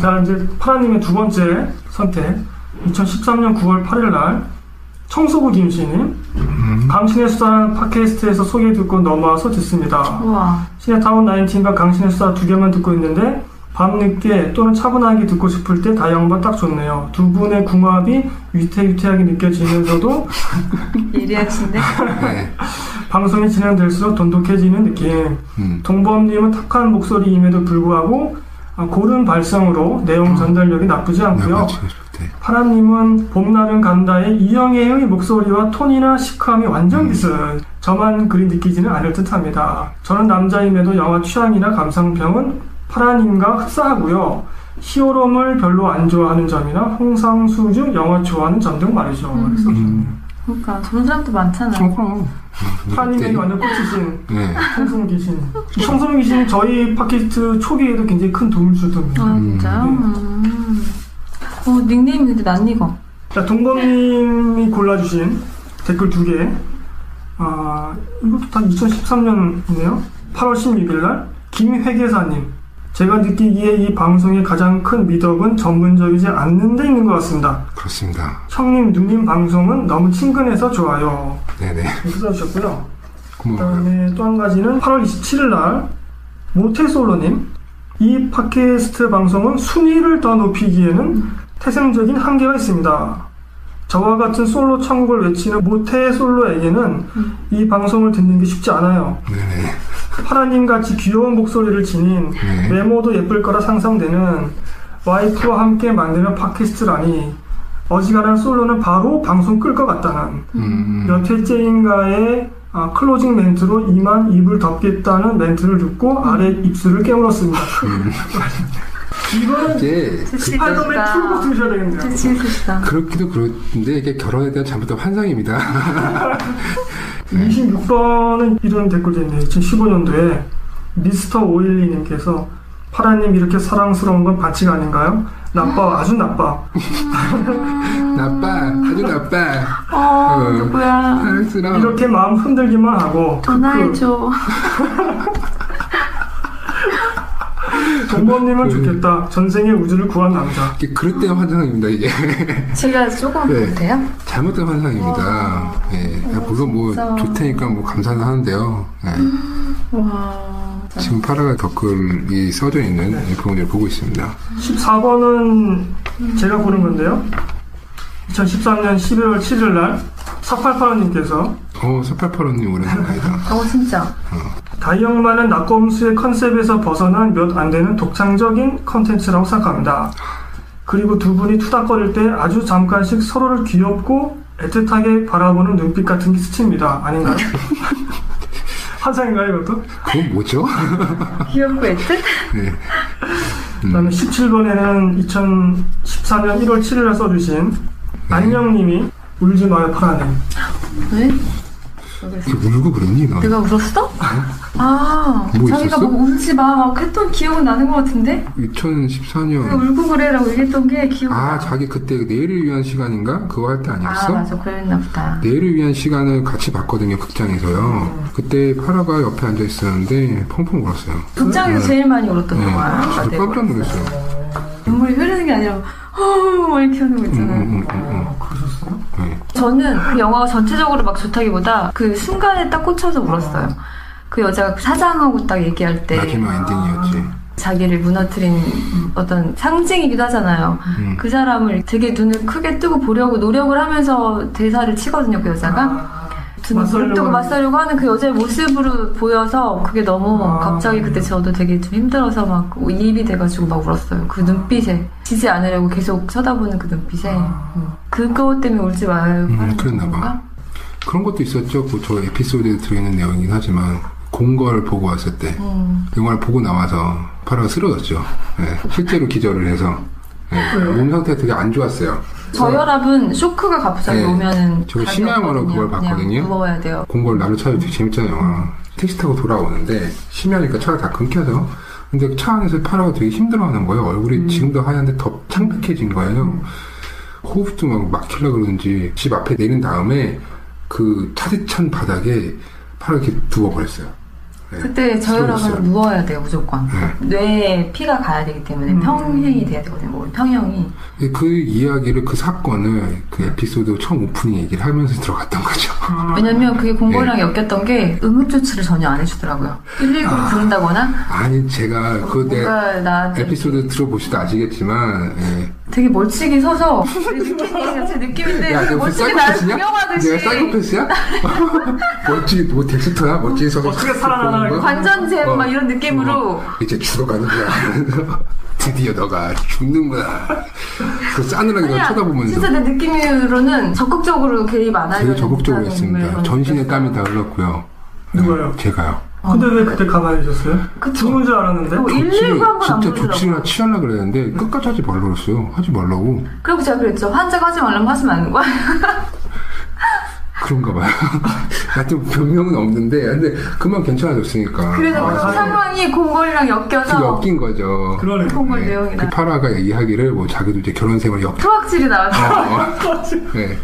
[SPEAKER 1] 자 이제 파라님의 두 번째 선택 2013년 9월 8일 날 청소부 김씨님 강신의 수다 팟캐스트에서 소개 듣고 넘어와서 듣습니다.
[SPEAKER 2] 우와.
[SPEAKER 1] 시네타운 19과 강신의 수다 두 개만 듣고 있는데 밤늦게 또는 차분하게 듣고 싶을 때 다영과 딱 좋네요. 두 분의 궁합이 위태위태하게 느껴지면서도
[SPEAKER 2] 예리하신데?
[SPEAKER 3] 네.
[SPEAKER 1] 방송이 진행될수록 돈독해지는 느낌.
[SPEAKER 3] 음.
[SPEAKER 1] 동범님은 탁한 목소리임에도 불구하고 아, 고른 발성으로 내용 전달력이 나쁘지 않고요.
[SPEAKER 3] 맞죠. 네.
[SPEAKER 1] 파란님은 봄날은 간다의 이영애의 목소리와 톤이나 시크함이 완전 비슷. 저만 그리 느끼지는 않을 듯합니다. 저는 남자임에도 영화 취향이나 감상평은 파란님과 흡사하고요. 시오롬을 별로 안 좋아하는 점이나 홍상수주 영화 좋아하는 점 등 말이죠. 그래서
[SPEAKER 3] 음.
[SPEAKER 2] 그러니까 저런 사람도
[SPEAKER 1] 음.
[SPEAKER 2] 많잖아.
[SPEAKER 3] 어, 그럼.
[SPEAKER 1] 파란님에게 완전 꽂히신
[SPEAKER 3] 네.
[SPEAKER 1] 청소년 귀신. 청소년 귀신이 저희 팟캐스트 초기에도 굉장히 큰 도움을 주더군요.
[SPEAKER 2] 아 진짜요? 음. 어 닉네임 근데 난 이거.
[SPEAKER 1] 자, 동범님이 골라주신 댓글 두 개. 아, 이것도 다 2013년이네요. 8월 16일날. 김회계사님. 제가 느끼기에 이 방송의 가장 큰 미덕은 전문적이지 않는 데 있는 것 같습니다.
[SPEAKER 3] 그렇습니다.
[SPEAKER 1] 형님, 누님 방송은 너무 친근해서 좋아요.
[SPEAKER 3] 네네.
[SPEAKER 1] 이렇게 써주셨고요. 그
[SPEAKER 3] 고마워요.
[SPEAKER 1] 다음에 또 한 가지는 8월 27일 날 모태솔로님 이 팟캐스트 방송은 순위를 더 높이기에는 태생적인 한계가 있습니다. 저와 같은 솔로 천국을 외치는 모태솔로에게는 이 방송을 듣는 게 쉽지 않아요.
[SPEAKER 3] 네네.
[SPEAKER 1] 파라님같이 귀여운 목소리를 지닌
[SPEAKER 3] 네.
[SPEAKER 1] 외모도 예쁠 거라 상상되는 와이프와 함께 만드는 팟캐스트라니 어지간한 솔로는 바로 방송 끌 것 같다는
[SPEAKER 3] 음.
[SPEAKER 1] 몇 회째인가의 아, 클로징 멘트로 이만 입을 덮겠다는 멘트를 듣고 아래 입술을 깨물었습니다. 이거는
[SPEAKER 3] 이게
[SPEAKER 1] 스파이더맨 풀고 들으셔야 되겠네요.
[SPEAKER 2] 그치 그치다.
[SPEAKER 3] 그렇기도 그런데 이게 결혼에 대한 잘못된 환상입니다.
[SPEAKER 1] 26번은 이런 댓글도 있네요. 2015년도에 미스터 오일리님께서 파라님 이렇게 사랑스러운 건 반칙 아닌가요? 나빠 아주 나빠.
[SPEAKER 3] 그 나빠, 아주 나빠.
[SPEAKER 2] 음. 어
[SPEAKER 3] 어.
[SPEAKER 2] 누구야?
[SPEAKER 3] 사랑스러워.
[SPEAKER 1] 이렇게 마음 흔들기만 하고
[SPEAKER 2] 음. 전화해줘.
[SPEAKER 3] 그
[SPEAKER 1] 동범님은 좋겠다. 전생의 우주를 구한 남자.
[SPEAKER 3] 이게 그릇된 환상입니다, 이게.
[SPEAKER 2] 제가 조금
[SPEAKER 3] 네.
[SPEAKER 2] 못해요?
[SPEAKER 3] 잘못된 환상입니다. 예. 물론 뭐,
[SPEAKER 2] 진짜.
[SPEAKER 3] 좋다니까 뭐, 감사는 하는데요. 예.
[SPEAKER 2] 와.
[SPEAKER 3] 지금 파라가 댓글이 써져 있는 이 부분을 보고 있습니다.
[SPEAKER 1] 14번은 제가 고른 건데요. 2013년 11월 7일 날 488님께서
[SPEAKER 3] 어, 서팔파로님 오랜만이다.
[SPEAKER 2] 어 진짜.
[SPEAKER 1] 다이영만은 낙검수의 컨셉에서 벗어난 몇 안 되는 독창적인 컨텐츠라고 생각합니다. 그리고 두 분이 투닥거릴 때 아주 잠깐씩 서로를 귀엽고 애틋하게 바라보는 눈빛 같은 게 스칩니다. 아닌가요? 환상인가요, 이것도?
[SPEAKER 3] 그건 뭐죠?
[SPEAKER 2] 귀엽고 애틋?
[SPEAKER 3] 네.
[SPEAKER 1] 그 다음에 17번에는 2014년 1월 7일에 써주신 안녕님이 울지 마요, 파라님.
[SPEAKER 2] 왜?
[SPEAKER 3] 예. 이렇게 울고 그러니, 너?
[SPEAKER 2] 내가 울었어? 아
[SPEAKER 3] 뭐
[SPEAKER 2] 자기가
[SPEAKER 3] 있었어?
[SPEAKER 2] 뭐 울지 마막 했던 기억은 나는 것 같은데. 근데
[SPEAKER 3] 2014년.
[SPEAKER 2] 울고 그래라고 얘기했던 게 기억.
[SPEAKER 3] 아, 자기 그때 내일을 위한 시간인가? 그거 할 때
[SPEAKER 2] 아
[SPEAKER 3] 아니었어?
[SPEAKER 2] 맞아 그랬나 보다.
[SPEAKER 3] 내일을 위한 시간을 같이
[SPEAKER 2] 네.
[SPEAKER 3] 봤거든요, 극장에서요. 그때 파라가 옆에 앉아 있었는데, 펑펑 울었어요.
[SPEAKER 2] 극장에서 제일 많이 울었던
[SPEAKER 3] 네.
[SPEAKER 2] 영화야.
[SPEAKER 3] 진짜
[SPEAKER 2] 내가
[SPEAKER 3] 깜짝
[SPEAKER 2] 울었어.
[SPEAKER 3] 놀랐어요.
[SPEAKER 2] 눈물이 흐르는 게 아니라 허우 이렇게 하는 거
[SPEAKER 3] 음,
[SPEAKER 2] 있잖아요.
[SPEAKER 3] 음, 음, 음,
[SPEAKER 1] 그러셨어요?
[SPEAKER 3] 음. 네.
[SPEAKER 2] 저는 그 영화가 전체적으로 막 좋다기보다 그 순간에 딱 꽂혀서 울었어요. 그 여자가 그 사장하고 딱 얘기할 때
[SPEAKER 3] 마지막 엔딩이었지.
[SPEAKER 2] 자기를 무너뜨린 어떤 상징이기도 하잖아요.
[SPEAKER 3] 음.
[SPEAKER 2] 그 사람을 되게 눈을 크게 뜨고 보려고 노력을 하면서 대사를 치거든요. 그 여자가
[SPEAKER 3] 아.
[SPEAKER 2] 두 눈을 뜨고
[SPEAKER 1] 맞서려고
[SPEAKER 2] 맞서려고 하는 그 여자의 모습으로 보여서 그게 너무
[SPEAKER 1] 아.
[SPEAKER 2] 갑자기 그때 저도 되게 좀 힘들어서 막 이입이 돼가지고 막 울었어요. 그 눈빛에 지지 않으려고 계속 쳐다보는 그 눈빛에 음. 그거 때문에 울지 말고
[SPEAKER 3] 아. 음,
[SPEAKER 2] 하는
[SPEAKER 3] 그랬나 봐.
[SPEAKER 2] 건가?
[SPEAKER 3] 그런 것도 있었죠. 그저 에피소드에 들어있는 내용이긴 하지만, 공걸 보고 왔을 때,
[SPEAKER 2] 음.
[SPEAKER 3] 영화를 보고 나와서 파라가 쓰러졌죠. 예. 실제로 기절을 해서. 예. 몸 상태가 되게 안 좋았어요.
[SPEAKER 2] 저혈압은 쇼크가 갑자기
[SPEAKER 3] 네.
[SPEAKER 2] 오면은
[SPEAKER 3] 저거
[SPEAKER 2] 답이
[SPEAKER 3] 심야영화로
[SPEAKER 2] 없거든요.
[SPEAKER 3] 그걸 봤거든요.
[SPEAKER 2] 그냥 누워야 돼요.
[SPEAKER 3] 공걸 나루 차에 되게 재밌잖아요. 영화. 택시 타고 돌아오는데, 심하니까 차가 다 끊겨서. 근데 차 안에서 파라가 되게 힘들어하는 거예요. 얼굴이 지금도 하얀데 더 창백해진 거예요. 호흡도 막 막힐라 그러는지 집 앞에 내린 다음에 그 차디찬 바닥에 파랗게 누워버렸어요.
[SPEAKER 2] 그때
[SPEAKER 3] 스토리였어요. 네.
[SPEAKER 2] 저혈압은 누워야 돼요 무조건 뇌에 피가 가야 되기
[SPEAKER 3] 음.
[SPEAKER 2] 때문에 평행이 돼야 되거든요 몸 평형이
[SPEAKER 3] 예, 그 이야기를 그 사건을 그 에피소드 처음 오프닝 얘기를 하면서 들어갔던 거죠.
[SPEAKER 2] 왜냐면 그게 공고랑
[SPEAKER 3] 예.
[SPEAKER 2] 엮였던 게 응급조치를 전혀 안 해주더라고요
[SPEAKER 3] 아.
[SPEAKER 2] 119를 부른다거나
[SPEAKER 3] 아니 제가 그 내
[SPEAKER 2] 뭔가 나한테
[SPEAKER 3] 에피소드 들어보시도 아시겠지만 예.
[SPEAKER 2] 되게 멀찍이 서서 내 느낌이 제 느낌인데 되게
[SPEAKER 3] 무슨
[SPEAKER 2] 멀찍이 네, 나를
[SPEAKER 3] 사이코패스냐? 네,
[SPEAKER 2] 구경하듯이
[SPEAKER 3] 내가 사이코패스야? 멋지게 뭐 덱스터야? 멋지게 서서
[SPEAKER 1] 어떻게 살아나나
[SPEAKER 3] 보는 거야?
[SPEAKER 2] 관전제
[SPEAKER 3] 어.
[SPEAKER 2] 막 이런 느낌으로
[SPEAKER 3] 어, 이제 죽어가는 거야. 드디어 너가 죽는구나. 그 싸늘하게 널
[SPEAKER 2] 그냥
[SPEAKER 3] 쳐다보면서
[SPEAKER 2] 진짜 내 느낌으로는 적극적으로 개입 안 하려는
[SPEAKER 3] 되게 적극적으로
[SPEAKER 2] 듯한 인물을
[SPEAKER 3] 했습니다. 전신에
[SPEAKER 2] 선택했어요.
[SPEAKER 3] 땀이 다 흘렀고요.
[SPEAKER 1] 누가요?
[SPEAKER 3] 네, 제가요.
[SPEAKER 1] 근데 왜 그때 가만히 계셨어요?
[SPEAKER 2] 아. 그쵸
[SPEAKER 1] 죽는 줄 알았는데.
[SPEAKER 2] 어, 일- 119
[SPEAKER 3] 조치를-
[SPEAKER 2] 한번안
[SPEAKER 3] 진짜
[SPEAKER 2] 부르더라고요. 음.
[SPEAKER 3] 조치나 치하려 그랬는데 끝까지 하지 말라 그랬어요. 하지 말라고.
[SPEAKER 2] 그리고 제가 그랬죠 환자가 하지 말라면 하시면 안 되는 거야
[SPEAKER 3] 그런가 봐요. 하여튼 변명은 없는데 근데 그만 괜찮아졌으니까.
[SPEAKER 2] 그래서
[SPEAKER 1] 아,
[SPEAKER 2] 그
[SPEAKER 1] 사실-
[SPEAKER 2] 상황이 공골이랑
[SPEAKER 3] 그
[SPEAKER 2] 엮여서
[SPEAKER 3] 엮인 거죠.
[SPEAKER 1] 그러네.
[SPEAKER 2] 공골
[SPEAKER 3] 네.
[SPEAKER 2] 내용이랑
[SPEAKER 3] 그 파라가 이야기를 뭐 자기도 이제 결혼 생활 역
[SPEAKER 2] 토악질이 나와서
[SPEAKER 3] 어, 네.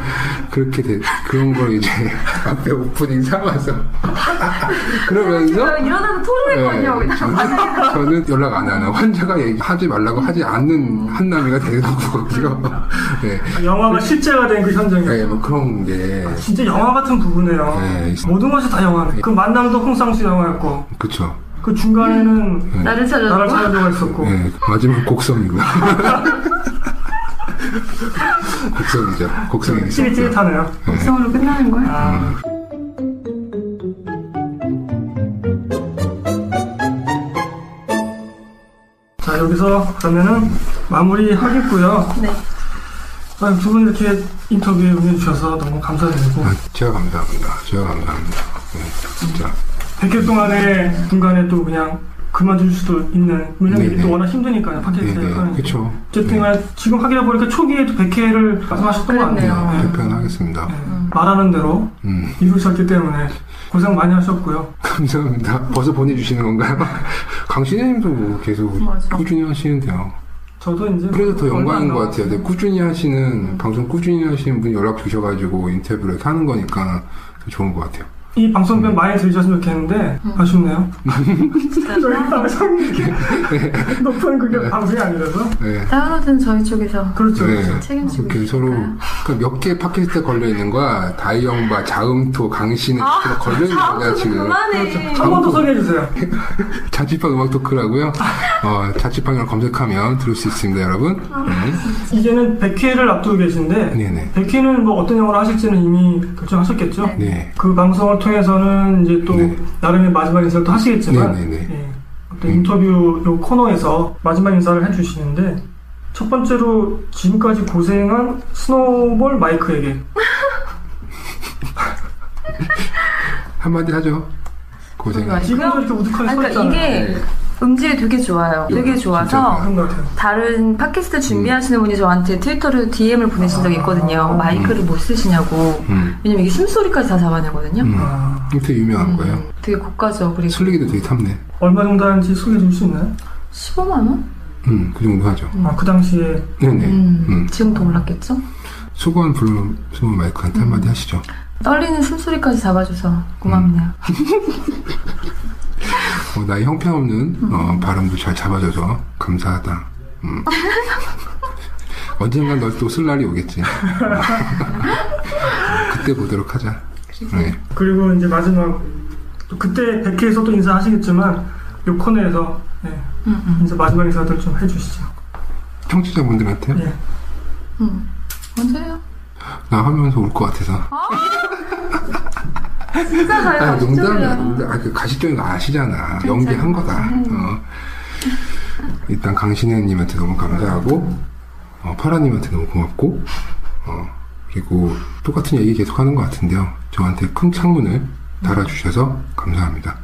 [SPEAKER 3] 그렇게 돼, 그런 걸 이제 앞에 오프닝 삼아서. 그러면서.
[SPEAKER 2] 이러다가 토를 했거든요
[SPEAKER 3] 네, 저는, 저는 연락 안 하는 환자가 얘기하지 말라고 하지
[SPEAKER 2] 음.
[SPEAKER 3] 않는 한남이가 되는 거고요. 네.
[SPEAKER 1] 영화가 실제가 된 그 현장이요.
[SPEAKER 3] 네, 뭐 그런 게.
[SPEAKER 1] 진짜 영화 같은 부분이에요.
[SPEAKER 3] 네.
[SPEAKER 1] 모든 것이 다 영화네. 그 만남도 홍상수 영화였고,
[SPEAKER 3] 그쵸.
[SPEAKER 1] 그 중간에는
[SPEAKER 2] 나를
[SPEAKER 1] 나를
[SPEAKER 2] 찾아주고
[SPEAKER 1] 찾아줘가 있었고.
[SPEAKER 3] 네, 마지막 곡성이고요. 곡성이죠. 곡성이 있었고요.
[SPEAKER 1] 찌릿찌릿하네요.
[SPEAKER 2] 곡성으로 끝나는 거야
[SPEAKER 1] 아, 자, 여기서 그러면은 마무리 하겠고요.
[SPEAKER 2] 네
[SPEAKER 1] 두 분 이렇게 인터뷰에 응해주셔서 너무 감사드리고,
[SPEAKER 3] 아, 제가 감사합니다. 제가 감사합니다. 네, 진짜.
[SPEAKER 1] 100회 동안에 중간에 또 그냥 그만둘 수도 있는, 왜냐면 이게
[SPEAKER 3] 네,
[SPEAKER 1] 또
[SPEAKER 3] 네.
[SPEAKER 1] 워낙 힘드니까요,
[SPEAKER 3] 네,
[SPEAKER 1] 팟캐스트에.
[SPEAKER 3] 네.
[SPEAKER 1] 네,
[SPEAKER 3] 그쵸.
[SPEAKER 1] 어쨌든
[SPEAKER 3] 네,
[SPEAKER 1] 간에 지금 확인해 보니까 초기에도 100회를 말씀하셨던 것
[SPEAKER 3] 네,
[SPEAKER 1] 같네요.
[SPEAKER 2] 그래요.
[SPEAKER 3] 답변하겠습니다.
[SPEAKER 1] 네. 말하는 대로
[SPEAKER 3] 음.
[SPEAKER 1] 이루셨기 때문에 고생 많이 하셨고요.
[SPEAKER 3] 감사합니다. 벌써 보내주시는 건가요? 강신혜님도 뭐 계속
[SPEAKER 2] 맞아.
[SPEAKER 3] 꾸준히 하시는데요.
[SPEAKER 1] 저도 이제
[SPEAKER 3] 그래서 더
[SPEAKER 1] 얼마 안
[SPEAKER 3] 영광인 것
[SPEAKER 1] 남았-
[SPEAKER 3] 같아요. 근데 꾸준히 하시는, 방송 꾸준히 하시는 분이 연락 주셔가지고 인터뷰를 이렇게 하는 거니까 더 좋은 것 같아요.
[SPEAKER 1] 이
[SPEAKER 3] 음.
[SPEAKER 1] 방송편 많이 들으셨으면 좋겠는데 아쉽네요.
[SPEAKER 2] 진짜
[SPEAKER 1] 음. 저희 방송 높은 그게 방송이 아니라서
[SPEAKER 3] 네.
[SPEAKER 2] 다운로드는 저희 쪽에서
[SPEAKER 1] 그렇죠.
[SPEAKER 3] 네.
[SPEAKER 2] 책임지고
[SPEAKER 3] 이렇게 서로
[SPEAKER 2] 아.
[SPEAKER 3] 그러니까 몇 개 팟캐스트 걸려있는 거야. 다이영바, 자음토, 강신혜
[SPEAKER 2] 아,
[SPEAKER 3] 이렇게 걸려있는 거냐,
[SPEAKER 2] 다운로드
[SPEAKER 3] 지금.
[SPEAKER 2] 그만해 아,
[SPEAKER 1] 한 번 더 소개해 주세요.
[SPEAKER 3] 자취방 음악 토크라고요. 어, 자취방을 검색하면 들을 수 있습니다, 여러분.
[SPEAKER 2] 아.
[SPEAKER 1] 이제는 100회를 앞두고 계신데
[SPEAKER 3] 네네.
[SPEAKER 1] 100회는 뭐 어떤 영화로 하실지는 이미 결정하셨겠죠?
[SPEAKER 3] 네.
[SPEAKER 1] 그 방송을 통해서는 이제 또
[SPEAKER 3] 네.
[SPEAKER 1] 나름의 마지막 인사를 또 하시겠지만
[SPEAKER 3] 네네네.
[SPEAKER 1] 예, 어떤 인터뷰 요 코너에서 마지막 인사를 해주시는데 첫 번째로 지금까지 고생한 스노볼 마이크에게
[SPEAKER 3] 한마디 하죠. 고생하셨습니다. 네.
[SPEAKER 1] 지금도 이렇게 우두커니
[SPEAKER 2] 그러니까 아니,
[SPEAKER 1] 서
[SPEAKER 2] 그러니까
[SPEAKER 1] 있잖아요.
[SPEAKER 2] 이게 음질이 되게 좋아요 되게 좋아서
[SPEAKER 1] 그런 것 같아요.
[SPEAKER 2] 다른 팟캐스트 준비하시는 분이 저한테 트위터로 DM을 보내신 적이 있거든요. 마이크를 못 쓰시냐고.
[SPEAKER 3] 음.
[SPEAKER 2] 왜냐면 이게 심소리까지 다 잡아내거든요.
[SPEAKER 3] 음.
[SPEAKER 1] 아,
[SPEAKER 3] 되게 유명한 거예요.
[SPEAKER 2] 음, 되게 고가죠. 그리고
[SPEAKER 3] 슬리기도 되게 탐내.
[SPEAKER 1] 얼마 정도 하는지 소개해 줄 수 있나요?
[SPEAKER 2] 15만 원?
[SPEAKER 3] 음, 그 정도 하죠.
[SPEAKER 1] 아, 그 당시에
[SPEAKER 3] 네네.
[SPEAKER 2] 음,
[SPEAKER 3] 음.
[SPEAKER 2] 지금 더 올랐겠죠?
[SPEAKER 3] 수고한 블루, 수고 마이크한테 한마디 하시죠.
[SPEAKER 2] 떨리는 숨소리까지 잡아줘서 고맙네요.
[SPEAKER 3] 음. 어, 나의 형편없는 어, 발음도 잘 잡아줘서 감사하다. 음. 언젠간 널 또 쓸 날이 오겠지. 그때 보도록 하자. 네.
[SPEAKER 1] 그리고 이제 마지막 또 그때 100회에서도 인사하시겠지만 요 코너에서 예,
[SPEAKER 2] 음, 음.
[SPEAKER 1] 인사 마지막 인사들 좀 해주시죠.
[SPEAKER 3] 청취자분들한테
[SPEAKER 1] 예.
[SPEAKER 2] 언제요?
[SPEAKER 3] 나 하면서 올 것 같아서.
[SPEAKER 2] 진짜 잘
[SPEAKER 3] 아,
[SPEAKER 2] 가시죠,
[SPEAKER 3] 농담이야.
[SPEAKER 2] 그냥.
[SPEAKER 3] 농담. 아, 그 가시적인 거 아시잖아. 연기한 거다.
[SPEAKER 2] 음.
[SPEAKER 3] 어. 일단 강신혜님한테 너무 감사하고, 어, 파라님한테 너무 고맙고, 어, 그리고 똑같은 얘기 계속 하는 것 같은데요. 저한테 큰 창문을 달아주셔서 감사합니다.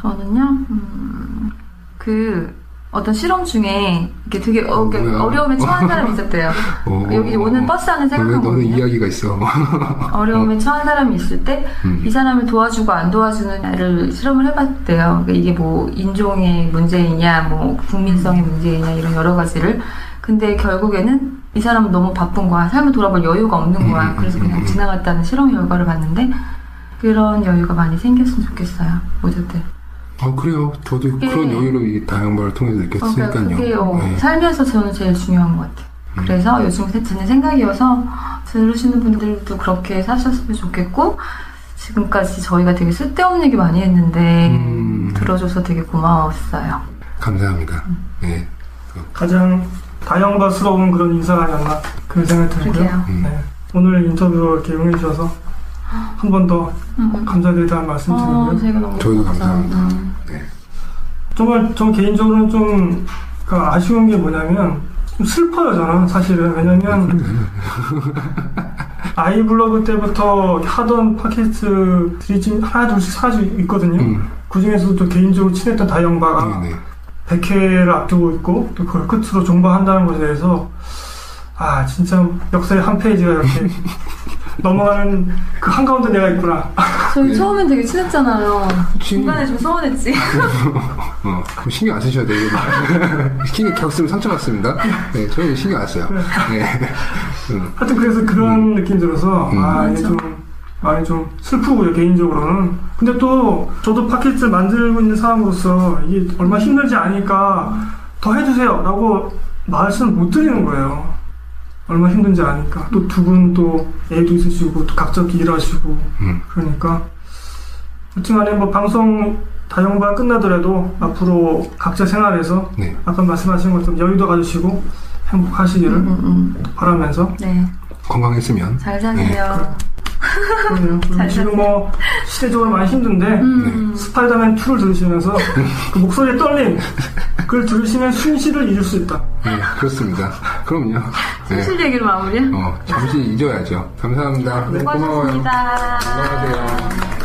[SPEAKER 2] 저는요, 음, 그, 어떤 실험 중에 이게 되게 어, 이렇게
[SPEAKER 3] 뭐야?
[SPEAKER 2] 어려움에 처한 사람이 있었대요.
[SPEAKER 3] 어,
[SPEAKER 2] 여기 오는 버스 안에
[SPEAKER 3] 너는, 너는
[SPEAKER 2] 생각하거든요.
[SPEAKER 3] 이야기가 있어.
[SPEAKER 2] 어려움에 처한 사람이 있을 때,
[SPEAKER 3] 음.
[SPEAKER 2] 이 사람을 도와주고 안 도와주는 애를 실험을 해봤대요. 그러니까 이게 뭐 인종의 문제이냐, 뭐
[SPEAKER 3] 음.
[SPEAKER 2] 국민성의 문제이냐, 이런 여러 가지를. 근데 결국에는 이 사람은 너무 바쁜 거야. 삶을 돌아볼 여유가 없는 거야.
[SPEAKER 3] 음,
[SPEAKER 2] 그래서
[SPEAKER 3] 음,
[SPEAKER 2] 그냥
[SPEAKER 3] 음.
[SPEAKER 2] 지나갔다는 실험 결과를 봤는데, 그런 여유가 많이 생겼으면 좋겠어요. 모두들.
[SPEAKER 3] 아, 그래요. 저도
[SPEAKER 2] 그게-
[SPEAKER 3] 그런 여유로 이 다양발을 통해서
[SPEAKER 2] 그러니까
[SPEAKER 3] 느꼈으니까요.
[SPEAKER 2] 그게 어,
[SPEAKER 3] 네. 음.
[SPEAKER 2] 살면서 저는 제일 중요한 것 같아요. 그래서 요즘 세- 드는 생각이어서 들으시는 분들도 그렇게 사셨으면 좋겠고 지금까지 저희가 되게 쓸데없는 얘기 많이 했는데
[SPEAKER 3] 음.
[SPEAKER 2] 들어줘서 되게 고마웠어요.
[SPEAKER 3] 감사합니다.
[SPEAKER 2] 음.
[SPEAKER 3] 네.
[SPEAKER 1] 가장 다양바스러운 그런 인사가 아니었나 그런 생각이 들고요.
[SPEAKER 2] 그러게요.
[SPEAKER 3] 음.
[SPEAKER 1] 네. 오늘 인터뷰 이렇게 응해주셔서 한 번 더
[SPEAKER 2] 음.
[SPEAKER 1] 감사드리다는 말씀
[SPEAKER 2] 어,
[SPEAKER 1] 드리고요.
[SPEAKER 2] 제가 너무
[SPEAKER 3] 저희도 감사합니다.
[SPEAKER 2] 음.
[SPEAKER 3] 네.
[SPEAKER 1] 정말 저 개인적으로는 좀 그, 아쉬운 게 뭐냐면 좀 슬퍼요 저는 사실은 왜냐면 아이블로그 때부터 하던 팟캐스트들이 지금 하나 둘씩 사라지고 있거든요.
[SPEAKER 3] 음.
[SPEAKER 1] 그 중에서도 개인적으로 친했던 다영바가
[SPEAKER 3] 네, 네.
[SPEAKER 1] 100회를 앞두고 있고 또 그걸 끝으로 종방한다는 것에 대해서 아 진짜 역사의 한 페이지가 이렇게 넘어가는 그 한가운데 내가 있구나
[SPEAKER 2] 저희
[SPEAKER 3] 네. 음.
[SPEAKER 2] 처음엔 되게 친했잖아요.
[SPEAKER 3] 그치.
[SPEAKER 2] 중간에 좀 서운했지.
[SPEAKER 3] 어, 그럼 신경 안 쓰셔야 돼요. 이거. 신경 겪으면 상처받습니다. 네, 저는 신경 안 써요. 네. 음,
[SPEAKER 1] 하여튼 그래서 그런 느낌 들어서
[SPEAKER 3] 음.
[SPEAKER 1] 아 이게 좀 많이 좀 슬프고요 개인적으로는 근데 또 저도 팟캐스트 만들고 있는 사람으로서 이게 얼마나 힘들지 아니까 더 해주세요 라고 말씀을 못 드리는 거예요 얼마나 힘든지 아니까 또 두 분 또 애도 있으시고 또 각자도 일하시고
[SPEAKER 3] 음.
[SPEAKER 1] 그러니까 어쨌든 간에 뭐 방송 다영반 끝나더라도 앞으로 각자 생활에서
[SPEAKER 3] 네.
[SPEAKER 1] 아까 말씀하신 것처럼 여유도 가지시고 행복하시기를
[SPEAKER 2] 음, 음.
[SPEAKER 1] 바라면서
[SPEAKER 2] 네,
[SPEAKER 3] 건강했으면.
[SPEAKER 2] 잘 사세요.
[SPEAKER 1] 그럼요.
[SPEAKER 2] 잘
[SPEAKER 1] 지금 뭐 시대적으로 많이 힘든데
[SPEAKER 3] 네.
[SPEAKER 2] 음.
[SPEAKER 1] 스파이더맨 2를 들으시면서 그 목소리의 떨림 그걸 들으시면 순시를 잃을 수 있다.
[SPEAKER 3] 네, 그렇습니다. 그럼요. 네.
[SPEAKER 2] 사실 얘기를 마무리.
[SPEAKER 3] 어, 잠시 잊어야죠. 감사합니다. 네, 고마워요.
[SPEAKER 2] 수고하셨습니다.
[SPEAKER 3] 안녕하세요.